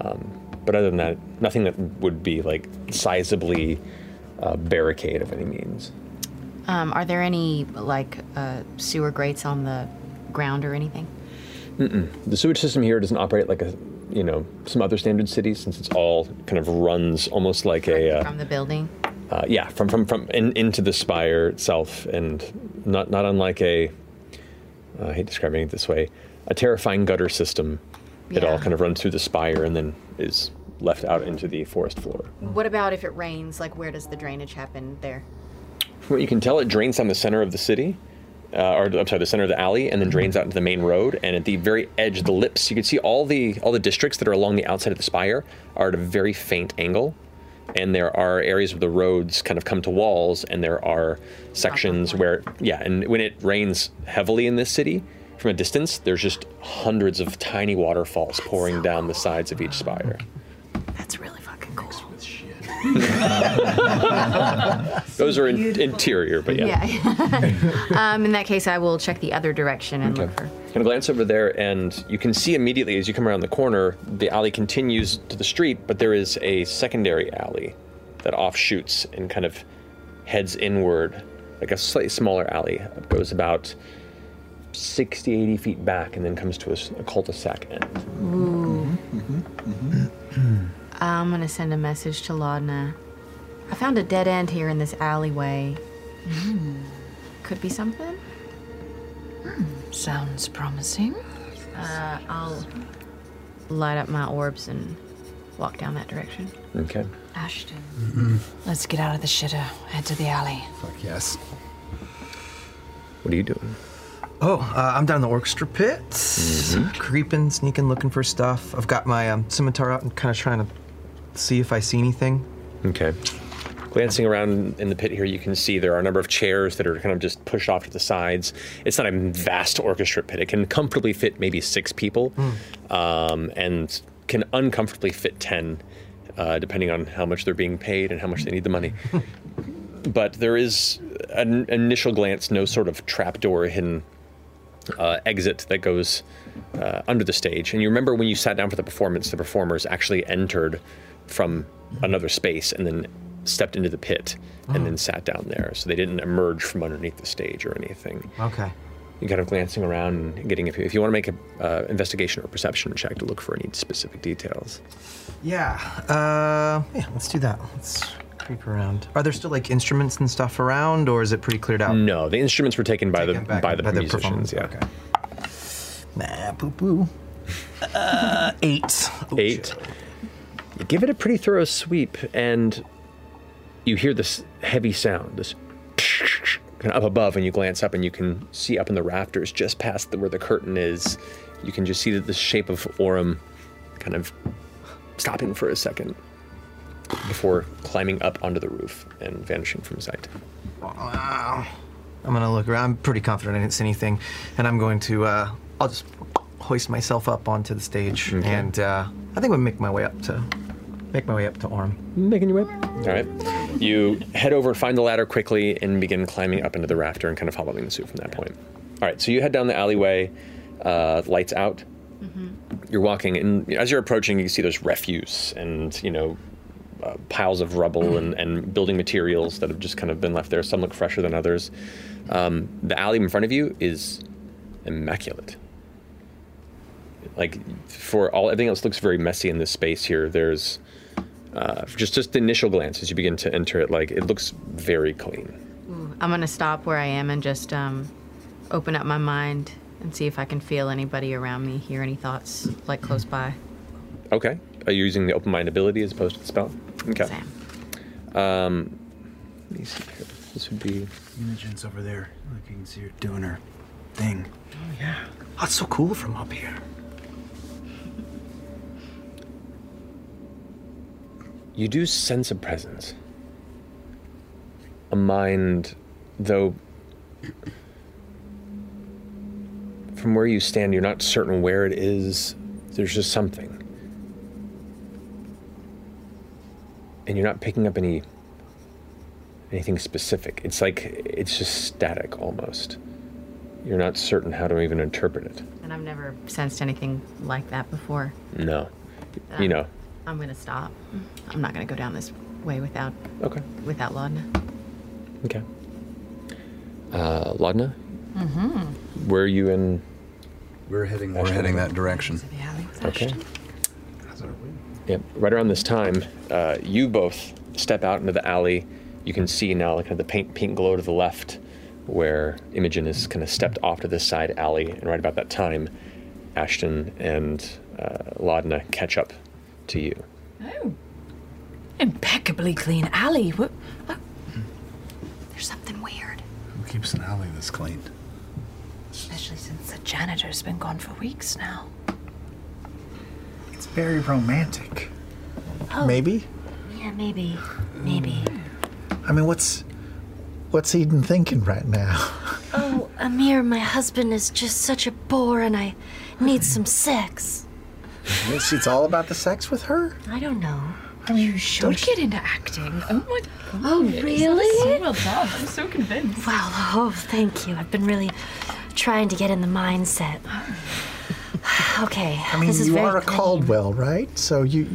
Um, but other than that, nothing that would be like sizably uh, barricade of any means. Um, are there any like uh, sewer grates on the ground or anything? Mm-mm. The sewage system here doesn't operate like a, you know, some other standard cities, since it's all kind of runs almost like a. Uh, From the building? uh, yeah, from from from in, into the spire itself, and not not unlike a. Uh, I hate describing it this way, a terrifying gutter system that all Yeah. kind of runs through the spire and then is left out into the forest floor. What about if it rains? Like, where does the drainage happen there? From what you can tell, it drains down the center of the city, uh, or I'm sorry, the center of the alley, and then drains out into the main road. And at the very edge, of the lips, you can see all the all the districts that are along the outside of the spire are at a very faint angle. And there are areas of the roads kind of come to walls, and there are sections where, yeah, and when it rains heavily in this city, from a distance, there's just hundreds of tiny waterfalls pouring down the sides of each spire. That's really fucking cool. Those are in, interior, but yeah. um, in that case, I will check the other direction and look for. Kind of glance over there, and you can see immediately as you come around the corner, the alley continues to the street, but there is a secondary alley that offshoots and kind of heads inward, like a slightly smaller alley. It goes about 60, 80 feet back, and then comes to a, s- a cul-de-sac end. Ooh. Mm-hmm. I'm gonna send a message to Laudna. I found a dead end here in this alleyway. Hmm. Could be something. Hmm, Sounds promising. Uh, I'll light up my orbs and walk down that direction. Okay. Ashton, Mm-mm. let's get out of the shitter. Head to the alley. Fuck yes. What are you doing? Oh, uh, I'm down in the orchestra pit, Mm-hmm. creeping, sneaking, looking for stuff. I've got my um, scimitar out and kind of trying to see if I see anything. Okay. Glancing around in the pit here, you can see there are a number of chairs that are kind of just pushed off to the sides. It's not a vast orchestra pit. It can comfortably fit maybe six people um, and can uncomfortably fit 10, uh, depending on how much they're being paid and how much they need the money. but there is an initial glance, no sort of trapdoor hidden uh, exit that goes uh, under the stage. And you remember when you sat down for the performance, the performers actually entered from another space and then stepped into the pit and then sat down there. So they didn't emerge from underneath the stage or anything. Okay. You kind of glancing around and getting a few. If you want to make a uh, investigation or perception check to look for any specific details. Yeah. Uh, yeah. Let's do that. Let's creep around. Are there still like instruments and stuff around, or is it pretty cleared out? No, the instruments were taken by the back by the by the musicians. performance, yeah. Mm. Nah, poo poo. Uh, eight. Eight. You give it a pretty thorough sweep, and you hear this heavy sound, this kind of up above, and you glance up, and you can see up in the rafters, just past the, where the curtain is, you can just see that the shape of Orem kind of stopping for a second before climbing up onto the roof and vanishing from sight. Wow. I'm gonna look around. I'm pretty confident I didn't see anything, and I'm going to. Uh, I'll just hoist myself up onto the stage, and uh, I think I'm gonna make my way up to make my way up to Orm. Making your way. All right. You head over, find the ladder quickly, and begin climbing up into the rafter and kind of following the suit from that point. All right. So you head down the alleyway, uh, lights out. Mm-hmm. You're walking, and as you're approaching, you see there's refuse and, you know, uh, piles of rubble and, and building materials that have just kind of been left there. Some look fresher than others. Um, the alley in front of you is immaculate. like for all everything else looks very messy in this space here. There's uh, just just the initial glance as you begin to enter it, like it looks very clean. Ooh, I'm gonna stop where I am and just um, open up my mind and see if I can feel anybody around me, hear any thoughts like close by. Okay, are you using the open mind ability as opposed to the spell? Okay. Um, let me see here. This would be Imogen's over there. Look, you can see her doing her thing. Oh, yeah. That's so cool from up here. you do sense a presence. A mind, though, from where you stand, you're not certain where it is. There's just something. And you're not picking up any anything specific. It's like it's just static almost. You're not certain how to even interpret it. And I've never sensed anything like that before. No. You know, I'm gonna stop. Uh, I'm not gonna go down this way without okay without Laudna. Okay. Uh, Laudna, Mm-hmm. where are you in? We're heading. We're heading that direction. Okay. Yep. Right around this time, uh, you both step out into the alley. You can see now, like, kind of the pink, pink glow to the left, where Imogen is kind of stepped off to this side alley. And right about that time, Ashton and uh, Laudna catch up to you. Impeccably clean alley. What? oh. There's something weird. Who keeps an alley this clean? Especially since the janitor's been gone for weeks now. It's very romantic. Oh. Maybe. Yeah, maybe. Maybe. I mean, what's what's Eden thinking right now? Oh, Amir, my husband is just such a bore and I need some sex. Mm-hmm. it's all about the sex with her. I don't know. I mean, you should get into acting. Oh my god. Oh, It's really? So well done. I'm so convinced. Wow. Oh, thank you. I've been really trying to get in the mindset. Okay. I mean, this is you very are a Caldwell, right? So you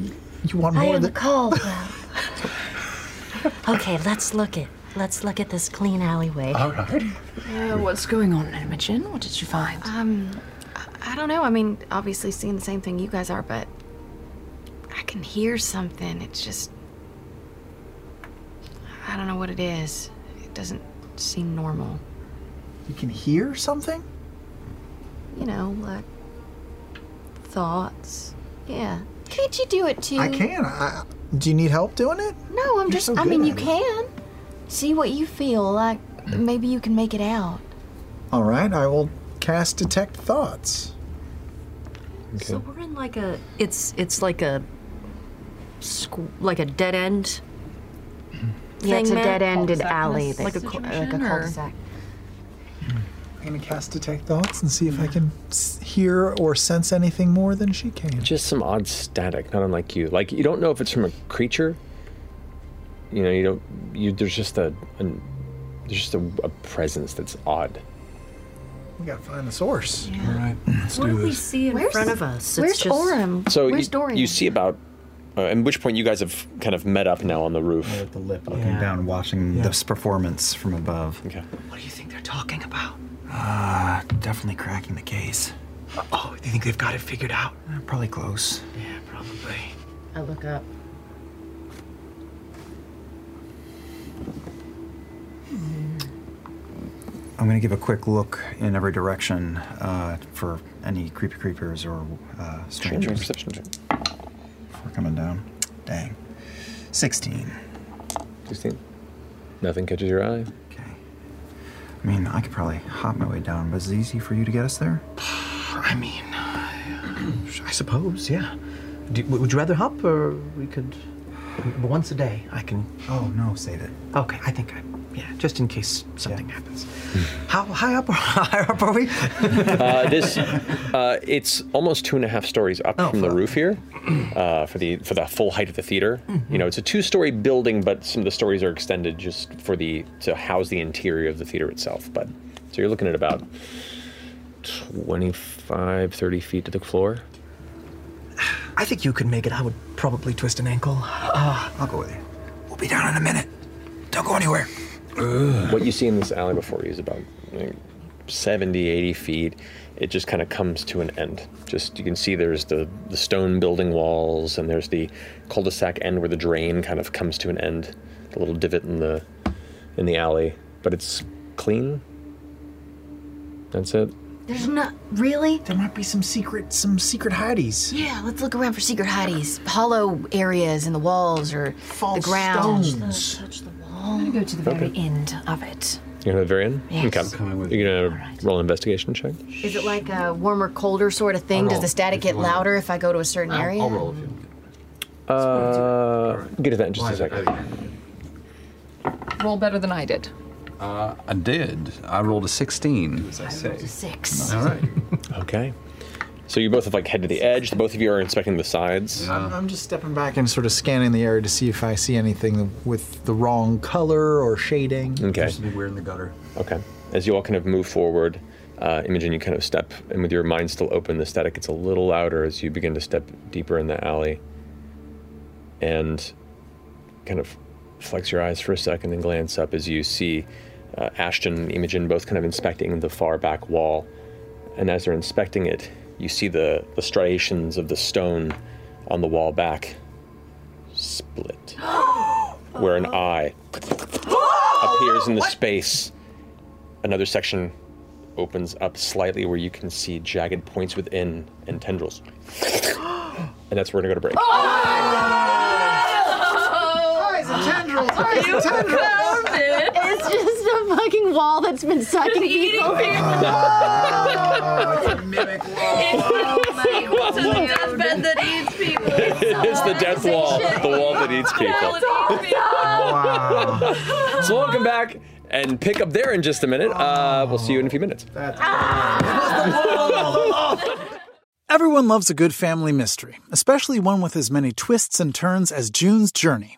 you want I more am than Caldwell. okay, let's look at let's look at this clean alleyway. All right. Uh, what's going on, Imogen? What did you find? Oh, Um, I- I don't know. I mean, obviously seeing the same thing you guys are, but I can hear something. It's just. I don't know what it is. It doesn't seem normal. you can hear something. You know, like. Thoughts. Yeah. Can't you do it too? I can. I, do you need help doing it? No, I'm You're just. so I good mean, at you it. can. See what you feel. Like, maybe you can make it out. All right, I will cast detect thoughts. So we're in like a it's it's like a squ- like a dead end. Yeah, it's thing, a Matt? dead-ended Cul-de-sac kind of alley. Like a That's cul- the like a situation, or- cul-de-sac. I'm gonna cast detect thoughts and see if I can s- hear or sense anything more than she can. Just some odd static, not unlike you. Like you don't know if it's from a creature. You know, you don't. You there's just a, an there's just a, a presence that's odd. We gotta find the source. Yeah. All right, let's What do we see in Where's- front of us? Mm. where's Orem? So you, you see about, uh, at which point you guys have kind of met up now on the roof. At the lip, Looking down, watching this performance from above. Okay. What do you think they're talking about? Uh, definitely cracking the case. Oh, you think they've got it figured out? Uh, Probably close. Yeah, probably. I look up. I'm going to give a quick look in every direction uh, for any creepy creepers or uh, strangers. Perception check. We're coming down. Dang. 16. 16. Nothing catches your eye. I mean, I could probably hop my way down, but is it easy for you to get us there? I mean, I suppose, yeah. Do, w- would you rather hop, or we could once a day? I can. Oh no, save it. Okay, I think I. Yeah, just in case something happens. How high up? High up are we? uh, this uh, it's almost two and a half stories up from the roof here uh, for the for the full height of the theater. You know, it's a two-story building, but some of the stories are extended just for the to house the interior of the theater itself. But so you're looking at about 25, 30 feet to the floor. I think you could make it. I would probably twist an ankle. Uh, I'll go with you. We'll be down in a minute. Don't go anywhere. What you see in this alley before you is about like, 70, 80 feet, it just kind of comes to an end. Just you can see there's the, the stone building walls, and there's the cul-de-sac end where the drain kind of comes to an end, the little divot in the in the alley. But it's clean. That's it. There's not really. There might be some secret, some secret hideys. Yeah, let's look around for secret hideys, hollow areas in the walls or the ground. stones. I'm gonna go to the very Okay. end of it. You know, the very end. Yes. Okay. You're gonna roll an investigation check. Is it like a warmer, colder sort of thing? I'll Does roll the static get louder if I go to a certain area? if you. Uh, get event just a second. Roll better than I did. Uh, I did. I rolled a 16. I rolled a six. All right. okay. So you both have like head to the edge. The both of you are inspecting the sides. I'm, I'm just stepping back and sort of scanning the area to see if I see anything with the wrong color or shading. Okay. There's something weird in the gutter. Okay. As you all kind of move forward, uh, Imogen, you kind of step, and with your mind still open, the static gets a little louder as you begin to step deeper in the alley. And kind of flex your eyes for a second and glance up as you see uh, Ashton and Imogen both kind of inspecting the far back wall. And as they're inspecting it, you see the, the striations of the stone on the wall back split, where an eye appears in the space. Another section opens up slightly where you can see jagged points within and tendrils. and that's where we're gonna go to break. Oh! Eyes and tendrils. Eyes and tendrils. It's just a fucking wall that's been sucking people. It's the deathbed that eats people. it is the death wall, the wall that eats people. so welcome back and pick up there in just a minute. Uh, we'll see you in a few minutes. Everyone loves a good family mystery, especially one with as many twists and turns as June's Journey.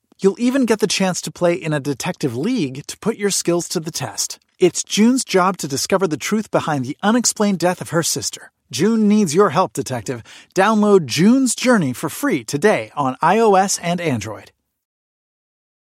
You'll even get the chance to play in a detective league to put your skills to the test. It's June's job to discover the truth behind the unexplained death of her sister. June needs your help, detective. Download June's Journey for free today on iOS and Android.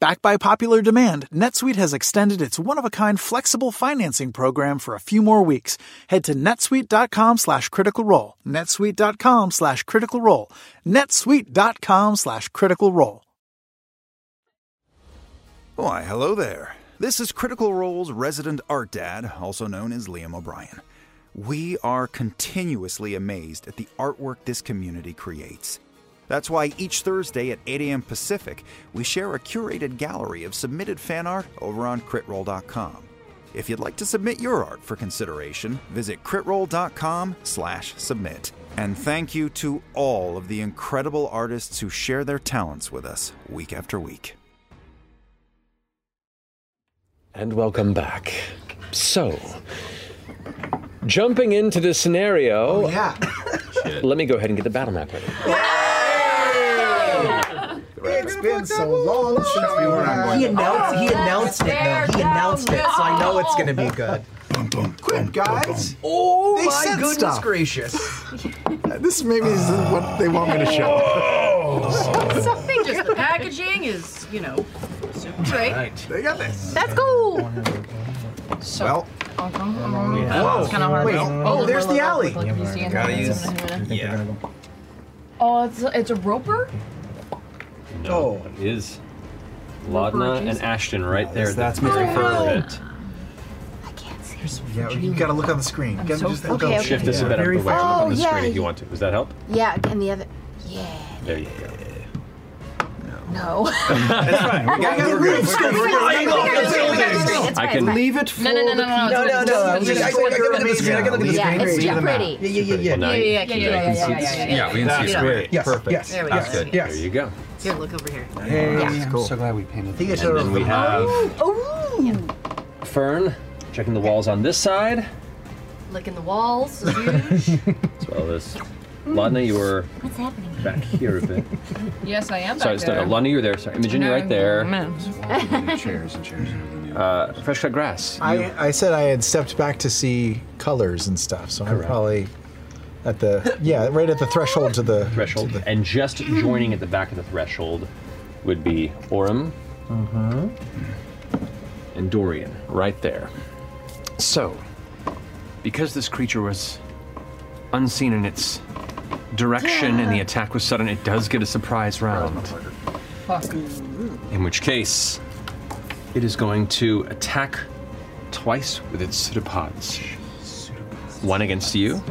Backed by popular demand, NetSuite has extended its one-of-a-kind flexible financing program for a few more weeks. Head to netsuite.com slash critical role, netsuite.com slash critical role, netsuite.com slash critical role. Why, hello there. This is Critical Role's resident art dad, also known as Liam O'Brien. We are continuously amazed at the artwork this community creates. That's why each Thursday at 8 a.m. Pacific, we share a curated gallery of submitted fan art over on critroll.com. If you'd like to submit your art for consideration, visit critroll.com/submit. And thank you to all of the incredible artists who share their talents with us week after week. And welcome back. So, jumping into this scenario. yeah. let me go ahead and get the battle map ready. It's been so long since we were on one. He announced, he announced it, though. He announced it, so I know it's going to be good. Quick, guys! Oh, They my said goodness stuff. Uh, gracious. This maybe is what they want me to show. Something just the packaging is, you know, super great. They got this. Let's go. So, Well, Whoa. Kind of hard. Wait, oh, there's the alley. Gotta use. Yeah. Oh, it's a, it's a roper. No, it is Laudna and Ashton right there. That's me. Perfect. Yeah, you gotta look on the screen. You gotta so just focused. look on the Okay, Shift screen. is a bit out of the way. Look Oh, on the yeah, screen if you want to. Does that help? Yeah, and the other. There you go. No. That's fine. We got- we're good. We're good. We're good. We're good. We're good. We're good. We're good. I can Leave it No, no, no, no, no. No, no, no. I It's I- I fine. gotta look at the screen. I gotta look at the Yeah, screen. it's Read the map. pretty. Yeah, yeah, yeah, Well, yeah. now you Yeah, yeah, yeah, yeah, yeah, yeah, yeah, yeah. Yeah. Yes, Perfect. Yes. There we That's go. good. Yes. There you go. Here, look over here. Hey, Yeah. I'm so glad we painted. think it's and then over. we have Oh, Fern checking the walls on this side, Licking the walls. as well as Laudna, you were What's happening? back here a bit. Yes, I am. Sorry, back no, there. Laudna, you were there. Sorry, Imogen, you're right there. Mm-hmm. chairs and chairs. Uh, fresh cut grass. You- I, I said I had stepped back to see colors and stuff, so I'm probably at the yeah, right at the threshold to the threshold. And just joining at the back of the threshold would be Orem and Dorian, right there. So, because this creature was unseen in its direction and the attack was sudden, it does get a surprise round. Fuck. In which case, it is going to attack twice with its pseudopods. One against you.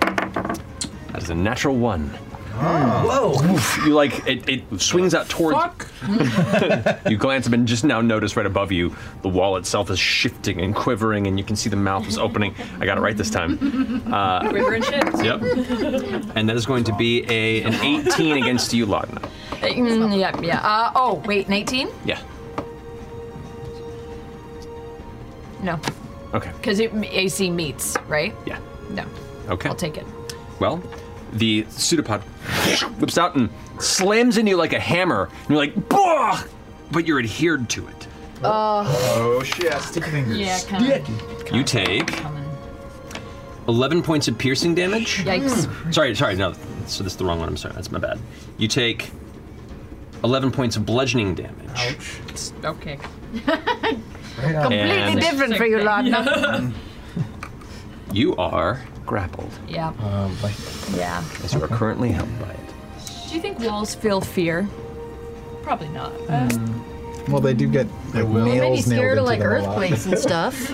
That is a natural one. Oh. Whoa! you like it, it swings out towards. you glance up and just now notice right above you the wall itself is shifting and quivering, and you can see the mouth is opening. I got it right this time. Uh, River and shit. Yep. and that is going to be a an 18 against you, Laudna. Mm, yeah, yeah. Uh, oh, wait, an 18? Yeah. No, Okay. because it AC meets, right? Yeah. No, Okay. I'll take it. Well, the pseudopod whips out and slams into you like a hammer, and you're like, "Bah!" but you're adhered to it. Oh shit! Sticky fingers. Yeah, kinda. You take 11 points of piercing damage. Hmm. Yikes. Sorry, sorry, no. So this is the wrong one. I'm sorry. That's my bad. You take 11 points of bludgeoning damage. Okay. Completely And- different for you, Lana. Lana. You are grappled, Yeah. Uh, yeah. as you are currently held by it. Do you think walls feel fear? Probably not. Uh, Well, they do get like, Hmm. nails nailed into them a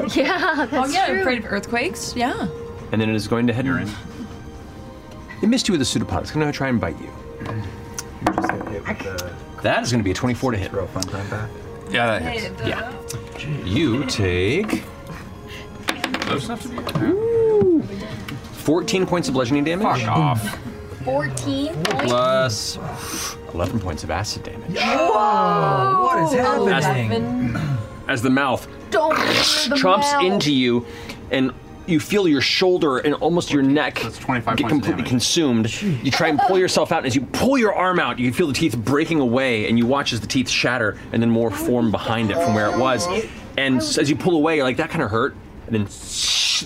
lot. yeah, Oh, that's yeah, true. afraid of earthquakes. Yeah. And then it is going to head. It missed you with a pseudopod. It's going to try and bite you. That is going to be a 24 to hit. Real fun time back. Yeah, that hits. Yeah. You take. Close enough to be. 14 points of bludgeoning damage. Fuck off. 14 points. Plus 11 points of acid damage. Whoa! what is happening? As the mouth Don't chomps into you, and you feel your shoulder and almost your neck get completely consumed. You try and pull yourself out, and as you pull your arm out, you feel the teeth breaking away, and you watch as the teeth shatter, and then more form behind it from where it was. And s- as you pull away, you're like, that kind of hurt. And then the,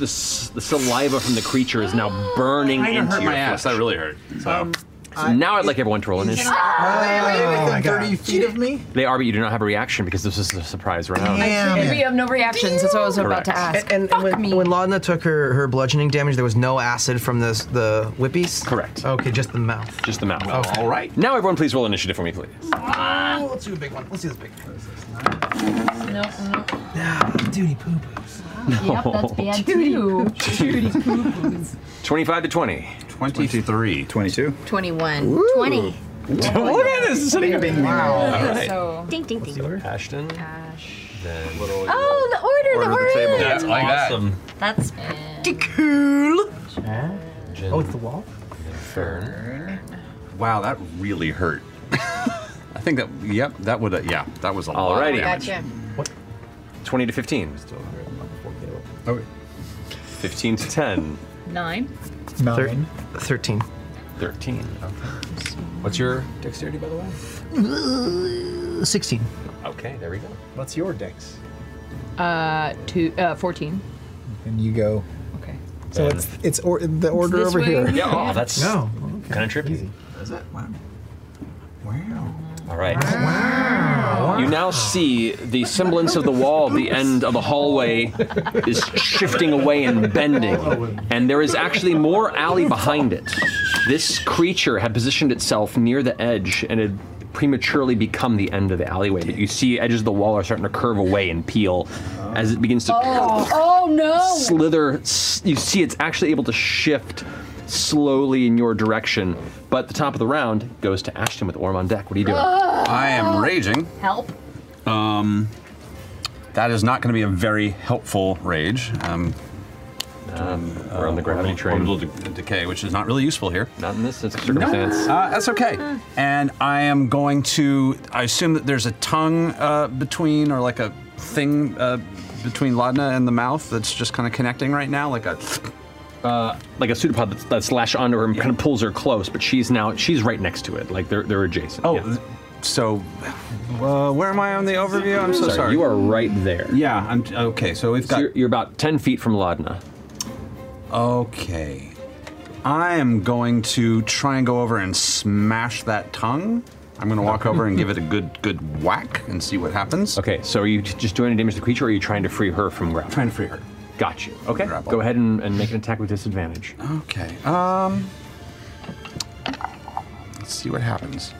s- the saliva from the creature is now burning Kinda into hurt your my ass. That really hurt. So, So now I'd like everyone to roll an initiative. Are they, are they within 30 feet of me? They are, but you do not have a reaction because this is a surprise round. And we have no reactions. That's what I was about to Correct. ask. And, and when, when Laudna took her, her bludgeoning damage, there was no acid from this, the whippies? Correct. Okay, just the mouth. Just the mouth. Okay. All right. Now everyone, please roll initiative for me, please. Oh, let's do a big one. Let's do this big one. No, no. Yeah, Duty poo poos. Yep, that's bad too. Judy poo-poos. 25 to 20. 23. 22. 21. 20. Look at this. It's not even being Wow. All right. So, ding, ding, ding. Ashton. Then what do I- Oh, the order, Order of the table. That's Like that. That's cool. Oh, it's the wall? Fern. Wow, that really hurt. I think that, yep, that would, uh, yeah, that was a lot of Alrighty. damage. 20 to 15. 15 to 10. Nine. Nine. 13. 13. Okay. What's your dexterity, by the way? 16. Okay, there we go. What's your dex? Uh, two, uh, 14. And you go. Okay. So Then- it's it's or, the order this over way here. over Yeah, oh, that's no. kind of trippy. Is it? Wow. All right. You now see the semblance of the wall, the end of the hallway is shifting away and bending. And there is actually more alley behind it. This creature had positioned itself near the edge and had prematurely become the end of the alleyway. But you see edges of the wall are starting to curve away and peel as it begins to Oh, oh no! slither. s- You see, it's actually able to shift slowly in your direction. But the top of the round goes to Ashton with Orm on deck. What are you doing? Ah. I am raging. Ah. Help. Um, that is not going to be a very helpful rage. Um, we're on the gravity train. decay, which is not really useful here. Not in this circumstance. uh, that's okay. And I am going to. I assume that there's a tongue uh, between, or like a thing uh, between Ladna and the mouth that's just kind of connecting right now, like a. Uh, like a pseudopod that's, that's lashed onto her and kind of pulls her close, but she's now she's right next to it. Like they're they're adjacent. Oh, so Uh, where am I on the overview? I'm so sorry. You are right there. Yeah, I'm okay. So we've got. you're, you're about ten feet from Ladna. Okay. I am going to try and go over and smash that tongue. I'm going to walk over and give it a good, good whack and see what happens. Okay, so are you t- just doing any damage to the creature, or are you trying to free her from grapple? Trying to free her. Got you. Okay, go ahead and, and make an attack with disadvantage. Okay. Um. Let's see what happens.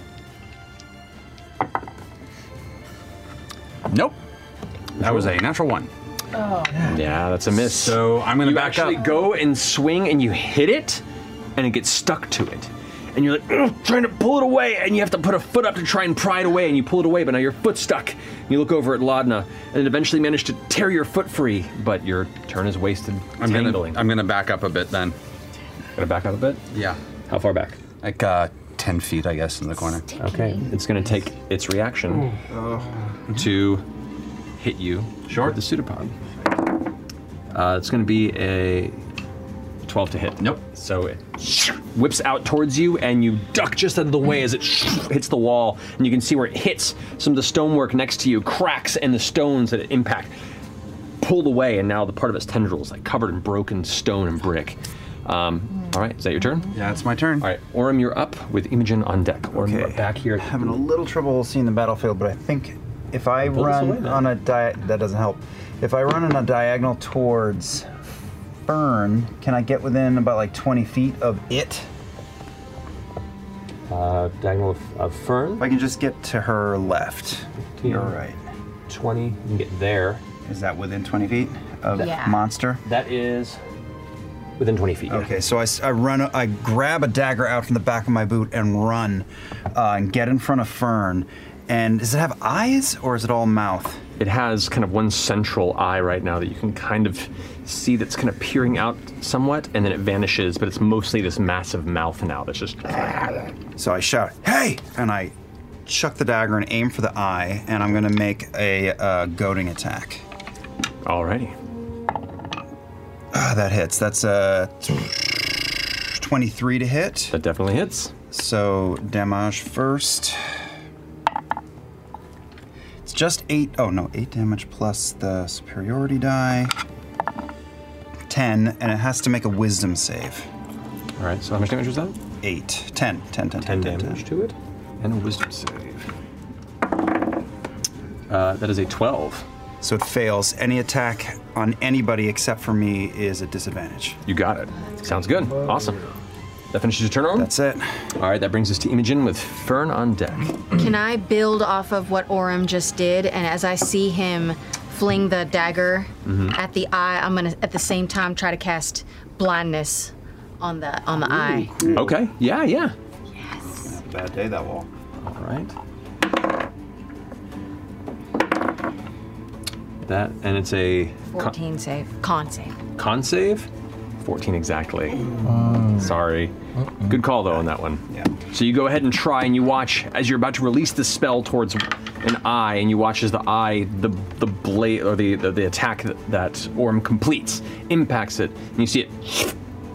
Nope. That was a natural one. Oh. Yeah, that's a miss. So I'm gonna you back actually up. go and swing, and you hit it, and it gets stuck to it, and you're like "Ugh," trying to pull it away, and you have to put a foot up to try and pry it away, and you pull it away, but now your foot's stuck. And you look over at Laudna, and eventually manage to tear your foot free, but your turn is wasted. I'm gonna- I'm gonna back up a bit then. Gonna back up a bit. Yeah. How far back? Like uh, ten feet, I guess, in the corner. Okay. It's gonna take its reaction to hit you. Short the pseudopod. Uh, it's going to be a 12 to hit. Nope. So it whips out towards you, and you duck just out of the way as it hits the wall. And you can see where it hits some of the stonework next to you, cracks, and the stones that it impact pulled away. And now the part of its tendril is like covered in broken stone and brick. Um, all right, is that your turn? Yeah, it's my turn. All right, Orim, you're up with Imogen on deck. Orim, Okay. we're back here. Having a little trouble seeing the battlefield, but I think if I Pull this away, run then. on a di- that doesn't help. If I run on a diagonal towards Fern, can I get within about like 20 feet of it? Uh, diagonal of, of Fern. If I can just get to her left. You're right. 20, you can get there. Is that within 20 feet of Yeah. monster? That is within 20 feet. Okay, so I, s- I run, I grab a dagger out from the back of my boot and run uh, and get in front of Fern. And does it have eyes or is it all mouth? It has kind of one central eye right now that you can kind of see that's kind of peering out somewhat, and then it vanishes, but it's mostly this massive mouth now that's just. So I shout, "Hey!" and I chuck the dagger and aim for the eye, and I'm gonna make a uh, goading attack. Alrighty. Ah, that hits. That's a twenty-three to hit. That definitely hits. So damage first. It's just eight. Oh no, eight damage plus the superiority die. Ten, and it has to make a Wisdom save. All right. So how much damage was that? Eight. Ten. Ten. Ten. Ten damage to it, and a Wisdom save. Uh, that is a 12. So it fails. Any attack on anybody except for me is a disadvantage. You got it. Sounds good. Awesome. That finishes your turn, Orm? That's it. All right, that brings us to Imogen with Fern on deck. Can I build off of what Orem just did? And as I see him fling the dagger Mm-hmm. Mhm. at the eye. I'm gonna at the same time try to cast blindness on the on the eye. Okay. Yeah, yeah. Bad day that wall. All right. That, and it's a con, 14 save. Con save. con save? 14 exactly. Sorry. Good call, though, on that one. Yeah. So you go ahead and try, and you watch as you're about to release the spell towards an eye, and you watch as the eye, the the blade, or the, the, the attack that, that Orm completes, impacts it, and you see it.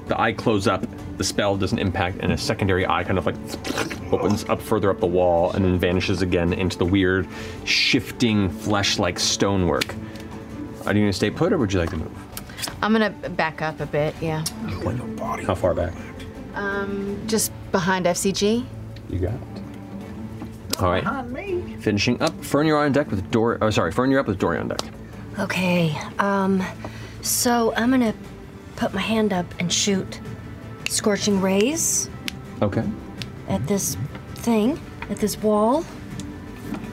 The eye close up, the spell doesn't impact, and a secondary eye kind of like opens up further up the wall and then vanishes again into the weird, shifting, flesh like stonework. Are you going to stay put, or would you like to move? I'm gonna back up a bit. Yeah. How far back? Um, just behind FCG. You got it. All right. Finishing up, Fern, you're on deck with Dor. Oh, sorry, Fern, you're up with Dory on deck. Okay. Um, so I'm gonna put my hand up and shoot scorching rays Okay. at this thing, at this wall.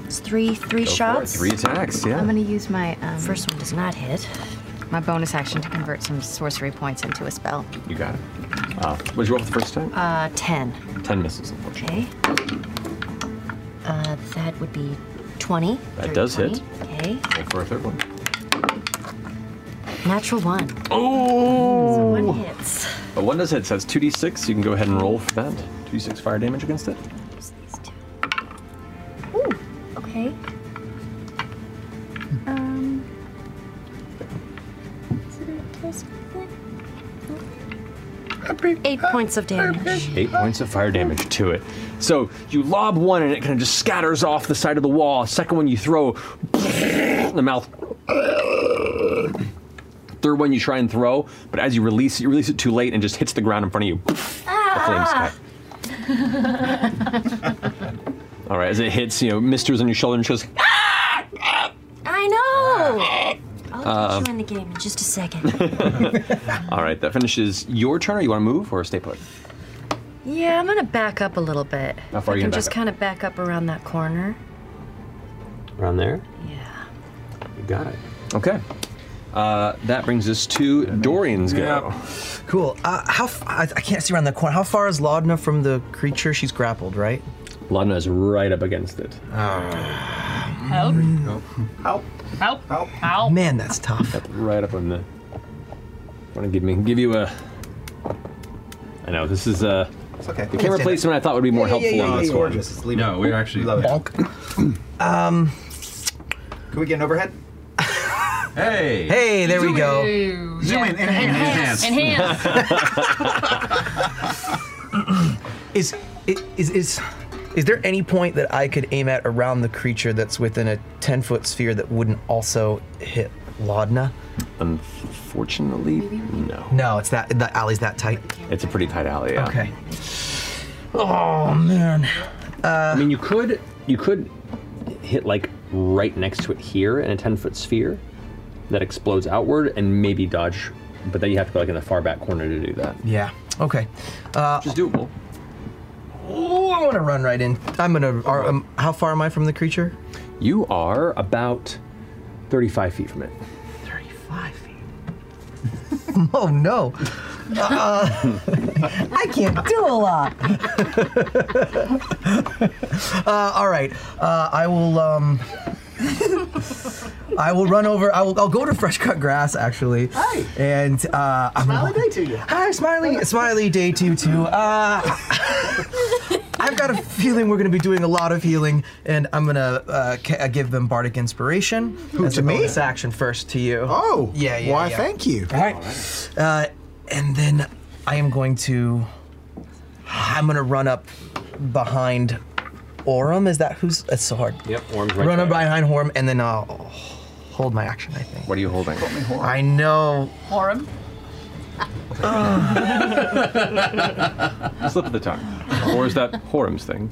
It's three three Go for it. shots. Three attacks, yeah. I'm gonna use my um, First one does not hit. My bonus action to convert some sorcery points into a spell. You got it. Uh, what did you roll for the first time? Uh, ten. Ten misses, unfortunately. Okay. Uh, that would be twenty. That does hit. Okay. Roll for a third one. Natural one. Oh. So one hits. But one does hit, so that's 2d6. You can go ahead and roll for that. 2d6 fire damage against it. Okay. Um. is it a test thing? Eight points of damage. Eight points of fire damage to it. So you lob one and it kind of just scatters off the side of the wall. Second one you throw, the mouth. Third one you try and throw, but as you release it, you release it too late and it just hits the ground in front of you. The Ah. flames cut. All right, as it hits, you know, misters on your shoulder and just I know. I'll Uh, catch you in the game in just a second. All right, that finishes your turn. Or you want to move or stay put? yeah, I'm gonna back up a little bit. How far I are you gonna can back just up? kind of back up around that corner. Around there? Yeah. You got it. Okay. Uh, that brings us to Dorian's go. Cool. Uh, how? F- I, I can't see around the corner. How far is Laudna from the creature? She's grappled, right? Laudna's right up against it. Help. Help. Help. Help. Help. Man, that's tough. right up on the. Want to give me give you a. I know this is a. It's okay. The camera It's in placement I thought would be more Yeah, yeah, helpful yeah, on yeah, this yeah, one. gorgeous. Just leave it. No, we're actually- love Um. Can we get an overhead? Hey. Hey, there we go. Zoom in, enhance. Enhance. is, i- is is is there any point that I could aim at around the creature that's within a ten foot sphere that wouldn't also hit Laudna? Unfortunately, no. No, it's that the alley's that tight. It's a pretty tight alley. Yeah. Okay. Oh man. I mean, you could you could hit like right next to it here in a ten foot sphere that explodes outward and maybe dodge, but then you have to go like in the far back corner to do that. Yeah. Okay. Uh, Which is doable. Oh, I want to run right in. I'm gonna. Are, um, how far am I from the creature? You are about thirty-five feet from it. Oh no. Uh, I can't do a lot. uh, all right. Uh, I will. Um, I will run over. I will. I'll go to fresh cut grass actually. Hi. And uh, I'm smiley day to you. Hi, smiley. Smiley day to you too. Uh, I've got a feeling we're going to be doing a lot of healing, and I'm going to uh, ca- give them bardic inspiration. Who, as to a me? bonus action first to you. Oh, yeah, yeah. why, yeah. thank you. All right. Uh, and then I am going to. I'm going to run up behind Orem. Is that who's? It's so hard. Yep, Orm's right Run up there. behind Orem, and then I'll hold my action. I think. What are you holding? I know. Horum. Slip of the tongue. Or is that Horem's thing?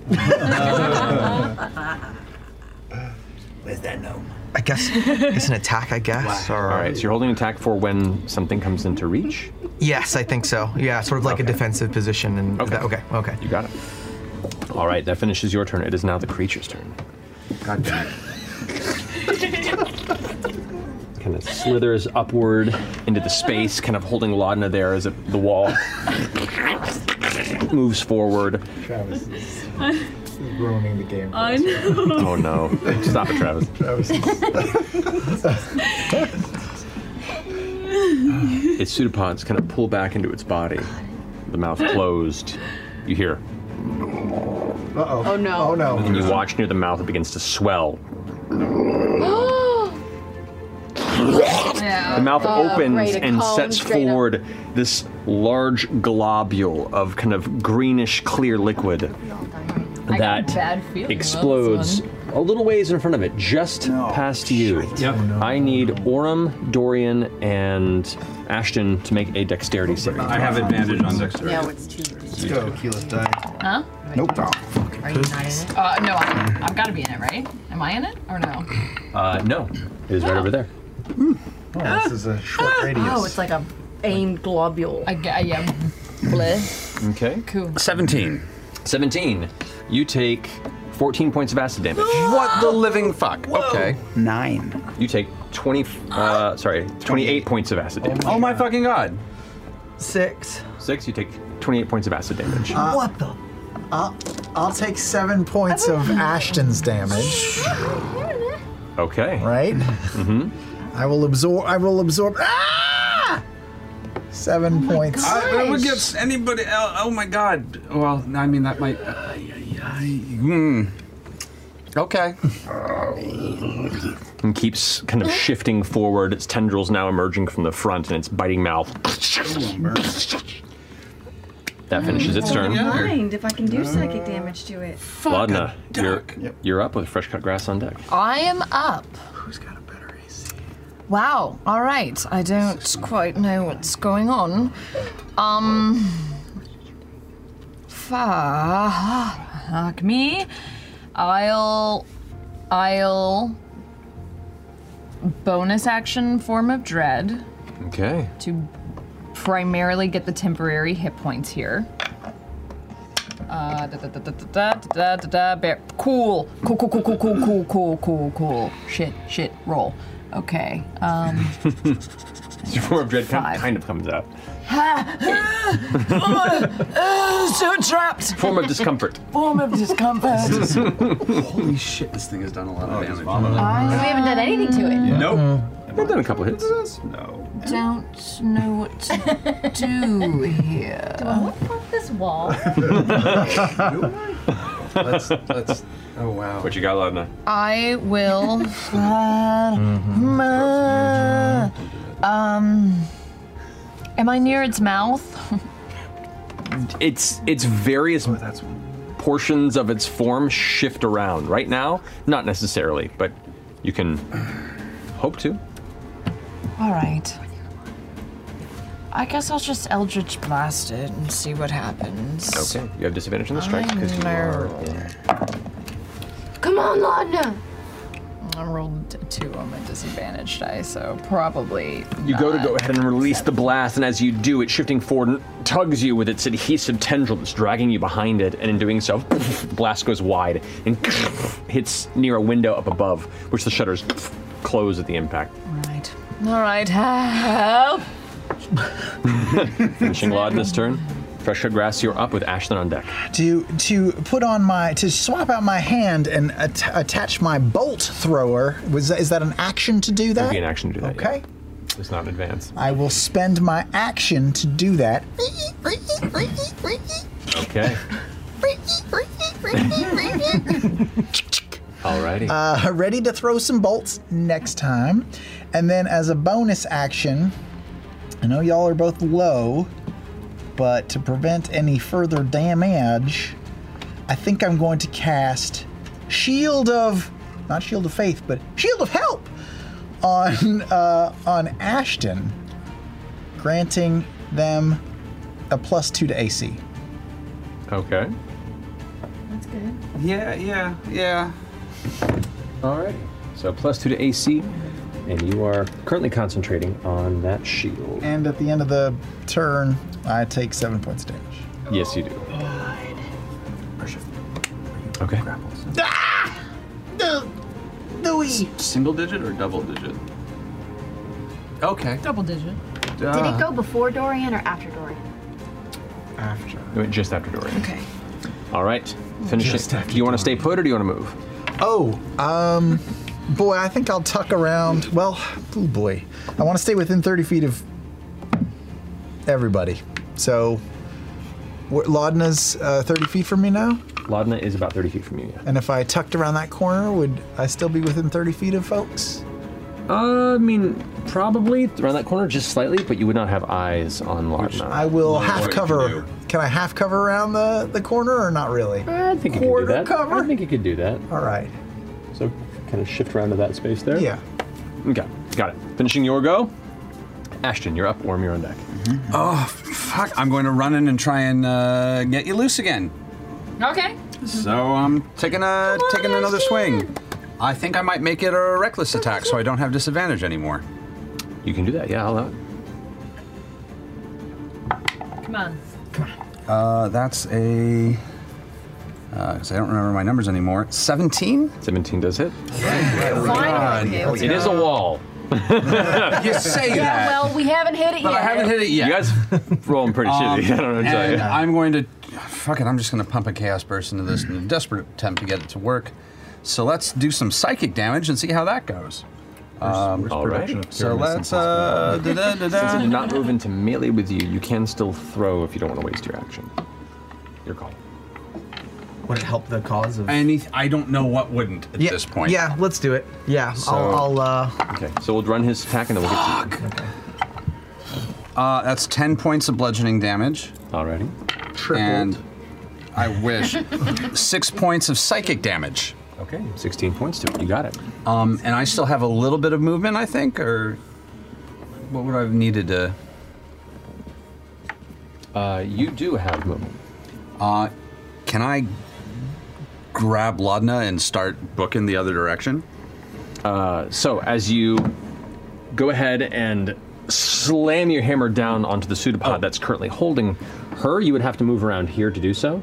Where's that gnome? I guess it's an attack. I guess. Or, All right, so you're holding attack for when something comes into reach. Yes, I think so. Yeah, sort of like a defensive position. And okay, okay, okay. You got it. All right, that finishes your turn. It is now the creature's turn. God damn it. kind of slithers upward into the space, kind of holding Laudna there as it, the wall moves forward. Travis is ruining the game. I know. Oh no! Stop it, Travis. Travis Ah, Its pseudopods kind of pull back into its body, the mouth closed. You hear. Uh-oh. Oh no. Oh no. And you watch near the mouth, it begins to swell. The mouth Uh, opens and sets forward this large globule of kind of greenish clear liquid that bad feeling about explodes a little ways in front of it, just past you. Oh, I need Oram, Dorian, and Ashton to make a dexterity saving. I have advantage on dexterity. No, it's too. Let's go. Huh? Nope. Are you not in it? Uh, no, I, I've got to be in it, right? Am I in it or no? Uh, no, it is right over there. Oh, this is a short Ah! Oh, it's like a aimed globule. I, ge- yeah. Bleh. Okay. Cool. 17. 17. You take 14 points of acid damage. What the living fuck? Okay. Nine. You take 20, uh, sorry, 28 points of acid damage. Oh my fucking god. Six. Six, Uh. you take 28 points of acid damage. what the? Uh, I'll, I'll take seven points of Ashton's damage. Okay. Right? Mm-hmm. I will absorb. I will absorb. Ah! Seven points. I, I would give s- anybody else. Oh my god. Well, I mean, that might. Uh, Hmm. Okay. And keeps kind of shifting forward, its tendrils now emerging from the front and its biting mouth. That finishes its Oh turn. Mind if I can do psychic damage to it. Laudna, you're, you're up with fresh cut grass on deck. I am up. Who's got a better AC? Wow. All right. I don't quite know what's going on. Um. Fuck me. I'll. I'll. Bonus action form of dread Okay. to primarily get the temporary hit points here. Uh, da, da, da, da, da, da, da, da, da, bear. Cool. Cool, cool, cool, cool, cool, cool, cool, cool, cool. Shit, shit, roll. Okay. Um, Your form of dread kind, kind of comes out. so trapped. Form of discomfort. Form of discomfort. Holy shit, this thing has done a lot of damage. I- We haven't done anything to it. Yeah. Nope. We've done a couple hits. No. Don't know what to do here. Do I want to pop this wall? Let's, let's, oh wow. What you got, Laudna? I will. Mm-hmm. um, am I near its mouth? It's, it's various portions of its form shift around. Right now, not necessarily, but you can hope to. All right. I guess I'll just Eldritch Blast it and see what happens. Okay. You have disadvantage on the strike because you are. Come on, Laudna! I rolled a two on my disadvantage die, so probably. You go to go ahead and release the blast, and as you do, it's shifting forward and tugs you with its adhesive tendril that's dragging you behind it, and in doing so, the blast goes wide and hits near a window up above, which the shutters close at the impact. Right. All right, help! Finishing Laud this turn. Fresh cut grass, you're up with Ashlyn on deck. to to put on my to swap out my hand and at- attach my bolt thrower. Was that, is that an action to do That'd that? be an action to do that. yeah. Okay. It's not an advance. I will spend my action to do that. Okay. Alrighty. Uh, ready to throw some bolts next time. And then, as a bonus action, I know y'all are both low, but to prevent any further damage, I think I'm going to cast Shield of, not Shield of Faith, but Shield of Help on uh, on Ashton, granting them a plus two to AC. okay. That's good. Yeah, yeah, yeah. Alright. So plus two to AC, and you are currently concentrating on that shield. And at the end of the turn, I take seven points of damage. Yes, you do. Okay. Ah! Dewey. Single digit or double digit? Okay. Double digit. Did it go before Dorian or after Dorian? After. Just after Dorian. Okay. All right. Finish Just it. Do you want to stay put or do you want to move? Oh, um, boy, I think I'll tuck around. Well, oh boy, I want to stay within 30 feet of everybody. So, wh- Laudna's uh, 30 feet from me now, Laudna is about 30 feet from you. and if I tucked around that corner, would I still be within 30 feet of folks? Uh, I mean, probably around that corner just slightly, but you would not have eyes on Laudna. I will half cover. Can I half cover around the, the corner or not really? I think you could do that. I think you could do that. All right. So kind of shift around to that space there. Yeah. Okay, got it. Finishing your go. Ashton, you're up. Worm, you're on deck. Oh, fuck. I'm going to run in and try and uh, get you loose again. Okay. So I'm taking a taking another swing. I think I might make it a reckless attack, so I don't have disadvantage anymore. You can do that, yeah. I'll, Come on. uh, that's a. Because I don't remember my numbers anymore. 17? 17 does hit. God. It is a wall. you say yeah, that. well, we haven't hit it But yet. I haven't hit it yet. Um, You guys rolling pretty shitty. I don't know what to tell and you. I'm going to. Fuck it, I'm just going to pump a Chaos Burst into this in a desperate attempt to get it to work. So let's do some psychic damage and see how that goes. Um, All right. So let's. Uh, da-da, da-da. Since you did not move into melee with you, you can still throw if you don't want to waste your action. Your call. Would it help the cause of? Any, I don't know what wouldn't at yeah, this point. Yeah, let's do it. Yeah, So- I'll. I'll uh, Okay, so we'll run his attack and then we'll get to you. Uh, that's 10 points of bludgeoning damage. Alrighty. Tripled. And I wish. Six points of psychic damage. Okay, 16 points to it. You got it. Um, and I still have a little bit of movement, I think, or what would I have needed to. Uh, you do have movement. Uh, can I grab Laudna and start booking the other direction? Uh, so as you go ahead and slam your hammer down onto the pseudopod that's currently holding her, you would have to move around here to do so,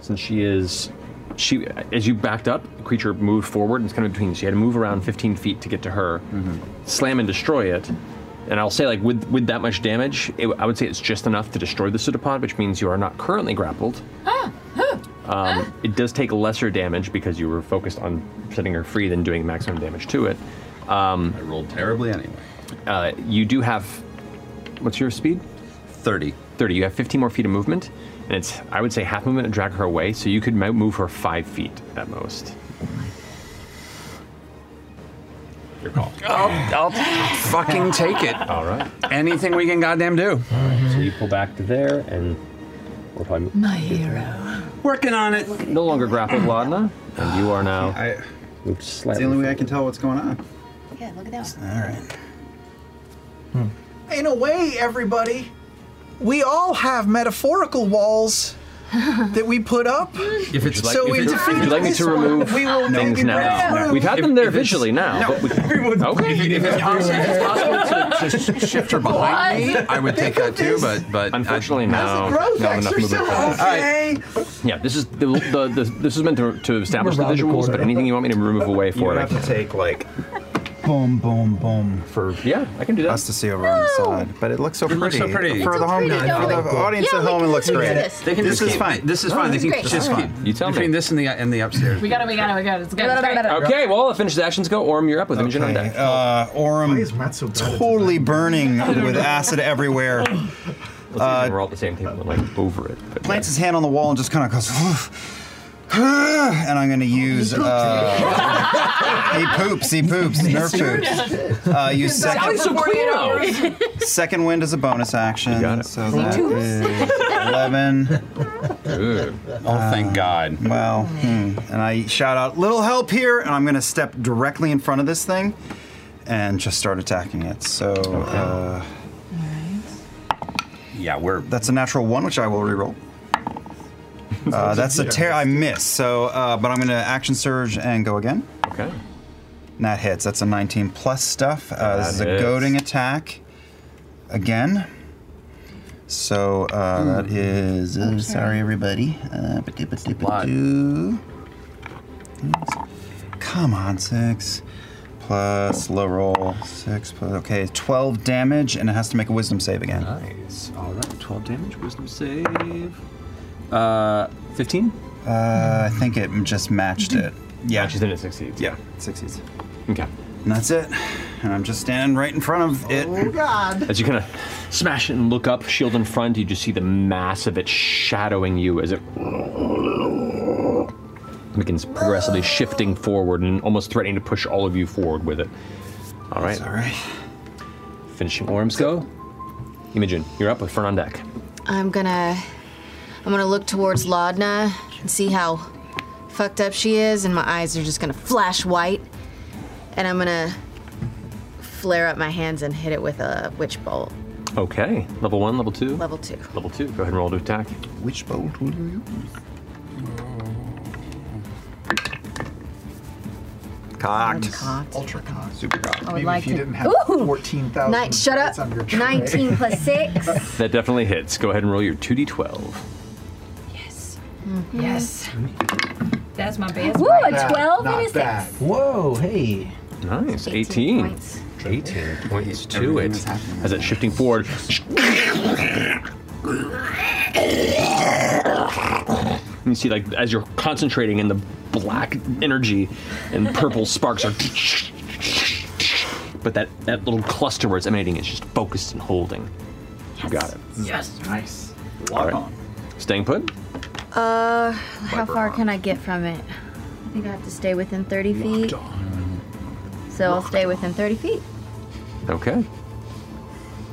since she is. She, as you backed up, the creature moved forward and it's kind of between. She had to move around 15 feet to get to her, slam and destroy it. And I'll say, like with with that much damage, it, I would say it's just enough to destroy the pseudopod, which means you are not currently grappled. Um, it does take lesser damage because you were focused on setting her free than doing maximum damage to it. Um, I rolled terribly anyway. Uh, you do have. What's your speed? 30. 30. You have 15 more feet of movement, and it's, I would say, half movement to drag her away, so you could mo- move her five feet at most. Your call. I'll, I'll fucking take it. All right. Anything we can goddamn do. All right, so you pull back to there, and we're probably My hero. working on it. No longer grappled, Laudna, and you are now moved That's the slightly. only way I can tell what's going on. Yeah, look at that. All right. In a way, everybody, we all have metaphorical walls that we put up. If it's like, so if we it's- defeated if you'd like me this to one. remove we will things maybe break now, through. we've had them there visually now. No, but we, okay. If it's possible, if it's possible to, to shift her behind me, I would take that too, but but unfortunately, no, growth not enough movement. for that. Okay. Yeah, this is the, the, the this is meant to, to establish the Around the visuals, corner. but anything you want me to remove away for it, I can. take like boom, boom, boom for yeah, I can do that. Us to see over on the side, but it looks so It pretty. looks so pretty. for It's the so home pretty, for don't the we? audience Oh! Yeah, at home. It looks we can great. do this. They can this just is keep- fine. This is fine. They can This is just keep fine. You tell between me. this and the and the upstairs. We got it, we got it, we got it. It's good. It's great. Okay, well, finish the actions. Go, Orm. You're up with Imogen on deck. Uh, Orem totally burning I don't with know. acid everywhere. Uh, we're all at the same table. and, like over it. But Plants his hand on the wall and just kind of goes, and I'm going to use. Uh, he poops. He poops. Nerf poops. Uh, use second. Second wind is a bonus action. So that is 11. Oh, thank God. Well, hmm. and I shout out, little help here, and I'm going to step directly in front of this thing and just start attacking it. So, uh, yeah, we're. That's a natural one, which I will reroll. Uh, that's a Yeah. tear I miss. So, uh, but I'm going to action surge and go again. Okay. And that hits. That's a 19 plus stuff. Uh, this That is a hits. goading attack again. So uh, that is. uh, sorry, everybody. Uh, ba-do-ba-do-ba-do. Come on, six. plus low roll six plus okay twelve damage, and it has to make a wisdom save again. Nice. All right, 12 damage, wisdom save. Uh, 15? Uh, I think it just matched it. Yeah, she said it succeeds. Yeah, it succeeds. Okay. And that's it. And I'm just standing right in front of it. Oh God! As you kind of smash it and look up, shield in front, you just see the mass of it shadowing you as it begins progressively shifting forward and almost threatening to push all of you forward with it. All right. All right. Finishing Orm's go. Imogen, you're up with Fern on deck. I'm gonna I'm gonna look towards Laudna and see how fucked up she is, and my eyes are just gonna flash white. And I'm gonna flare up my hands and hit it with a witch bolt. Okay. Level one, level two? Level two. Level two. Go ahead and roll to attack. Which bolt will you use? Cocked. Ultra con. Super cocked. I would Maybe like if you to- didn't have Ooh! 14,000. Nine- shut up. hits on your tray. 19 plus six. That definitely hits. Go ahead and roll your 2d12. Mm-hmm. Yes. That's my best. Woo, a right now. 12 Not and a 6. bad. Whoa, hey. Nice, 18. 18 points, to it. As it's shifting forward, you see, like, as you're concentrating in the black energy and purple sparks are. But that, that little cluster where it's emanating is just focused and holding. You got it. Yes. Nice. All right. Staying put? Uh, how far can I get from it? I think I have to stay within 30 feet. So I'll stay within 30 feet. Okay.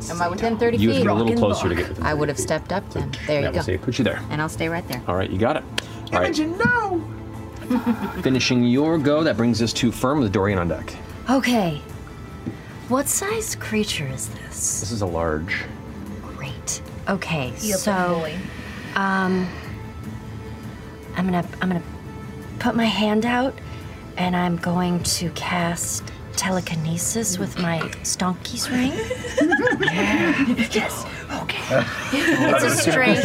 Am I within 30 You feet? have to be a little closer to get within I would have stepped up then. There that you will go. save. Put you there. And I'll stay right there. All right, you got it. All right. Imogen, no! Finishing your go, that brings us to Firm with Dorian on deck. Okay. What size creature is this? This is a large. Great. Okay, You're so um I'm going to I'm going to put my hand out and I'm going to cast telekinesis with my Stonky's ring. yes. Okay. It's a strength.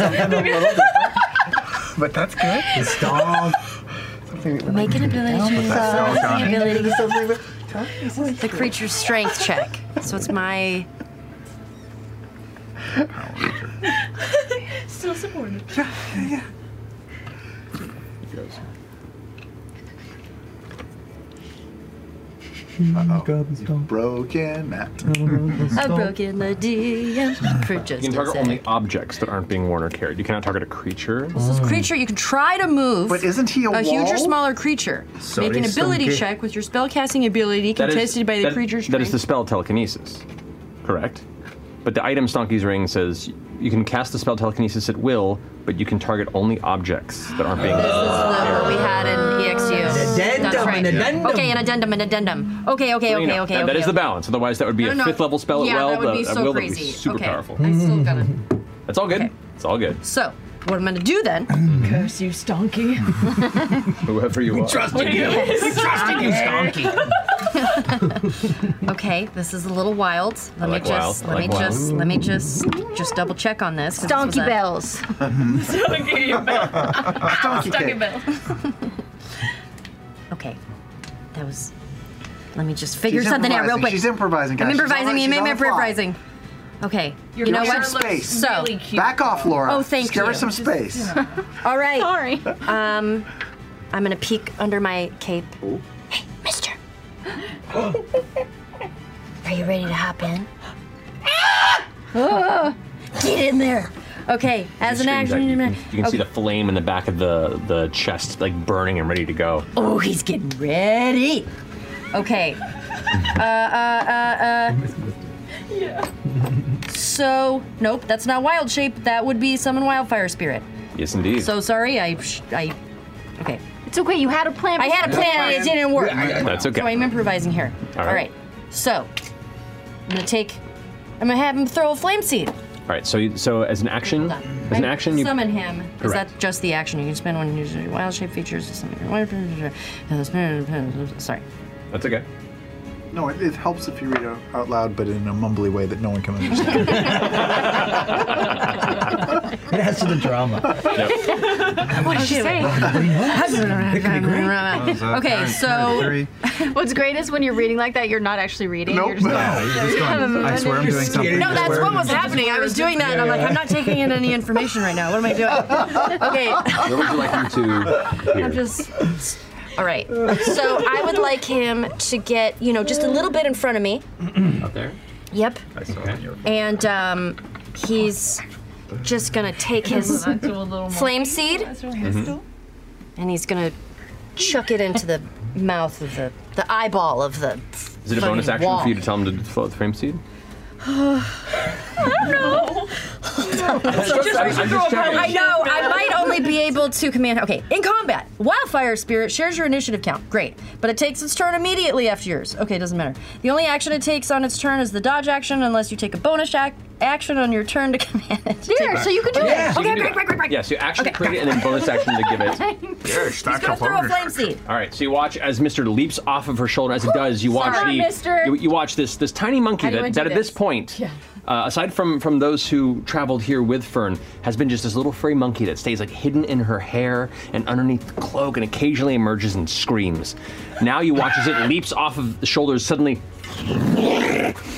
but that's good. It's dog. Make an ability check. with that So, spell, make an Connie. ability- The creature's strength check. So it's my Still supported. Uh-oh. Broken. Oh, I broke in the DM for You just can a target sec. only objects that aren't being worn or carried. You cannot target a creature. This is creature you can try to move. Hmm. But isn't he a huge or wall? smaller creature? Sorry, Make an ability Stonky. check with your spellcasting ability Mm-hmm. That is- contested by the that- creature's That is the strength. spell telekinesis, correct? But the item Stonky's Ring says you can cast the spell telekinesis at will, but you can target only objects that aren't being. What we had in EXU. Addendum, That's right. an addendum. Okay, an addendum, an addendum. Okay, okay, You okay, know, okay. that- okay, that is the okay. balance. Otherwise, that would be No, a no, no. fifth level spell Yeah, at will. that would be at so will, That would crazy. be super Okay. powerful. Mm-hmm. I still gotta- It's all good. It's all good. So, what I'm going to do then. Mm-hmm. Curse you, Stonky. Whoever you are. Yes. Stonky. okay, this is a little wild. Let like me just, wild. I like let me wild. just, let me just, just double check on this. 'cause this was Donkey a- bells. Donkey bells. okay, that was. Let me just figure She's something out real improvising. quick. She's improvising, guys. I'm She's improvising. on- I'm she's on the fly. improvising. Okay, Your you know picture what? looks so really cute. Back off, Laura. Oh, thank Just give you. her some space. All right. Sorry. Um, I'm gonna peek under my cape. Hey, Mister. Are you ready to hop in? Ah! Get in there. Okay, as an action, you can, you can see okay. the flame in the back of the, the chest, like burning and ready to go. Oh, he's getting ready. Okay. Uh, uh, uh, uh. Yeah. So, nope, that's not wild shape. That would be summon wildfire spirit. Yes, indeed. So sorry, I, sh- I, okay. It's okay. You had a plan. I had a plan and it didn't work. That's okay. So I'm improvising here. All right. All right. So, I'm gonna take. I'm gonna have him throw a flame seed. All right. So you, so as an action, as an I action, you summon him. Is Correct. that just the action? You can spend one use wild shape features to summon your weapon. Sorry. That's okay. No, it, it helps if you read it out loud, but in a mumbly way that no one can understand. It adds to the drama. What is she saying? It could be great. Okay, so what's great is when you're reading like that, you're not actually reading. You're just like, I swear I'm doing something. No, that's what was Just happening. I was word. doing that, and I'm Yeah, like, yeah. I'm not taking in any information right now. What am I Oh, doing? Where would Okay. you like him to hear? I'm just. All right. So I would like him to get, you know, just a little bit in front of me. Up there? Yep. I saw okay. you. And um, he's just going to take his flame seed Mm-hmm. and he's going to chuck it into the mouth of the, the eyeball of the. Is it a bonus fucking action wall. for you to tell him to float the frame seed? no. I know. I might only be able to command. Okay, in combat, wildfire spirit shares your initiative count. Great, but it takes its turn immediately after yours. Okay, doesn't matter. The only action it takes on its turn is the dodge action, unless you take a bonus ac- action on your turn to command it. to There, take- so you can do Okay, it. So you can Okay, do great, that. great, great, great. Yeah, so you action create it and then bonus action to give it. He's gonna throw a flame seed. All right, so you watch as Mister leaps off of her shoulder. As it does, you watch Sorry, the mister. You, you watch this this tiny monkey I didn't that, want to that do at this this. point, uh, aside from from those who traveled here with Fern, has been just this little furry monkey that stays like hidden in her hair and underneath the cloak, and occasionally emerges and screams. Now you watch as it leaps off of the shoulders suddenly.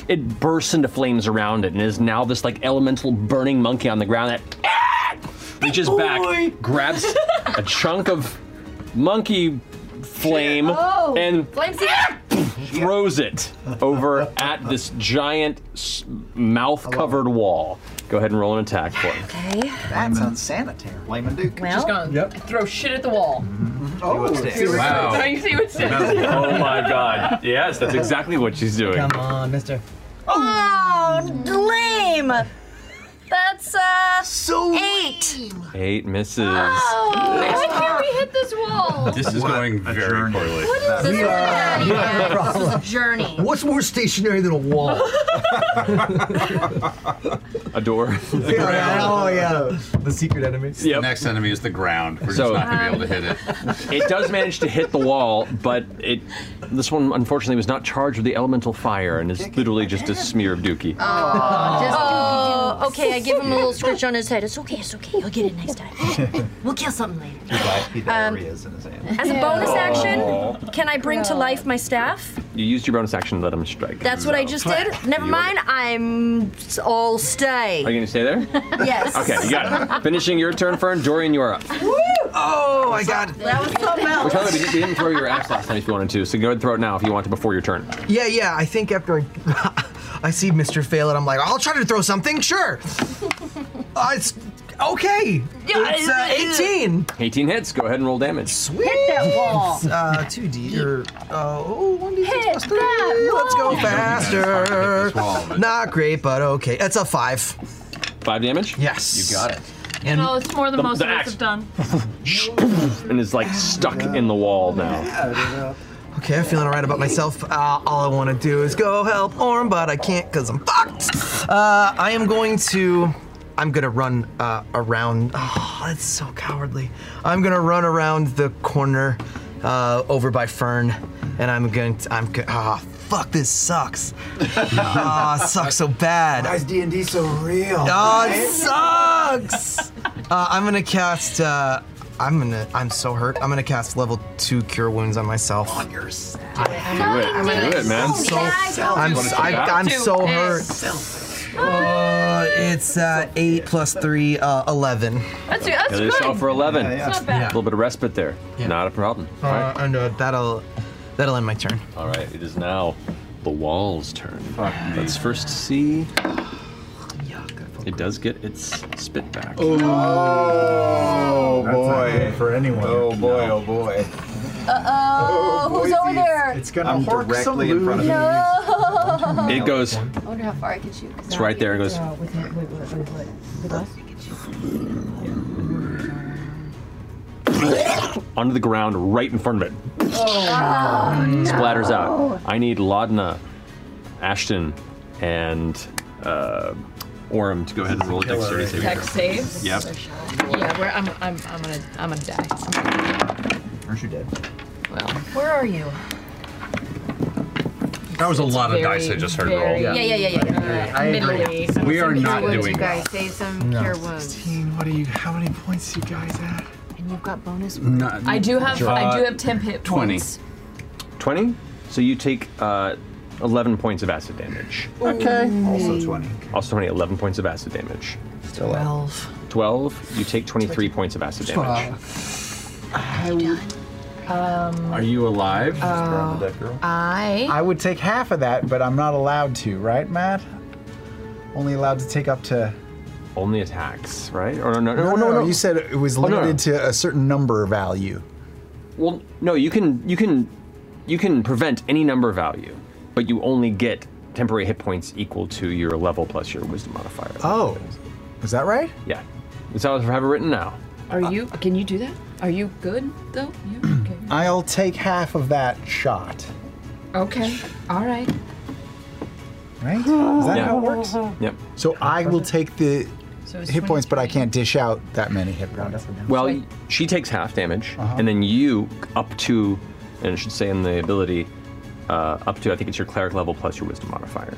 It bursts into flames around it and is now this like elemental burning monkey on the ground that reaches back, grabs a chunk of monkey flame, Oh. and Flame seed. throws it over at this giant s- mouth-covered wall. Go ahead and roll an attack for it. Okay. That's unsanitary. Layman Duke. Well, Just gonna throw shit at the wall. Mm-hmm. Oh, Now you see what's next. oh my god. Yes, that's exactly what she's doing. Come on, uh, mister. Oh, lame. That's uh eight. Eight misses. Oh. Oh, Why can't we hit this wall? This is going very poorly. We are- This is a journey. What's more stationary than a wall? A door. oh yeah. uh, The secret enemy. Yep. next enemy is the ground. We're So- just not going to be able to hit it. it does manage to hit the wall, but it this one unfortunately was not charged with the elemental fire and is literally just a smear of dookie. Just oh, okay. I give him a little scratch on his head. It's okay. It's okay. You'll get it next time. We'll kill something later. diarrhea's in his hand. As a bonus action, can I bring to life my staff? You used your bonus action to let him strike. That's what I just did. Never You- mind. I'm s- all Are stay. you gonna stay there? Yes. Okay, you got it. Finishing your turn, Fern. Dorian, you're up. Woo! Oh, I got it. That was something Which, by the way, we didn't- we didn't throw your axe last time if you wanted to, so go ahead and throw it now if you want to before your turn. Yeah, yeah. I think after I, I see Mr. Fail and I'm like, I'll try to throw something. Sure. Uh, it's okay. It's uh, 18. 18 hits. Go ahead and roll damage. Sweet. Hit that wall. Uh, 2D or uh, oh, 1D6 plus three. Let's go wall. faster. Not great, but okay. It's a five. Five damage. Yes. You got it. And oh, it's more than The- most the of us axe. have done. And is like stuck in the wall now. Okay, I'm feeling alright about myself. Uh, all I want to do is go help Orm, but I can't because I'm fucked. Uh, I am going to. I'm gonna run uh, around. Oh, that's so cowardly. I'm gonna run around the corner uh, over by Fern, and I'm going. to I'm. go- Ah, fuck. This sucks. Ah, it sucks so bad. Why is D and D so real? Oh, it sucks. Uh, I'm gonna cast. Uh, I'm gonna. I'm so hurt. I'm gonna cast level two cure wounds on myself. On yourself. Do it. Do it, man. I'm so, I'm, Wanna so- check out? I, am Do so it. hurt. Uh, it's uh, eight plus three, uh, eleven. That's, that's Kill good. yourself for 11. Yeah, yeah. It's not bad. A little bit of respite there. Not a problem. Uh, And uh, that'll that'll end my turn. All right, it is now the wall's turn. Let's first see. It does get its spit back. Oh, boy. for anyone. Oh boy, oh boy. Uh oh. Who's over there? It's gonna I'm hork directly some in front of No. It goes. I wonder how far I can shoot. 'cause It's I right there. It goes. can throw With, it- with, with, with, with, with us. onto the ground right in front of it. Oh, no. Splatters out. I need Laudna, Ashton, and uh, Orem to go ahead and roll a dexterity saving Tech throw. saves. Yep. Yeah, we're, I'm, I'm, I'm gonna, I'm gonna die. Aren't you dead? Well, Where are you? That was a It's lot of very, dice I just heard very- roll. Yeah, yeah, yeah, yeah. yeah. I agree. We Middle-y. Some are cure not wounds, doing you well. guys. Save some No. cure wounds. What are you? How many points you guys at? And you've got bonus. Not- I do have- I do have temp hit 20. points. 20? So you take uh, 11 points of acid damage. Okay. Also 20. Also 20, 11 points of acid damage. Still 12. 12, you take 23 points of acid damage. Um, um, Are you alive? Um, Uh, I I would take half of that, but I'm not allowed to, right, Matt? Only allowed to take up to. Only attacks, right? Or no, no, No, no, no, you said it was Oh, no, no. limited to a certain number value. Well, no, you can you can you can prevent any number value, but you only get temporary hit points equal to your level plus your wisdom modifier. Oh, is that right? Yeah. That's how I have it written now. Are you? Uh, Can you do that? Are you good though? You- I'll take half of that shot. okay. All right. Right? Is that Yeah. how it works? Yep. So I will take the So it's hit points, but I can't dish out that many hit points. Well, she takes half damage, Uh-huh. and then you up to, and it should say in the ability, uh, up to I think it's your cleric level plus your wisdom modifier,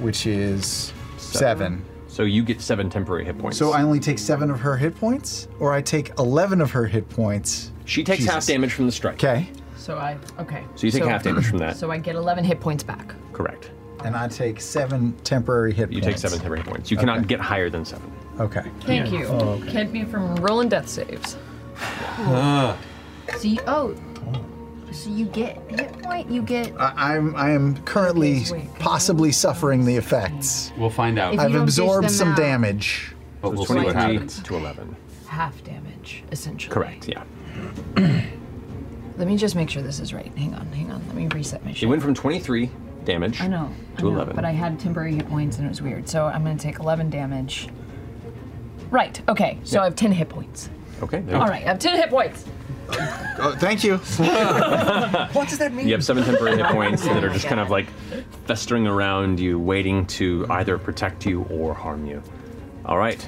which is seven. So you get seven temporary hit points. So I only take seven of her hit points, or I take 11 of her hit points. she takes half damage from the strike. Okay. So I okay. So you take half damage from that. So I get 11 hit points back. Correct. And I take seven temporary hit You points. take seven temporary hit points. You cannot get higher than seven. Okay. Thank you. Oh, okay. Kept me from rolling death saves. So you, oh, so you get hit point. You get. I, I'm I am currently possibly suffering the effects. We'll find out. If you I've don't absorbed dish them some out. damage. But So we'll see what 23 happens. To 11. Half damage, essentially. Correct. Yeah. Let me just make sure this is right. Hang on, hang on. Let me reset my She shit. went from 23 damage. I know. I To know, 11. But I had temporary hit points and it was weird. So I'm going to take 11 damage. Right. Okay. So I have 10 hit points. Okay. there you All go. right. uh, I have 10 hit points. Oh, thank you. what does that mean? You have seven temporary hit points that are just kind of like festering around you, waiting to either protect you or harm you. All right,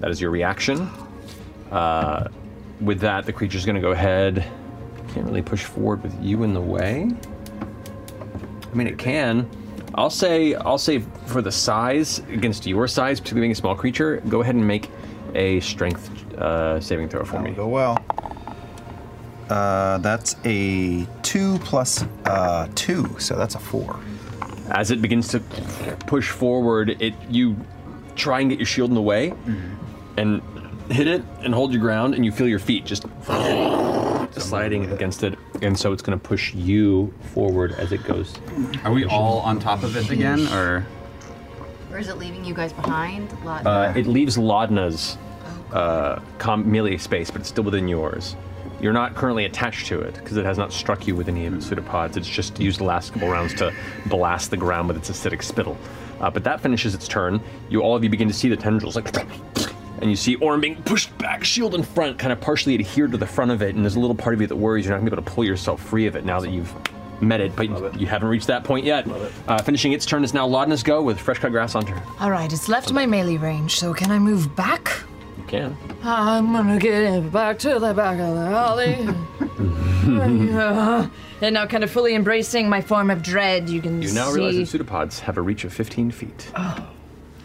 that is your reaction. Uh, with that, the creature's going to go ahead. Can't really push forward with you in the way. I mean, it can. I'll say, I'll say for the size against your size, particularly being a small creature, go ahead and make a strength uh, saving throw for me. Go well. Uh, that's a two plus uh, two, so that's a four. As it begins to push forward, it you try and get your shield in the way and hit it and hold your ground, and you feel your feet just sliding against it, and so it's going to push you forward as it goes. Are we all on top of it again, or Or is it leaving you guys behind? Lot. uh, it leaves Laudna's uh, com- melee space, but it's still within yours. You're not currently attached to it because it has not struck you with any of its pseudopods. It's just used the last couple rounds to blast the ground with its acidic spittle. Uh, but that finishes its turn. You all of you begin to see the tendrils like, and you see Orm being pushed back, shield in front, kind of partially adhered to the front of it. And there's a little part of you that worries you're not going to be able to pull yourself free of it now that you've met it, but you haven't reached that point yet. Uh, finishing its turn is now Laudna's go with fresh cut grass on her. All right, it's left my melee range, so can I move back? You can. I'm gonna get it back to the back of the alley. and now, kind of fully embracing my form of dread, you can You see. now realize that pseudopods have a reach of 15 feet,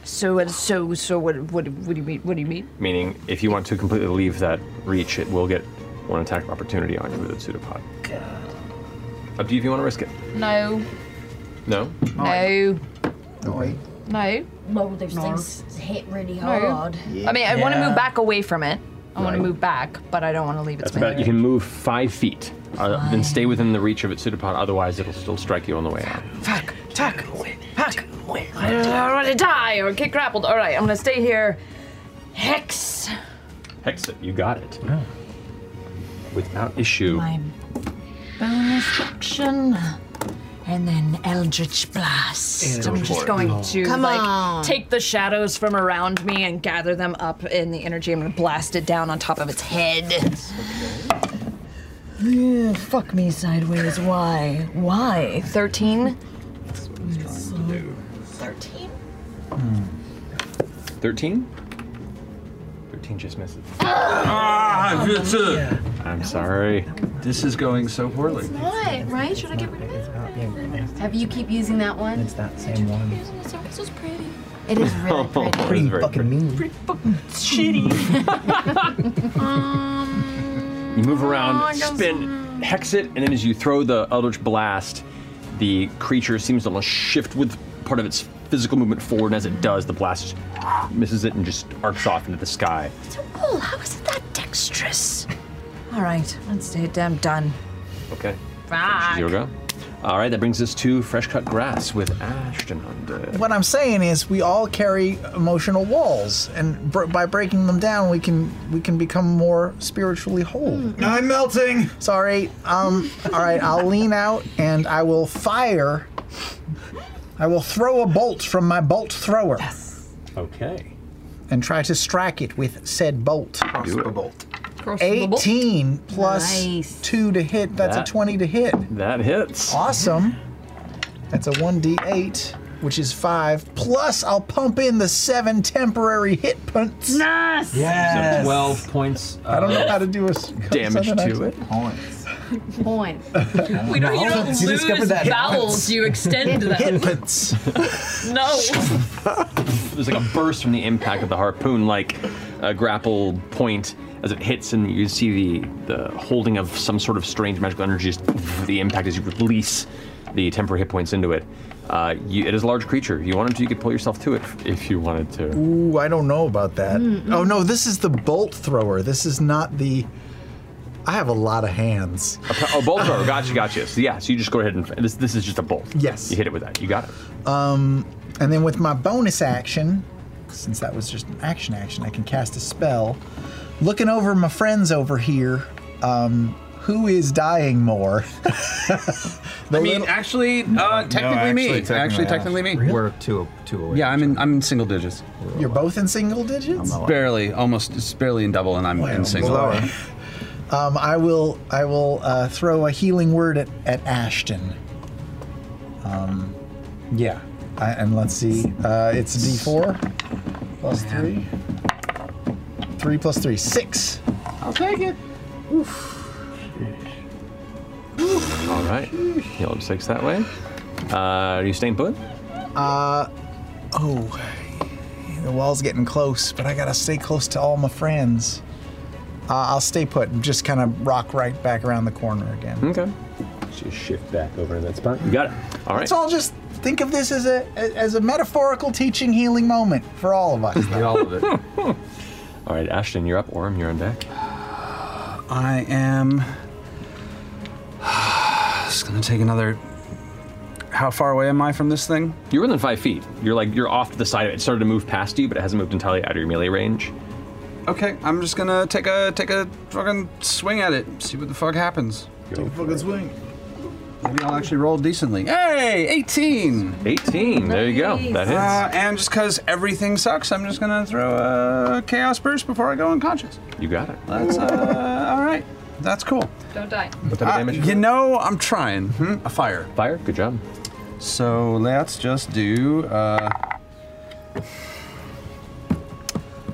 so, so, so, what, what, what do you mean? What do you mean? meaning if you want to completely leave that reach, it will get one attack of opportunity on you with a pseudopod. Up to you if you want to risk it. No. No? No. Okay. No. Well, there's No. things hit really No. hard. I mean, I want to Yeah. move back away from it. I want to Right. move back, but I don't want to leave its That's about melee You can move five feet uh, and stay within the reach of its pseudopod, otherwise, it'll still strike you on the way out. Fuck! Fuck! Fuck! I don't want to die or get grappled. All right, I'm gonna stay here. Hex. Hex it, you got it. Without issue. my bonus action, and then Eldritch Blast. Go I'm just for it. going to Come like on. take the shadows from around me and gather them up in the energy. I'm gonna blast it down on top of its head. Ugh, Mm, fuck me sideways. Why? Why? 13? 13? 13? 13 just misses. Ah, I'm sorry. This is going so poorly. What? Right? Should I get rid of it? Have you keep using that one? It's that same one. This is pretty. It is really pretty. Pretty fucking mean. Pretty fucking shitty. You move around, Oh, I don't- spin, hex it, and then as you throw the Eldritch Blast, the creature seems to almost shift with part of its physical movement forward, and as it does, the blast just misses it and just arcs off into the sky. Oh, how is it that dexterous? All right, let's get damn done. Okay. Fuck. Zero go. All right, that brings us to Fresh Cut Grass with Ashton Undead. What I'm saying is, we all carry emotional walls, and br- by breaking them down, we can we can become more spiritually whole. Mm-hmm. I'm melting. Sorry. Um. all right. I'll lean out, and I will fire. I will throw a bolt from my bolt thrower, Okay. and try to strike it with said bolt. Do it. bolt. the bolt. 18 plus two to hit. That's That- a 20 to hit. That hits. Awesome. That's a 1d8, which is 5. Plus, I'll pump in the 7 temporary hit points. Nice! So 12 points. uh, I don't know of how to do a s- damage southern to accent. it. Point. We don't- you don't You discovered lose that. vowels, you extend them. Infants. No. There's like a burst from the impact of the harpoon, like a grapple point as it hits, and you see the the holding of some sort of strange magical energy. Just the impact as you release the temporary hit points into it. Uh, you, it is a large creature. If you wanted to, you could pull yourself to it if you wanted to. Ooh, I don't know about that. Mm, Oh, Oh, no, this is the bolt thrower. This is not the. I have a lot of hands. Oh, bolt thrower. Gotcha, gotcha. So yeah, so you just go ahead and this this is just a bolt. Yes. You hit it with that. You got it. Um, and then with my bonus action, since that was just an action action, I can cast a spell. Looking over my friends over here, um, who is dying more? I mean, actually, uh, technically me. Actually, technically, me. We're two, two away. Yeah, I'm in. I'm in single digits. You're both in single digits. Barely, almost. It's barely in double, and I'm in single. boy. Um, I will. I will uh, throw a healing word at, at Ashton. Um, yeah. I, and let's see. Uh, it's a D4 plus three. Three plus three, six. I'll take it. All right. Heal up six that way. Uh, are you staying put? Uh, oh, the wall's getting close, but I gotta stay close to all my friends. Uh, I'll stay put and just kind of rock right back around the corner again. Okay. Just shift back over to that spot. You got it. All right. Let's all just think of this as a as a metaphorical teaching healing moment for all of us. all of it. All right, Ashton, you're up. Orm, you're on deck. I am. It's gonna take another. How far away am I from this thing? You're within five feet. You're like you're off to the side of it. It started to move past you, but it hasn't moved entirely out of your melee range. Okay, I'm just gonna take a take a fucking swing at it. See what the fuck happens. Take a fucking swing. Maybe I'll actually roll decently. Hey, 18. 18. There you go. That hits. Uh, and just because everything sucks, I'm just gonna throw a chaos burst before I go unconscious. You got it. That's uh, all right. That's cool. Don't die. Uh, you know, I'm trying. Hmm? A fire. Fire. Good job. So let's just do. Uh,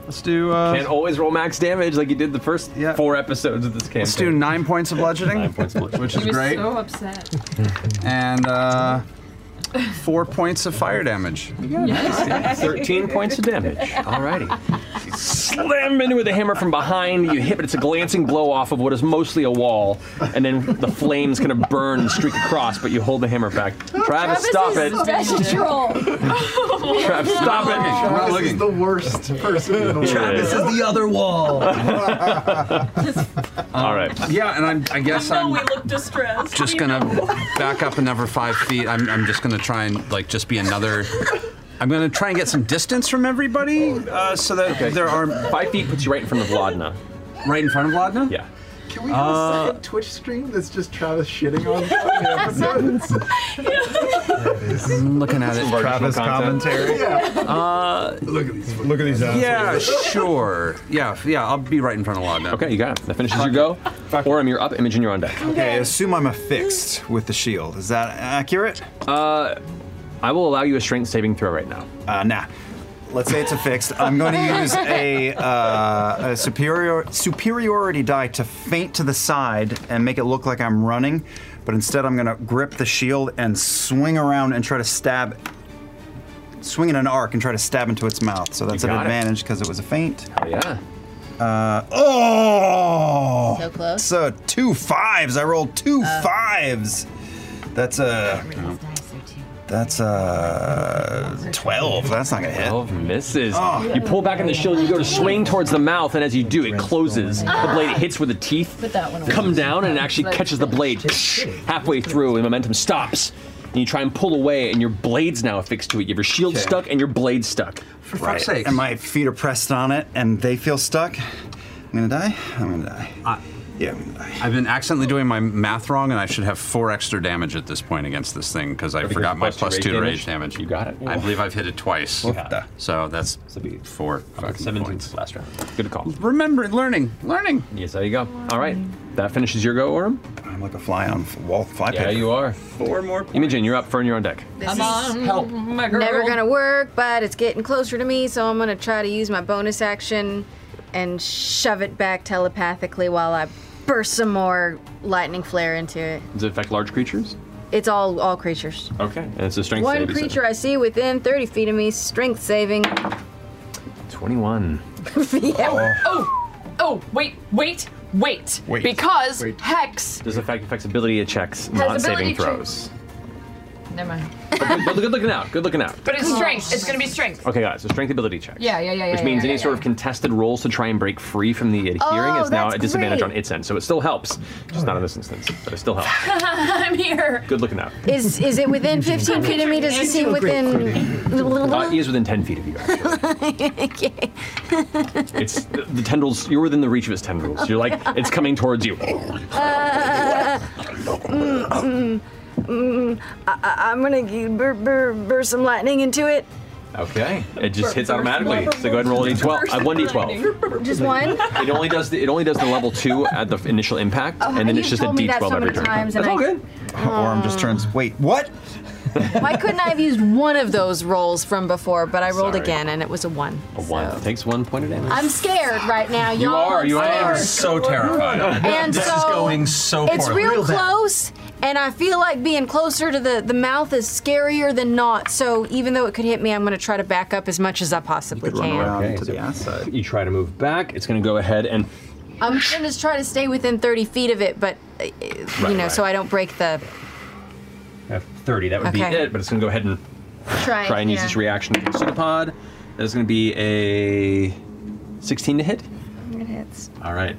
let's do. Uh, Can't always roll max damage like you did the first four episodes of this campaign. Let's do nine points of bludgeoning, Nine points of bludgeoning. which He is was great, so upset. and uh, four points of fire damage. Yes. 13 points of damage. Alrighty. You Slam into it with a hammer from behind. You hit, but it's a glancing blow off of what is mostly a wall, and then the flames kind of burn and streak across. But you hold the hammer back. Travis, stop it! Travis, stop it! Travis is the worst person in the world. Travis is the other wall. All right. Um, Yeah, and I'm, I guess I'm look distressed. just gonna back up another five feet. I'm, I'm just gonna try and like just be another. I'm gonna try and get some distance from everybody, uh, so that there are five feet puts you right in front of Vladna. Right in front of Vladna. Yeah. Can we have Uh, a second Twitch stream that's just Travis shitting on the episodes? I'm looking at it. Travis commentary. Um, Uh, look at these. Look at these. yeah, sure. Yeah, yeah. I'll be right in front of Lodna. Okay, you got it. That finishes your go. Orem, you're up. Imogen, you're on deck. Okay, I assume I'm affixed with the shield. Is that accurate? Uh, I will allow you a strength saving throw right now. Uh, nah. Let's say it's a fixed. I'm going to use a, uh, a superior superiority die to faint to the side and make it look like I'm running, but instead I'm going to grip the shield and swing around and try to stab, swing in an arc and try to stab into its mouth. So that's an got it. advantage because it was a feint. Oh yeah. Uh, oh! So close. So two fives. I rolled two Oh. fives. That's a. That's a twelve. That's not gonna hit. Twelve misses. Oh. You pull back on the shield, you go to swing towards the mouth, and as you do, it closes. The blade hits with the teeth, Put that one away. come down, and it actually catches the blade halfway through, and momentum stops. And you try and pull away, and your blade's now affixed to it. You have your shield Okay. stuck and your blade stuck. For fuck's sake! And my feet are pressed on it, and they feel stuck. I'm gonna die. I'm gonna die. yeah, I'm gonna die. I've been accidentally doing my math wrong, and I should have four extra damage at this point against this thing because I Because forgot my plus two plus rage two to damage? rage damage. You got it. I Oh. believe I've hit it twice. What Yeah. the- So that's four. Seventeen last round. Good call. Remember, learning, learning. Yes, there you go. All right, that finishes your go, Orm. I'm like a fly on a wall. Fly yeah, paper. you are. Four more. Points. Imogen, you're up. Fern, you're on deck. This Come is on, help my girl. never gonna work, but it's getting closer to me, so I'm gonna try to use my bonus action and shove it back telepathically while I burst some more lightning flare into it. Does it affect large creatures? It's all all creatures. Okay. And it's a strength One saving throw. creature I see within 30 feet of me, strength saving. 21. Oh, oh, oh, wait, wait, wait. Wait. Because Wait. Hex. Does affect affects ability checks, Has not ability saving check. throws. Never mind. but, good, but good looking out. Good looking out. But it's strength. It's gonna be strength. Okay, guys. So strength ability check. Yeah, yeah, yeah, yeah. Which means yeah, any sort of contested rolls to try and break free from the adhering Oh, is now that's at disadvantage great. on its end. So it still helps, just not in this instance, but it still helps. I'm here. Good looking out. Is is it within 15 feet of me? Does it seem Uh, he within? is within 10 feet of you. actually. It's the, the tendrils. You're within the reach of his tendrils. You're like it's coming towards you. Uh, mm, mm, mm, I, I- I'm gonna g- bur- bur- burst some lightning into it. Okay. It just hits automatically. So go ahead and roll a d12. Uh, one d12. Just one. It only does the, it only does the level two at the initial impact, Oh, and then you've it's just a told d12 me that so every many turn. times, That's and all I- Oh. good. Orm just turns. Wait, what? Why couldn't I have used one of those rolls from before? But I rolled Sorry. again, and it was a one. A one takes one point of damage. I'm scared right now, y'all. you are. You I'm are. scared. terrified. And so it's real close, and I feel like being closer to the the mouth is scarier than not. So even though it could hit me, I'm gonna try to back up as much as I possibly can. okay, to the outside. You try to move back. It's going to go ahead and I'm gonna just try to stay within 30 feet of it, but uh, Right, you know, right. so I don't break the have 30. That would be Okay. it. But it's going to go ahead and try. try and use yeah. this reaction to the pseudopod. That is going to be a 16 to hit. It hits. All right.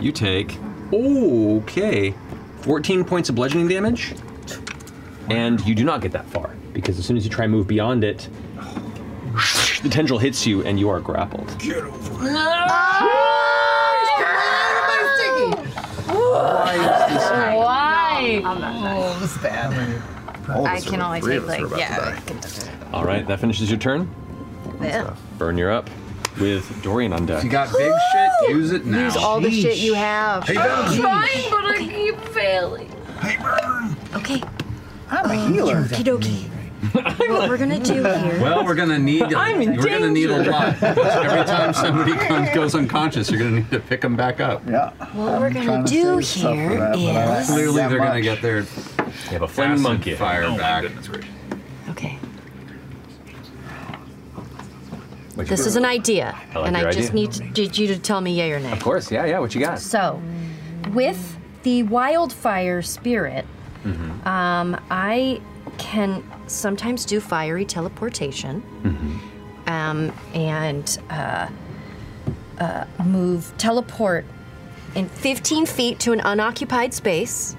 You take okay, 14 points of bludgeoning damage, and you do not get that far because as soon as you try and move beyond it, the tendril hits you and you are grappled. Why? Oh, this bad. All of I us are- can only three take of us are like about to yeah. All right, that finishes your turn. Burn, you're up with Dorian on deck. If you got big shit, use it now. Use all the shit you have. Hey, Burn. I'm trying, but I keep failing. Hey, burn. Okay. I'm a healer. what we're gonna do here? Well, we're gonna need. A, I'm in we're gonna need a danger. lot. Every time somebody comes, goes unconscious, you're gonna need to pick them back up. Yeah. What we're gonna do here is Clearly, they're gonna get their. You have a flaming monkey Oh fire back. Okay. This is an idea, I like and your I just idea. need to, did you to tell me yay or nay. Of course, yeah, yeah. What you got? So, with the wildfire spirit, Mhm. um, I can sometimes do fiery teleportation Mm-hmm. um, and uh, uh, move, teleport in 15 feet to an unoccupied space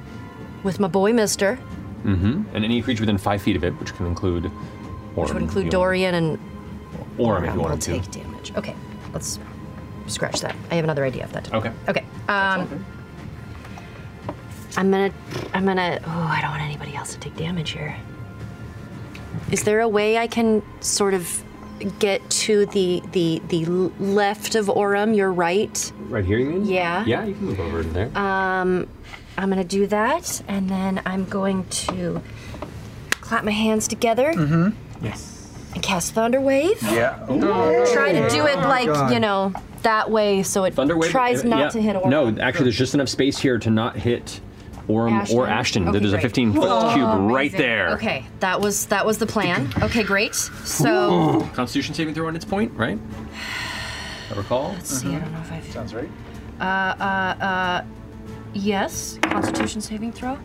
with my boy, Mister, Mm-hmm. And any creature within five feet of it, which can include Orm. which would include you- Dorian and Orm, if you will wanted to. take damage. Okay, let's scratch that. I have another idea of that. Okay. Okay. Um, I'm gonna. I'm gonna. Oh, I don't want anybody else to take damage here. Is there a way I can sort of get to the the the l- left of Orem, your right? Right here, you mean? Yeah. Yeah, you can move over to there. Um, I'm gonna do that, and then I'm going to clap my hands together. Yes. I cast Thunder Wave. Mm. Yeah. Try to do it Oh, like, God. you know, that way so it Thunder wave tries uh, not yeah. to hit Aura. No, actually, there's just enough space here to not hit Orm or Ashton. Okay, there's a great. 15 foot Oh, cube right amazing. there. Okay, that was that was the plan. Okay, great. So Ooh. Constitution saving throw on its point, right? I recall. Uh-huh. Let's see, I don't know if I've. Sounds right. uh uh uh yes, Constitution saving throw.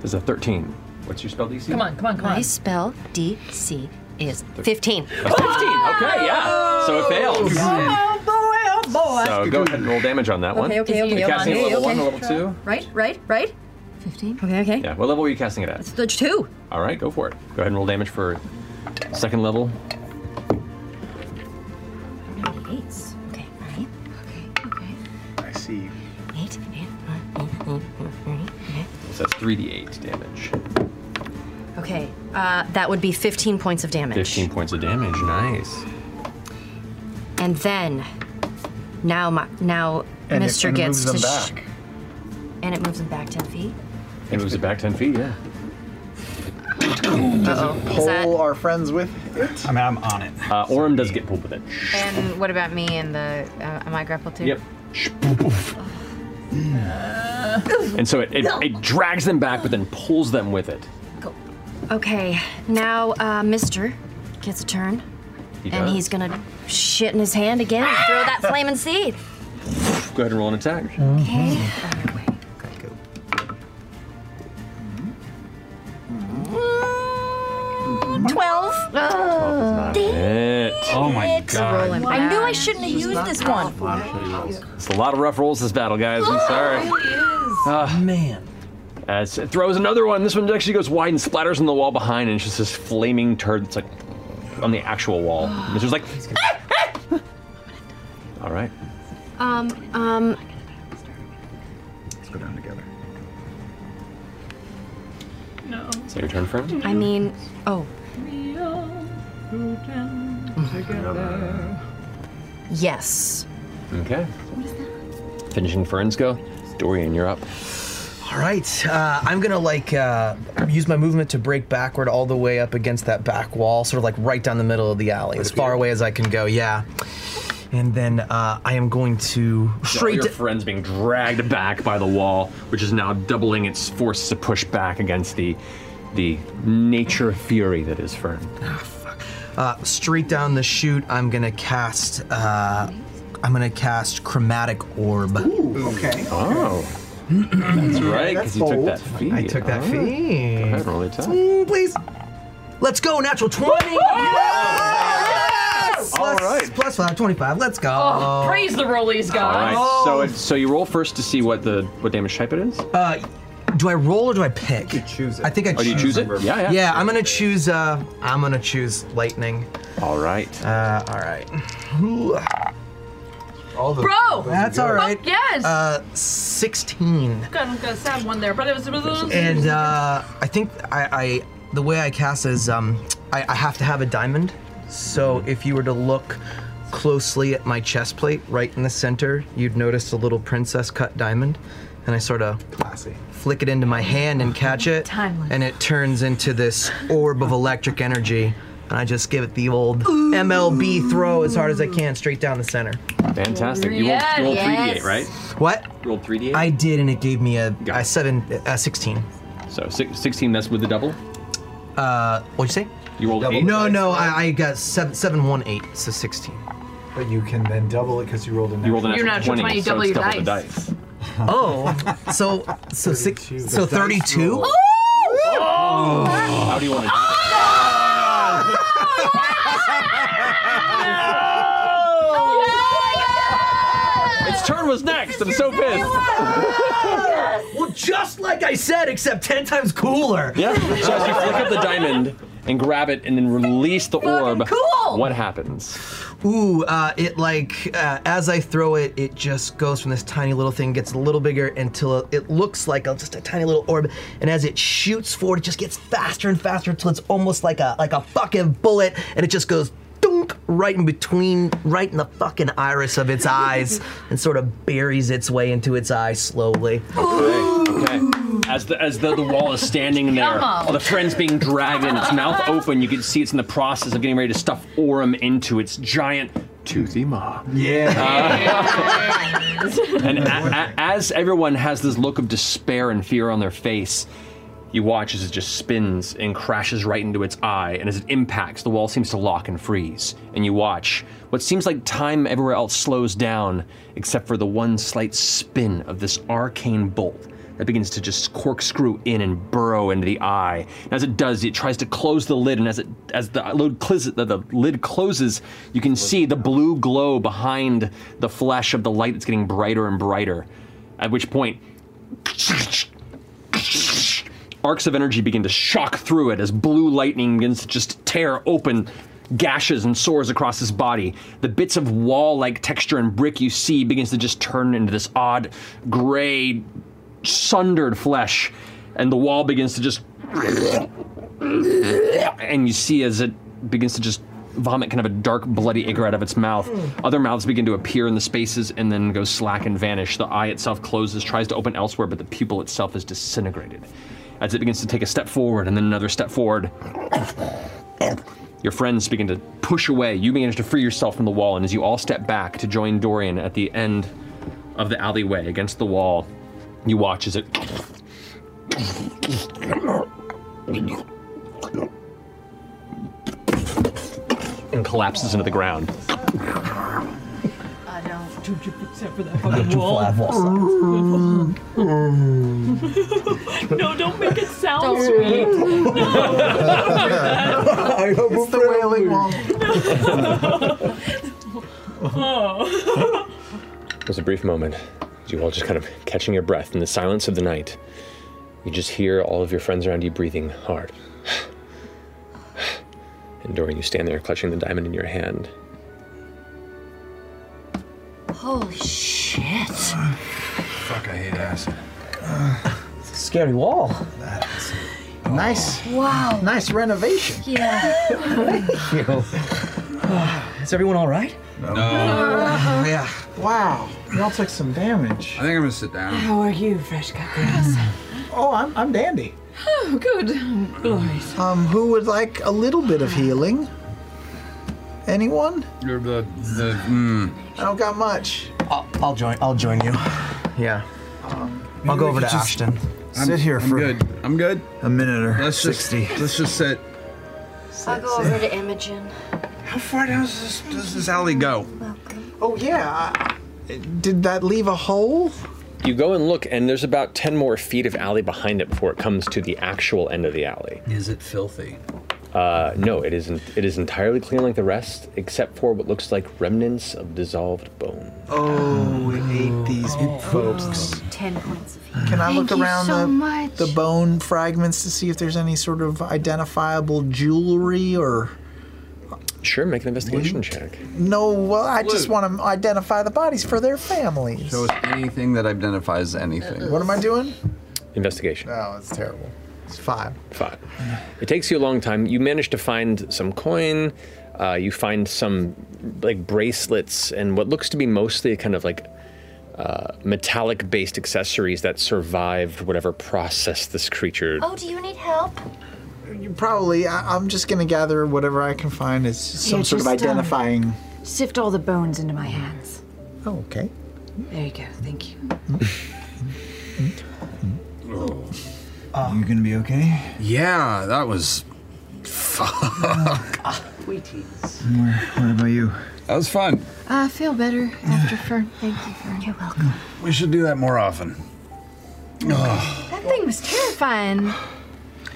There's a 13. What's your spell DC? come on, come My on. spell DC is 15. A 15. Okay, yeah. So it fails. Oh boy, oh boy. So go ahead and roll damage on that one. Okay, okay, okay. You're casting at okay, level one, okay. or level two. Right, right, right. 15. Okay, okay. Yeah. What level are you casting it at? The two. All right, go for it. Go ahead and roll damage for second level. Eights. Okay, right. I see. Eight, eight, nine, eight, eight, eight, eight, So that's 3d8 damage. eight. Okay, uh, that would be 15 points of damage. 15 points of damage. Nice. And then, now my, now And it- Mister and it gets moves to them sh- and it moves him back 10 feet. It moves it back 10 feet, yeah. Does Uh-oh. it pull our friends with it? I mean, I'm on it. Uh, Orem does get pulled with it. And what about me and the? Uh, am I grappled too? Yep. And so it, it, it drags them back, but then pulls them with it. Okay, now uh, Mister gets a turn, He and does. he's gonna shit in his hand again and throw that flaming seed. Go ahead and roll an attack. Okay. Twelve. Not it. Oh my god. I knew I shouldn't have used this one. It's a lot of rough rolls this battle, guys. I'm sorry. Ah, Man. As it throws another one, this one actually goes wide and splatters on the wall behind, and it's just this flaming turd that's like on the actual wall. And it's just like. "Ah, All right. Um, um, Let's go down together. no. Is that your turn, friend? I mean, oh, Mm-hmm. yes. Okay. Finishing Ferns go. Dorian, you're up. All right, uh, I'm gonna like uh, use my movement to break backward all the way up against that back wall, sort of like right down the middle of the alley, as far away as I can go. Yeah, and then uh, I am going to Straight straight. your friend's being dragged back by the wall, which is now doubling its force to push back against the the nature fury that is Fern. ah, uh, straight down the chute, I'm gonna cast. Uh, I'm gonna cast chromatic orb. Ooh, okay. Oh, that's right, That's because you took that bold. feat. I took that Ah. Go feat. ahead, roll the attack. Mm, please. Let's go, natural 20. Yes! All Plus- plus five, 25. Let's go. Oh, praise the rollies, All God. right, so it, so you roll first to see what the what damage type it is. Uh, do I roll or do I pick? You choose it. I think I Oh, do you choose it? Yeah, yeah. Yeah, I'm gonna choose. Uh, I'm gonna choose lightning. All right. Uh, all right. All those- Bro! that's Those are all good. right. Fuck yes! Uh, sixteen. I'm gonna stab one there, but it was. And uh, I think I, I the way I cast is um, I, I have to have a diamond. So if you were to look closely at my chest plate, right in the center, you'd notice a little princess cut diamond. And I sort of flick it into my hand and catch it, and it turns into this orb of electric energy. And I just give it the old MLB throw as hard as I can, straight down the center. Fantastic. You rolled, you rolled 3d8, right? What? You rolled 3d8? I did, and it gave me a, a seven, a sixteen. So six, 16 mess with the double. Uh, what'd you say? You rolled eight. No, no, I, I got seven, seven, one, eight, so sixteen. But you can then double it because you rolled a. You rolled an You're extra 20, natural 20, so double it's your double the dice. Oh, so so six, so The dice thirty-two. roll. Oh, How do you want to do this? Its turn was next. I'm so pissed. Well, just like I said, except ten times cooler. yeah. So as you flick up the diamond and grab it and then release the orb, cool! what happens? Ooh, uh, it like uh, as I throw it, it just goes from this tiny little thing, gets a little bigger until it looks like a, just a tiny little orb. And as it shoots forward, it just gets faster and faster until it's almost like a like a fucking bullet, and it just goes dunk right in between, right in the fucking iris of its eyes, and sort of buries its way into its eye slowly. Okay. okay. as the as the, the wall is standing there, Come on. all the friends being dragged in, its mouth open. You can see it's in the process of getting ready to stuff Orim into its giant toothy maw. Uh, And a- a- as everyone has this look of despair and fear on their face, you watch as it just spins and crashes right into its eye. And as it impacts, the wall seems to lock and freeze. And you watch what seems like time everywhere else slows down, except for the one slight spin of this arcane bolt that begins to just corkscrew in and burrow into the eye. And as it does, it tries to close the lid, and as it as the lid, clis- the, the lid closes, you can see the blue glow behind the flesh of the light that's getting brighter and brighter. At which point, arcs of energy begin to shock through it as blue lightning begins to just tear open gashes and sores across his body. The bits of wall-like texture and brick you see begins to just turn into this odd gray sundered flesh and the wall begins to just and you see as it begins to just vomit kind of a dark bloody ichor out of its mouth other mouths begin to appear in the spaces and then go slack and vanish the eye itself closes tries to open elsewhere but the pupil itself is disintegrated as it begins to take a step forward and then another step forward your friends begin to push away you manage to free yourself from the wall and as you all step back to join dorian at the end of the alleyway against the wall you watch as it and collapses into the ground. I don't. Except for that Not too fucking wall. flat, no, don't make it sound Don't. Oh, sweet. I hope it's the wailing wall. Oh. It was a brief moment. as You all just kind of catching your breath in the silence of the night. You just hear all of your friends around you breathing hard. And Dorian, you stand there clutching the diamond in your hand. Holy shit. Fuck, I hate acid. Scary wall. Nice. Wow. Nice renovation. Yeah. Is everyone all right? No. yeah. Wow. Y'all took some damage. I think I'm gonna sit down. How are you, fresh cut grass? Oh, I'm, I'm dandy. Oh, good. Glories. Um, who would like a little bit of healing? Anyone? You're the the. mm. I don't got much. I'll, I'll join. I'll join you. Yeah. I'll go over to Ashton. Sit here Um, I'm for good. I'm good. a minute or Let's just 60. let's just sit. I'll go over to Imogen. How far down is this? Does this alley go? Oh yeah. Did that leave a hole? You go and look, and there's about 10 more feet of alley behind it before it comes to the actual end of the alley. Is it filthy? Uh, no, it isn't. It is entirely clean like the rest, except for what looks like remnants of dissolved bone. Oh, it ate these folks. Ten points of Oh. Can I look Thank you around so the, much. the bone fragments to see if there's any sort of identifiable jewelry or? Sure, make an investigation check. No, well, I just want to identify the bodies for their families. Show us anything that identifies anything. What am I doing? Investigation. Oh, it's terrible. It's five. Five. It takes you a long time. You manage to find some coin. Uh, you find some like bracelets and what looks to be mostly kind of like uh, metallic-based accessories that survived whatever process this creature. Oh, do you need help? You probably. I, I'm just gonna gather whatever I can find as some Yeah, sort of just, um, identifying. Sift all the bones into my hands. Oh, okay. There you go. Thank you. Mm-hmm. you gonna be okay? Yeah, that was. Fuck. Ah, What about you? That was fun. I feel better after Fern. Thank you, Fern. You're welcome. We should do that more often. Ugh. That thing was terrifying.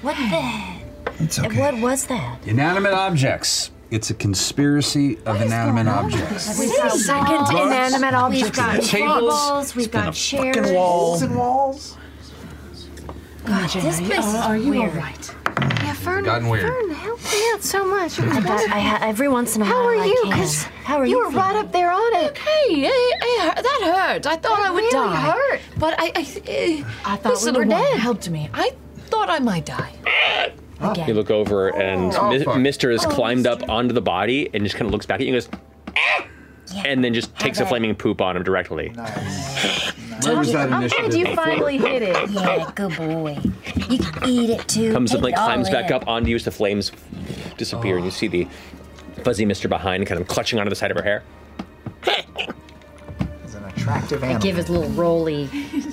What the? It's okay. What was that? Inanimate objects. It's a conspiracy of inanimate objects. We've got second walls. inanimate We've objects. got Tables. tables. We've It's been got a chairs. fucking wall. Walls and walls. God, this are you- place is are you weird. alright? Yeah, Fern. gotten weird. Fern, help me out so much. I got- I ha- every once in a How while are I you? can. 'Cause How are you? you were right up there on it. Hey, hey, hey, that hurt. I thought That I would really die. hurt. But I, I, I eh, thought this we little were woman dead. helped me. I thought I might die. Again. You look over and Oh, Mi- fuck. Mister has Oh, climbed up onto the body and just kind of looks back at you and goes, and then just takes a it. flaming poop on him directly. Where was that And initiative? you finally hit it. Yeah, good boy. You can eat it too. Comes Take and like it all climbs back in. up onto you as the flames disappear, and you see the fuzzy mister behind kind of clutching onto the side of her hair. Attractive I animal. give his little rolly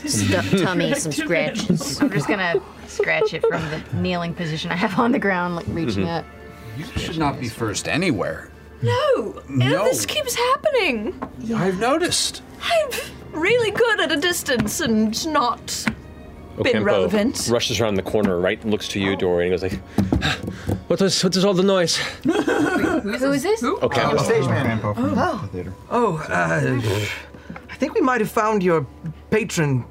stu- tummy some scratches. I'm just gonna scratch it from the kneeling position I have on the ground, like reaching Mhm. up. You should not be first anywhere. No, No. this keeps happening. I've noticed. I'm really good at a distance and not been Ocampo relevant. Rushes around the corner, right, looks to you, Dory, and he goes like, "What was? What is all the noise?" Who is this? Okay. I'm a stage man. Oh. Theater. Oh, uh, I think we might have found your patron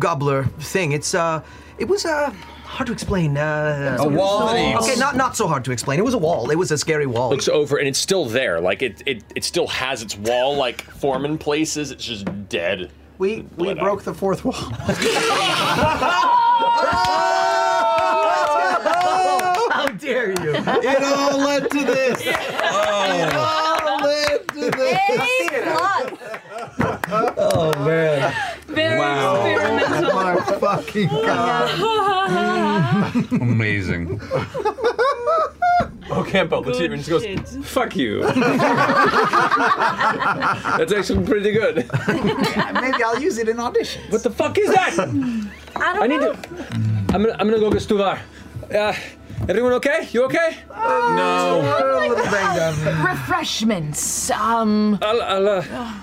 gobbler thing. It's uh, it was uh, hard to explain. Uh, A wall that eats. Okay, not not so hard to explain. It was a wall. It was a scary wall. Looks over, and it's still there. Like it, it, it still has its wall like form in places. It's just dead. We we broke the fourth wall. Oh, Oh. How dare you! It all led to this. Oh. It all led to this. Oh man! Very wow! My fucking Amazing. Ocampo legitimately just goes, "Fuck you." That's actually pretty good. Maybe I'll use it in audition. What the fuck is that? I don't need to. I'm gonna, I'm gonna go get Stuvar. Uh, everyone okay? You okay? Uh, uh, Refreshments. Um. I'll, I'll, uh,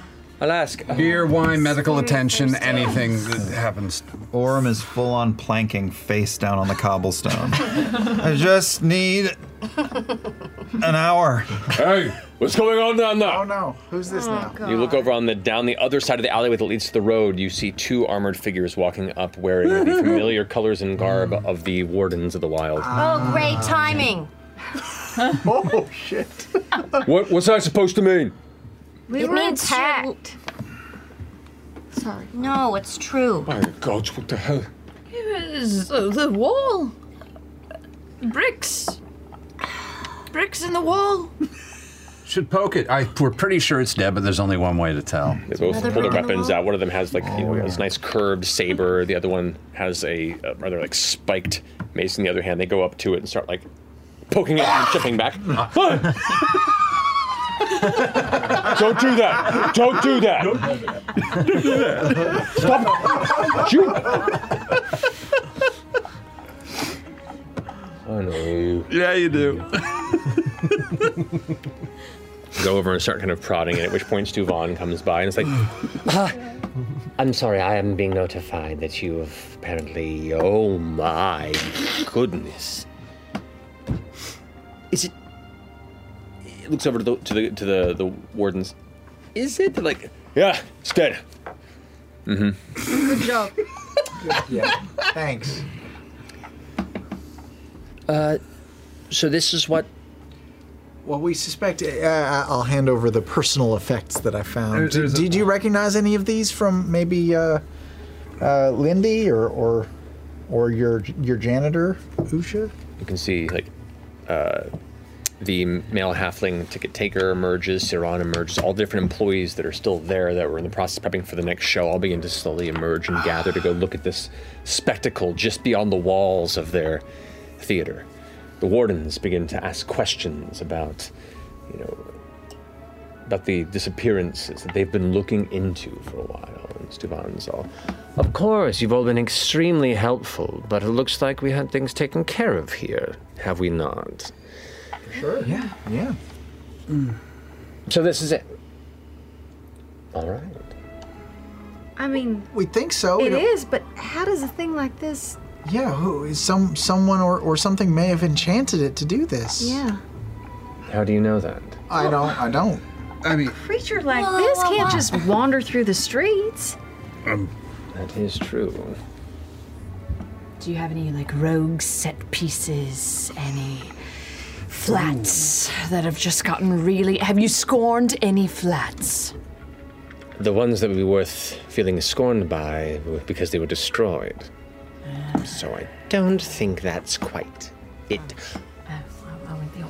I'll ask. Beer, wine, medical attention, anything that happens. Orm is full on planking face down on the cobblestone. I just need an hour. Hey, what's going on down there? Oh no, who's this now? You look over on the down the other side of the alleyway that leads to the road. You see two armored figures walking up, wearing the familiar colors and garb of the wardens of the wild. Oh, great timing. Ah. oh shit. What, what's that supposed to mean? We it were means attacked. Sorry. No, it's true. My God, what the hell? It is, uh, the wall. Bricks. Bricks in the wall. Should poke it. I, we're pretty sure it's dead, but there's only one way to tell. They both Another pull their brick in the weapons out. One of them has like you know, this nice curved saber. The other one has a, a rather like spiked mace. In the other hand, they go up to it and start like poking it and chipping back. Don't do that! Don't do that! Don't do that! Stop! Shoot! I know you. Yeah, you do. go over and start kind of prodding it, at which point Stu Vaughn comes by and it's like, I'm sorry, I am being notified that you have apparently. Oh my goodness. Is it. It looks over to the, to the, to the, the wardens. Is it like. Yeah, it's dead. Mm-hmm. Mm hmm. Good job. yeah. Thanks. Uh, so this is what. Well, we suspect. Uh, I'll hand over the personal effects that I found. There- there's did a- did you recognize any of these from maybe uh, uh, Lindy or, or or your your janitor, Usha? You can see like uh, the male halfling ticket taker emerges, Siron emerges, all different employees that are still there that were in the process of prepping for the next show all begin to slowly emerge and gather to go look at this spectacle just beyond the walls of their theater. The wardens begin to ask questions about, you know, about the disappearances that they've been looking into for a while. And Stuvan's all, Of course, you've all been extremely helpful, but it looks like we had things taken care of here, have we not? Sure. Yeah. Yeah. Mm. So this is it. All right. I mean, we think so. It You know- is, but how does a thing like this? Yeah. Who? Some someone or, or something may have enchanted it to do this. Yeah. How do you know that? I don't. I don't. I mean, Creature like this can't just wander through the streets. Um, That is true. Do you have any like rogue set pieces? Any flats that have just gotten really? Have you scorned any flats? The ones that would be worth feeling scorned by were because they were destroyed. So I don't think that's quite it.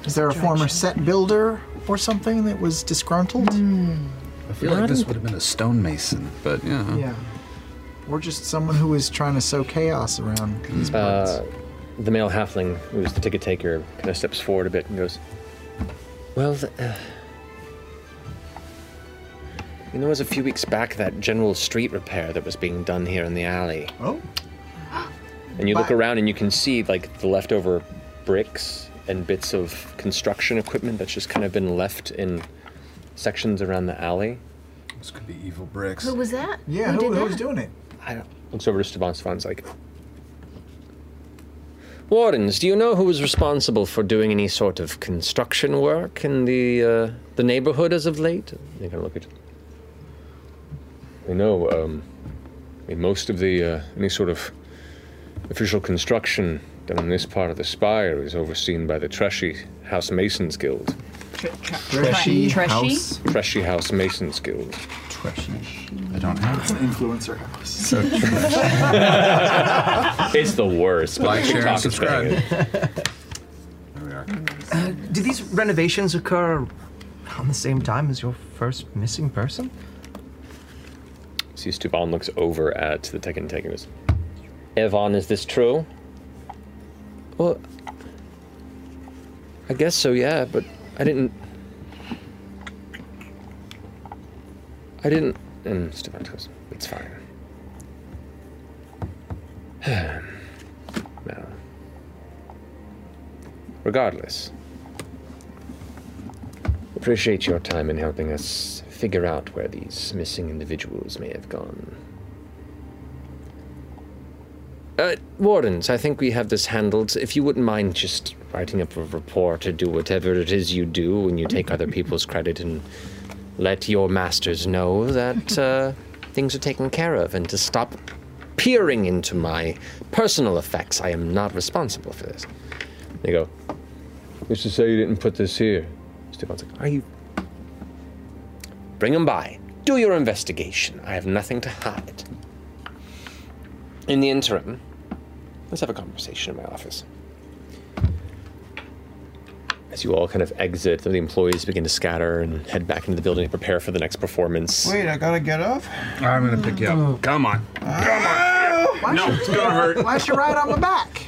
Is there a former set builder or something that was disgruntled? I feel like this would have been a stonemason, but yeah. Yeah. Or just someone who is trying to sow chaos around these parts. Uh, the male halfling, who's the ticket taker, kind of steps forward a bit and goes, Well, th- uh, you know, it was a few weeks back that general street repair that was being done here in the alley. Oh. And you look around and you can see, like, the leftover bricks and bits of construction equipment that's just kind of been left in sections around the alley. This could be evil bricks. Who was that? who, Yeah, who- did who that? was doing it? I don't. Looks over to Stevan. Stefan's like, Wardens, do you know who was responsible for doing any sort of construction work in the uh, the neighborhood as of late? They kind of look at. We know. Um, I mean, most of the uh, any sort of official construction done in this part of the spire is overseen by the Treshy House Masons Guild. Treshy Treshy? House? Treshy House Masons Guild. Treshy. I don't It's an influencer house. So it's the worst. but Like, people share, and talk about it. Uh, do these renovations occur around the same time as your first missing person? See, Stuban looks over at the Tekken antagonist. Evan, is this true? Well, I guess so, yeah, but I didn't. I didn't. mm, And Stuban goes, it's fine. now, regardless, appreciate your time in helping us figure out where these missing individuals may have gone. Uh, Wardens, I think we have this handled. If you wouldn't mind just writing up a report or do whatever it is you do when you take other people's credit and let your masters know that uh, things are taken care of and to stop peering into my personal effects. I am not responsible for this. They go, Used to say you didn't put this here. Stefan's like, Are you. Bring him by. Do your investigation. I have nothing to hide. In the interim, let's have a conversation in my office. As you all kind of exit, the employees begin to scatter and head back into the building to prepare for the next performance. Wait, I gotta get off? I'm gonna pick you up. Come on. Why No, should- it's gonna hurt. Why don't you ride on my back?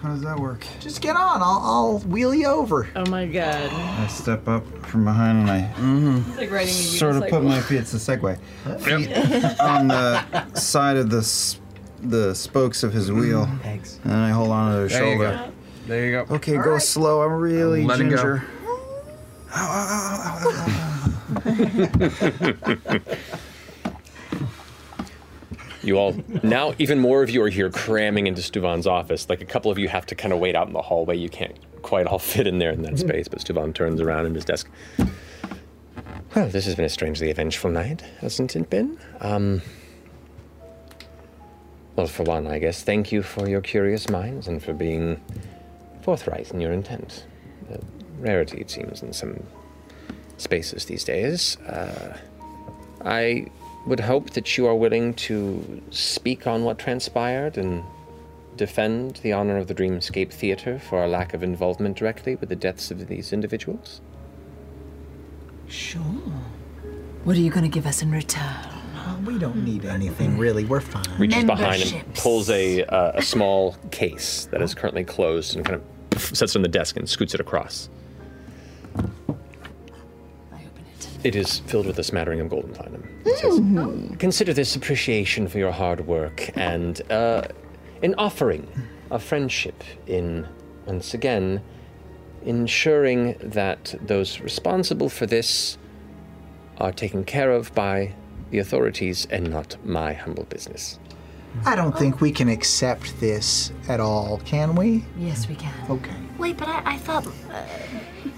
How does that work? Just get on. I'll, I'll wheel you over. Oh my god. I step up from behind and I Mm-hmm. like riding a sort of unicycle. put my feet. It's a segue. Feet on the side of the s- the spokes of his wheel. Mm, Thanks. And I hold on to their There you shoulder. go. There you go. Okay, go slow. I'm really Let it go. ginger. You all now even more of you are here cramming into Stuvan's office. Like a couple of you have to kind of wait out in the hallway. You can't quite all fit in there in that space. But Stuvan turns around in his desk. Well, this has been a strangely eventful night, hasn't it been? Um, well, for one, I guess thank you for your curious minds and for being forthright in your intent. A rarity, it seems, in some spaces these days. Uh, I would hope that you are willing to speak on what transpired and defend the honor of the Dreamscape Theater for our lack of involvement directly with the deaths of these individuals. Sure. What are you going to give us in return? we don't need anything, really. We're fine. Reaches behind and pulls a, uh, a small case that is currently closed and kind of sets it on the desk and scoots it across. It is filled with a smattering of gold and platinum. Consider this appreciation for your hard work and uh, an offering of friendship in, once again, ensuring that those responsible for this are taken care of by the authorities and not my humble business. I don't think we can accept this at all, can we? Yes, we can. Okay. Wait, but I, I thought, uh,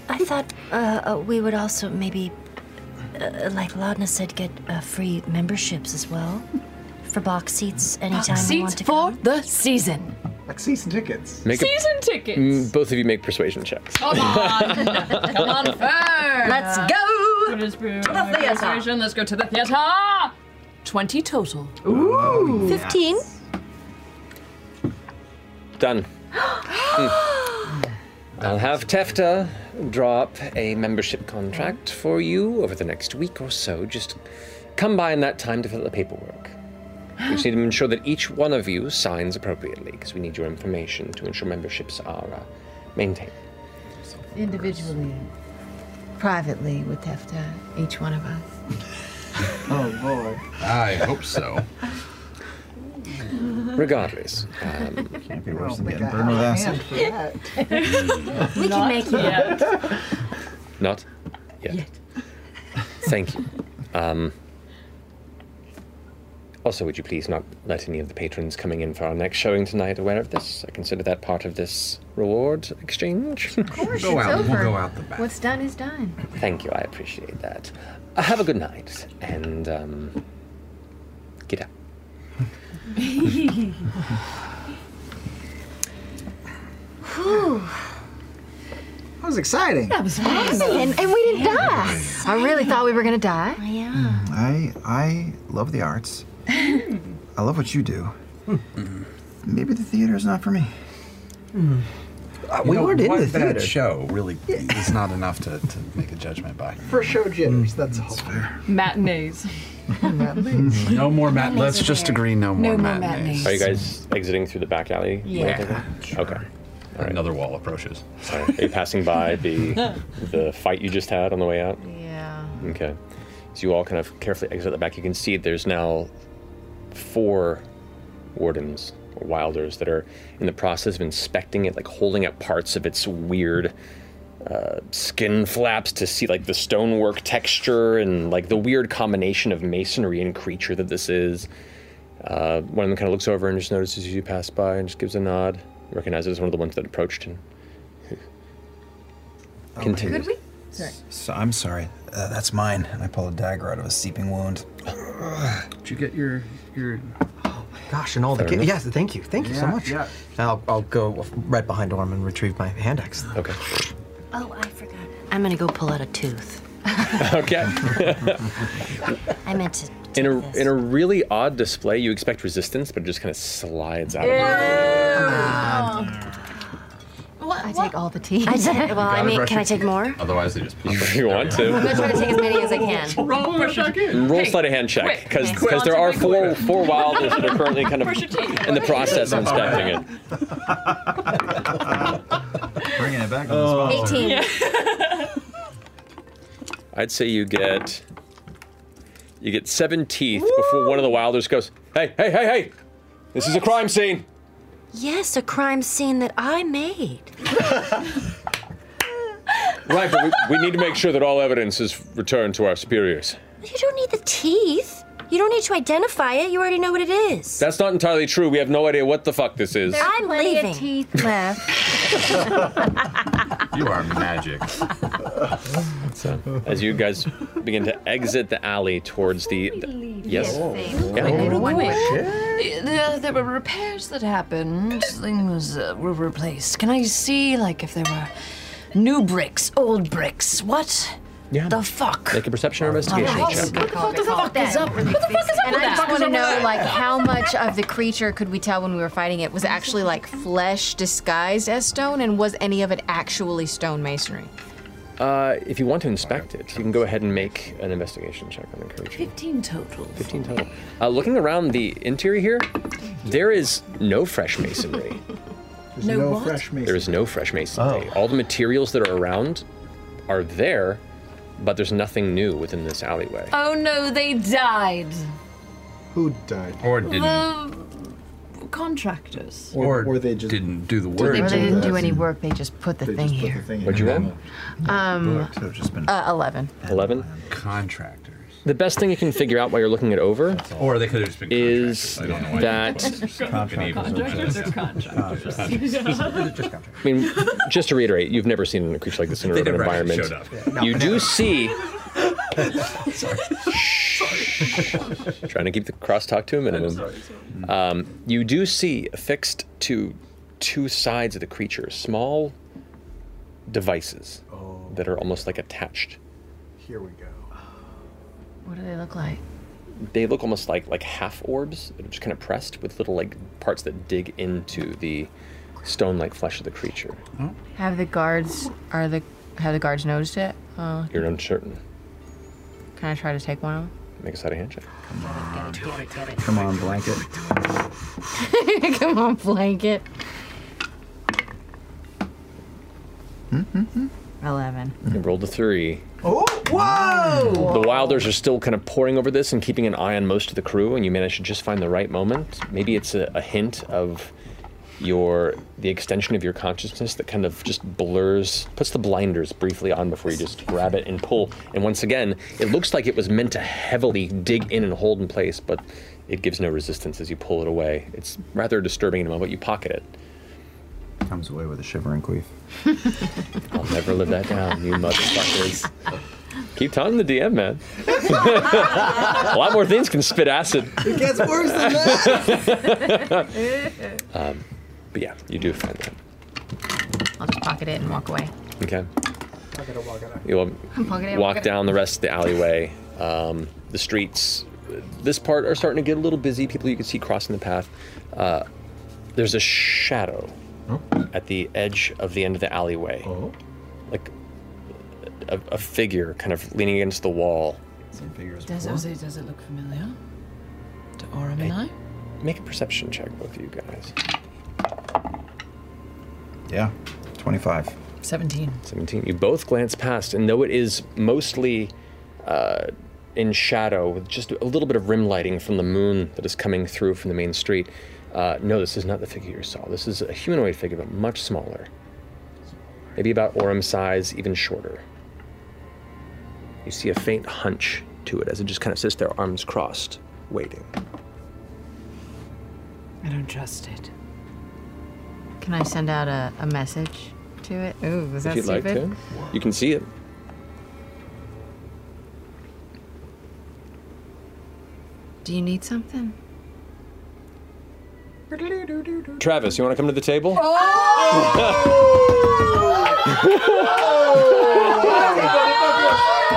I thought uh, uh, we would also maybe, uh, like Laudna said, get uh, free memberships as well for box seats anytime we want Seats to. for the season. Like season tickets. Make a- season tickets. Mm, both of you make persuasion checks. Come on. Come on, first. Let's go. To the theater. Let's go to the theater. 20 total. Ooh. 15. Done. Hmm. I'll have Tefta draw up a membership contract for you over the next week or so. Just come by in that time to fill out the paperwork. You just need to ensure that each one of you signs appropriately, because we need your information to ensure memberships are uh, maintained. Individually, privately would have to, each one of us. Oh boy. I hope so. Regardless, um, can't be worse than getting burned with acid. we can make you up. Not yet. Thank you. Um, also, would you please not let any of the patrons coming in for our next showing tonight aware of this? I consider that part of this reward exchange. Of course, it's over. What's done is done. Thank you. I appreciate that. Uh, have a good night and um, get up. Whew. That was exciting. That was And, and we didn't die. I really thought we were gonna die. Oh, Yeah. Mm, I I love the arts. I love what you do. Maybe the theater is not for me. Uh, we weren't in the the theater. theater. show really is not enough to, to make a judgment by. For show jitters, that's all. Matinees. no more mat. Let's just agree. No No more more matinees. matinees. Are you guys exiting through the back alley? Yeah. Okay. Another wall approaches. Sorry. Are you passing by the the fight you just had on the way out? Yeah. Okay. So you all kind of carefully exit the back. You can see there's now four wardens or wilders that are in the process of inspecting it, like holding up parts of its weird uh, skin flaps to see like the stonework texture and like the weird combination of masonry and creature that this is. Uh, one of them kind of looks over and just notices you pass by and just gives a nod. Recognizes one of the ones that approached and Oh, continues. we? Sorry. So I'm sorry. Uh, that's mine. And I pull a dagger out of a seeping wound. Did you get your your? Gosh, and all Fair the ki- enough. yes, thank you, thank you so Yeah, much. yeah. I'll, I'll go right behind Orm and retrieve my hand axe. Okay. Oh, I forgot. I'm gonna go pull out a tooth. okay. I meant to. In a in a really odd display, you expect resistance, but it just kind of slides out. I take all the teeth. I take- well, I Gotta mean, brush can your I take more? Otherwise, they just. If you want to. I'm gonna try to take as many as I can. Roll Roll sleight of hand check quick, because quick. there are four four wilders that are currently kind of Brush your teeth. in the process of inspecting it. Bringing it back on Oh. the spot. I'd say you get you get seven teeth before one of the wilders goes, "Hey, hey, hey, hey! This is a crime scene." Yes, a crime scene that I made. Right, but we, we need to make sure that all evidence is returned to our superiors. You don't need the teeth. You don't need to identify it. You already know what it is. That's not entirely true. We have no idea what the fuck this is. I'm leaving. teeth left. You are magic. so, as you guys begin to exit the alley towards the, yes, Yeah. Uh, There were repairs that happened. Things uh, were replaced. Can I see, like, if there were new bricks, old bricks? What? Yeah. The fuck? Make a perception or All investigation Oh, right. check. What the fuck is up? What the fuck is up with And I just that? want to know, like, how much of the creature could we tell when we were fighting it was actually like flesh disguised as stone, and was any of it actually stone masonry? Uh, if you want to inspect it, you can go ahead and make an investigation check on the creature. 15 total. 15 total. Uh, looking around the interior here, there is no fresh masonry. There's No no what? fresh meat. There is no fresh masonry. All the materials that are around are there, but there's nothing new within this alleyway. Oh no, they died. Who died? Or The contractors. Or, or they just didn't do the work. they didn't do any work. They just put the thing here. What'd you roll? Um, uh, eleven. 11? Contractors. The best thing you can figure out while you're looking it over Or they could have just been is I don't know why. that. Contractors. I mean, just to reiterate, you've never seen a creature like this in an They urban never actually environment. showed up. No, you do never. see. Trying to keep the crosstalk to a minimum. Um, you do see affixed to two sides of the creature small devices Oh. that are almost like attached. Here we go. What do they look like? They look almost like like half orbs, that are just kind of pressed with little like parts that dig into the stone-like flesh of the creature. Have the guards are the have the guards noticed it? Uh, You're uncertain. can I try to take one of them? Make a side of handshake. Come on, blanket. Come on, blanket. 11. You rolled a three. Oh, whoa! The Wilders are still kind of poring over this and keeping an eye on most of the crew, and you manage to just find the right moment. Maybe it's a, a hint of your the extension of your consciousness that kind of just blurs, puts the blinders briefly on before you just grab it and pull. And once again, it looks like it was meant to heavily dig in and hold in place, but it gives no resistance as you pull it away. It's rather disturbing in a moment. You pocket it. Comes away with a shivering queef. I'll never live that down, you motherfuckers. Keep taunting the DM, man. a lot more things can spit acid. It gets worse than that. um, but yeah, you do find that. I'll just pocket it and walk away. Okay. Whoa! You'll I'm pocket it, walk pocket it. down the rest of the alleyway. Um, the streets, this part are starting to get a little busy. People you can see crossing the path. Uh, there's a shadow at the edge of the end of the alleyway. Like a, a figure kind of leaning against the wall. Same figure Does it, does it look familiar to Orim and I? Make a perception check, both of you guys. Yeah, 25. 17. 17. You both glance past, and though it is mostly uh, in shadow, with just a little bit of rim lighting from the moon that is coming through from the main street, uh, no, this is not the figure you saw. This is a humanoid figure, but much smaller. Maybe about Orem size, even shorter. You see a faint hunch to it as it just kind of sits there, arms crossed, waiting. I don't trust it. Can I send out a, a message to it? Ooh, was that if you'd like stupid? to, you can see it. Do you need something? Travis, you want to come to the table? Oh!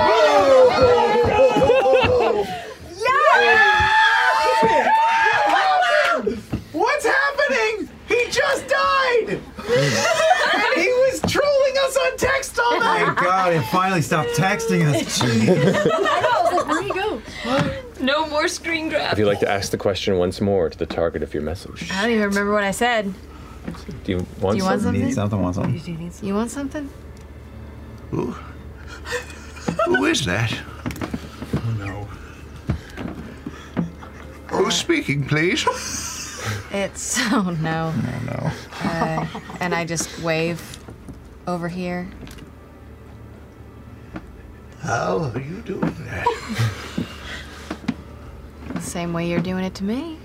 What's happening? He just died! and he was trolling us on text all Oh night! God, it finally stopped texting us. I know. I was like, where'd he go? No more screen grab. If you'd like to ask the question once more to the target of your message, I don't even remember what I said. do you want Do you want something? something? want something? You, want something? Who is that? Oh no. Who's speaking, please? It's oh no. no. Uh, and I just wave over here. How are you doing that? The same way you're doing it to me.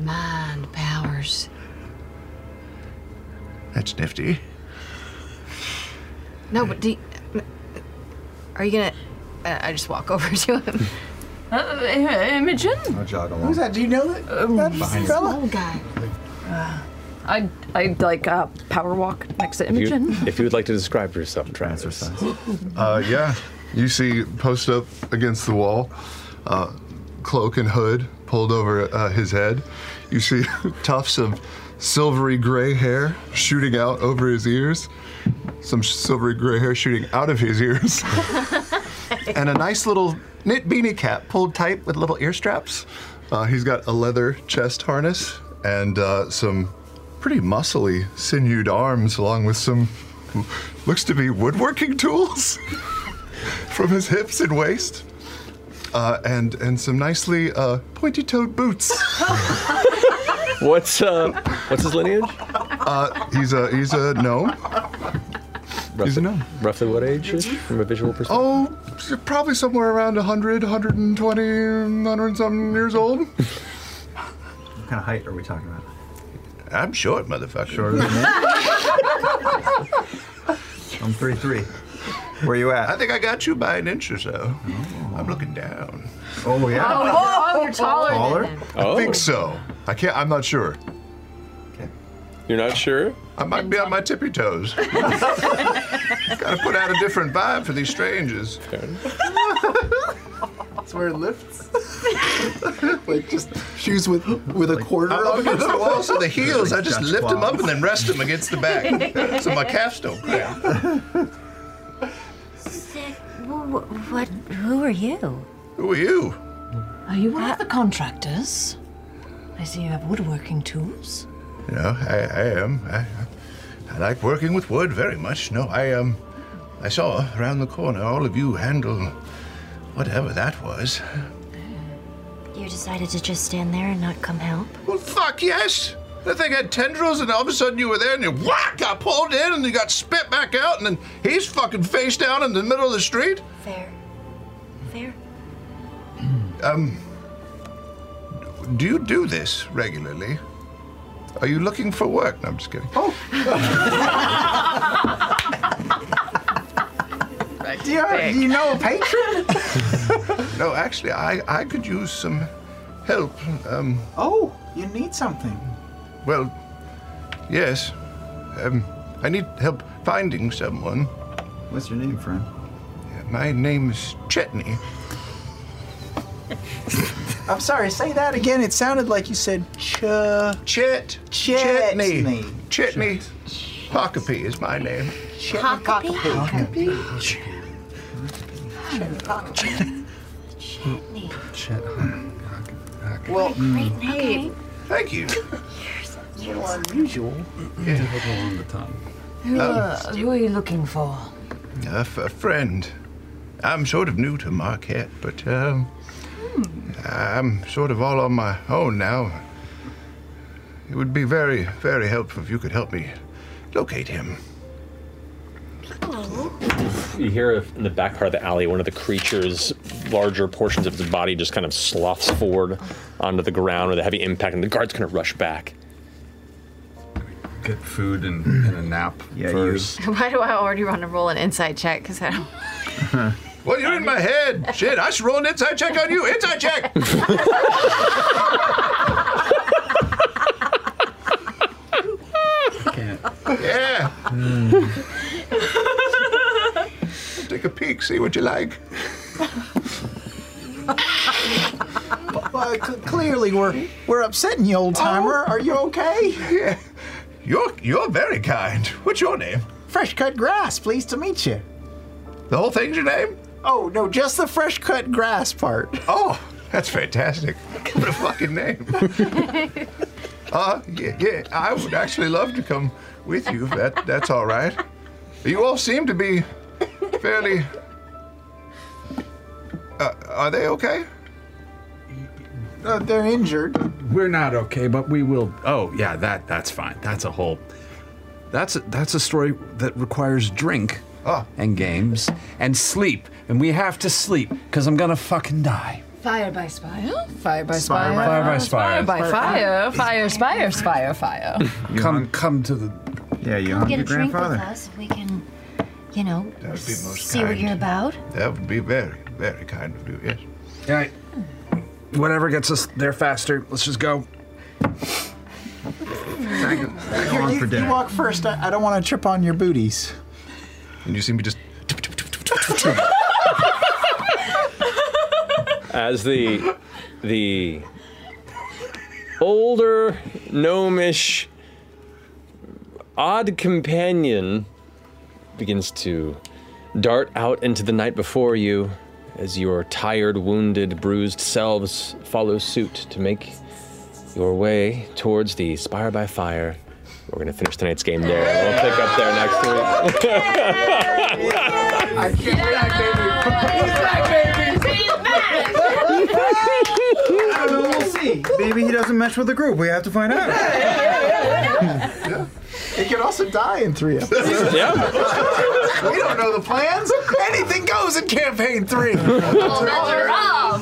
Mind powers. That's nifty. No, but do you, are you gonna? Uh, I just walk over to him. Uh, Imogen? I'll jog along. Who's that? Do you know that? Behind that Old guy. Um, Uh, I I like uh, power walk next to If Imogen. you, if you would like to describe yourself, Travis. Uh, yeah, you see, posted up against the wall, uh, cloak and hood pulled over uh, his head. You see tufts of silvery gray hair shooting out over his ears, some silvery gray hair shooting out of his ears, and a nice little knit beanie cap pulled tight with little ear straps. Uh, he's got a leather chest harness and uh, some pretty muscly, sinewed arms, along with some looks to be woodworking tools from his hips and waist, uh, and and some nicely uh, pointy-toed boots. what's uh, what's his lineage? Uh, he's a he's a gnome. Roughly, roughly what age is from a visual perspective? Oh, s- probably somewhere around 100, 120, 100 something years old. What kind of height are we talking about? I'm short, motherfucker. Shorter than me? I'm three three. Where you at? I think I got you by an inch or so. I'm looking down. Oh yeah. Oh, you're taller. Taller? Oh. I think so. I can't. I'm not sure. You're not sure? I might be on my tippy toes. Gotta put out a different vibe for these strangers. That's where it lifts. like just shoes with with a quarter I'm up up against the wall, so the heels, I just Dutch lift them up claws. and then rest them against the back. So my calves don't cramp. Sick. Well, Wh- what? Who are you? Uh, Who are you? Are you one of the contractors? I see you have woodworking tools. You know, I, I am. I, I like working with wood very much. No, I um, I saw around the corner all of you handle whatever that was. You decided to just stand there and not come help? Well, fuck yes. That thing had tendrils, and all of a sudden you were there, and you whack got pulled in, and you got spit back out, and then he's fucking face down in the middle of the street. Fair. Fair. Um, do you do this regularly? Are you looking for work? No, I'm just kidding. Oh, Do you, do you know a patron? no, actually, I, I could use some help. Um, oh, you need something. Well, yes. Um, I need help finding someone. What's your name, friend? My name is Chetney. I'm sorry, say that again. It sounded like you said ch. Chet. Chetney. Chetney. Pockapee is my name. Shit. Well, mm. great name. Thank you. A little unusual. Difficult on the tongue. Who, Um, uh, who are you looking for? A, f- a friend. I'm sort of new to Marquette, but um, I'm sort of all on my own now. It would be very, very helpful if you could help me locate him. You hear in the back part of the alley, one of the creature's larger portions of its body just kind of sloughs forward onto the ground with a heavy impact, and the guards kind of rush back. Oh. Get food and, and a nap first. Why do I already want to roll an insight check? Because I don't. Well, you're in my head. Shit, I should roll an inside check on you. Inside check. Yeah. Take a peek, see what you like. Well, c- uh, clearly we're we're upsetting you, old timer. Are you okay? Yeah. Oh. You're you're very kind. What's your name? Fresh cut grass. Pleased to meet you. The whole thing's your name? Oh no, just the fresh cut grass part. Oh, that's fantastic. What a fucking name. Uh, yeah, yeah, I would actually love to come with you. If that that's all right. You all seem to be fairly. Uh, are they okay? Uh, they're injured. We're not okay, but we will. Oh yeah, that that's fine. That's a whole. That's a, that's a story that requires drink Ah. and games and sleep, and we have to sleep because I'm gonna fucking die. Fire by spire? Fire by Spire spire. by- Fire by spire. Fire by Spire. fire. Fire spire. Spire fire. come come to the. Yeah, you Come get a drink with us. We can, you know, That would be most see what kind. you're about. That would be very, very kind of you. Yes. All right. Whatever gets us there faster. Let's just go. Here, on you, for you dinner. walk first. I, I don't want to trip on your booties. And you see me just. As the the older gnomish odd companion begins to dart out into the night before you as your tired, wounded, bruised selves follow suit to make your way towards the Spire by Fire. We're going to finish tonight's game there. We'll pick up there next week. I can't back, baby. He's I don't know, we'll see. Maybe he doesn't mesh with the group. We have to find out. It could also die in three episodes. we don't know the plans. Anything goes in campaign three. rough.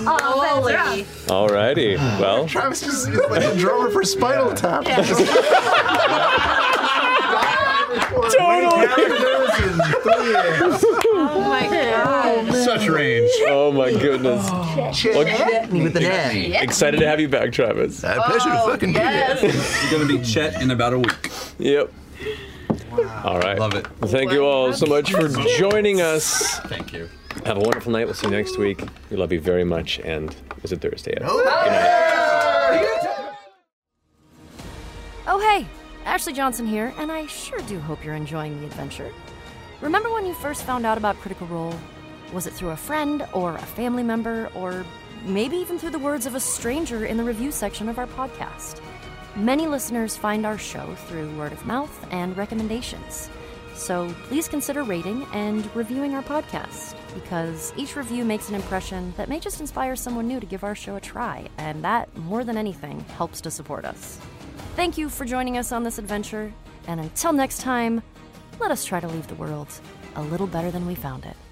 Oh, rough. Alrighty. Well, Travis is is like the drummer for Spinal Tap. Oh my god. Such range. Oh my goodness. Chet- Chetney with an N. Excited to have you back, Travis. A pleasure to Oh, fucking be here. yes. You're gonna be Chet in about a week. Yep. All right. Love it. Thank you all so much for joining us. Thank you. Have a wonderful night. We'll see you next week. We love you very much. And is it Thursday? 아, yet? Oh, hey, Ashley Johnson here, and I sure do hope you're enjoying the adventure. Remember when you first found out about Critical Role? Was it through a friend or a family member or maybe even through the words of a stranger in the review section of our podcast? Many listeners find our show through word of mouth and recommendations. So please consider rating and reviewing our podcast because each review makes an impression that may just inspire someone new to give our show a try, and that, more than anything, helps to support us. Thank you for joining us on this adventure, and until next time, let us try to leave the world a little better than we found it.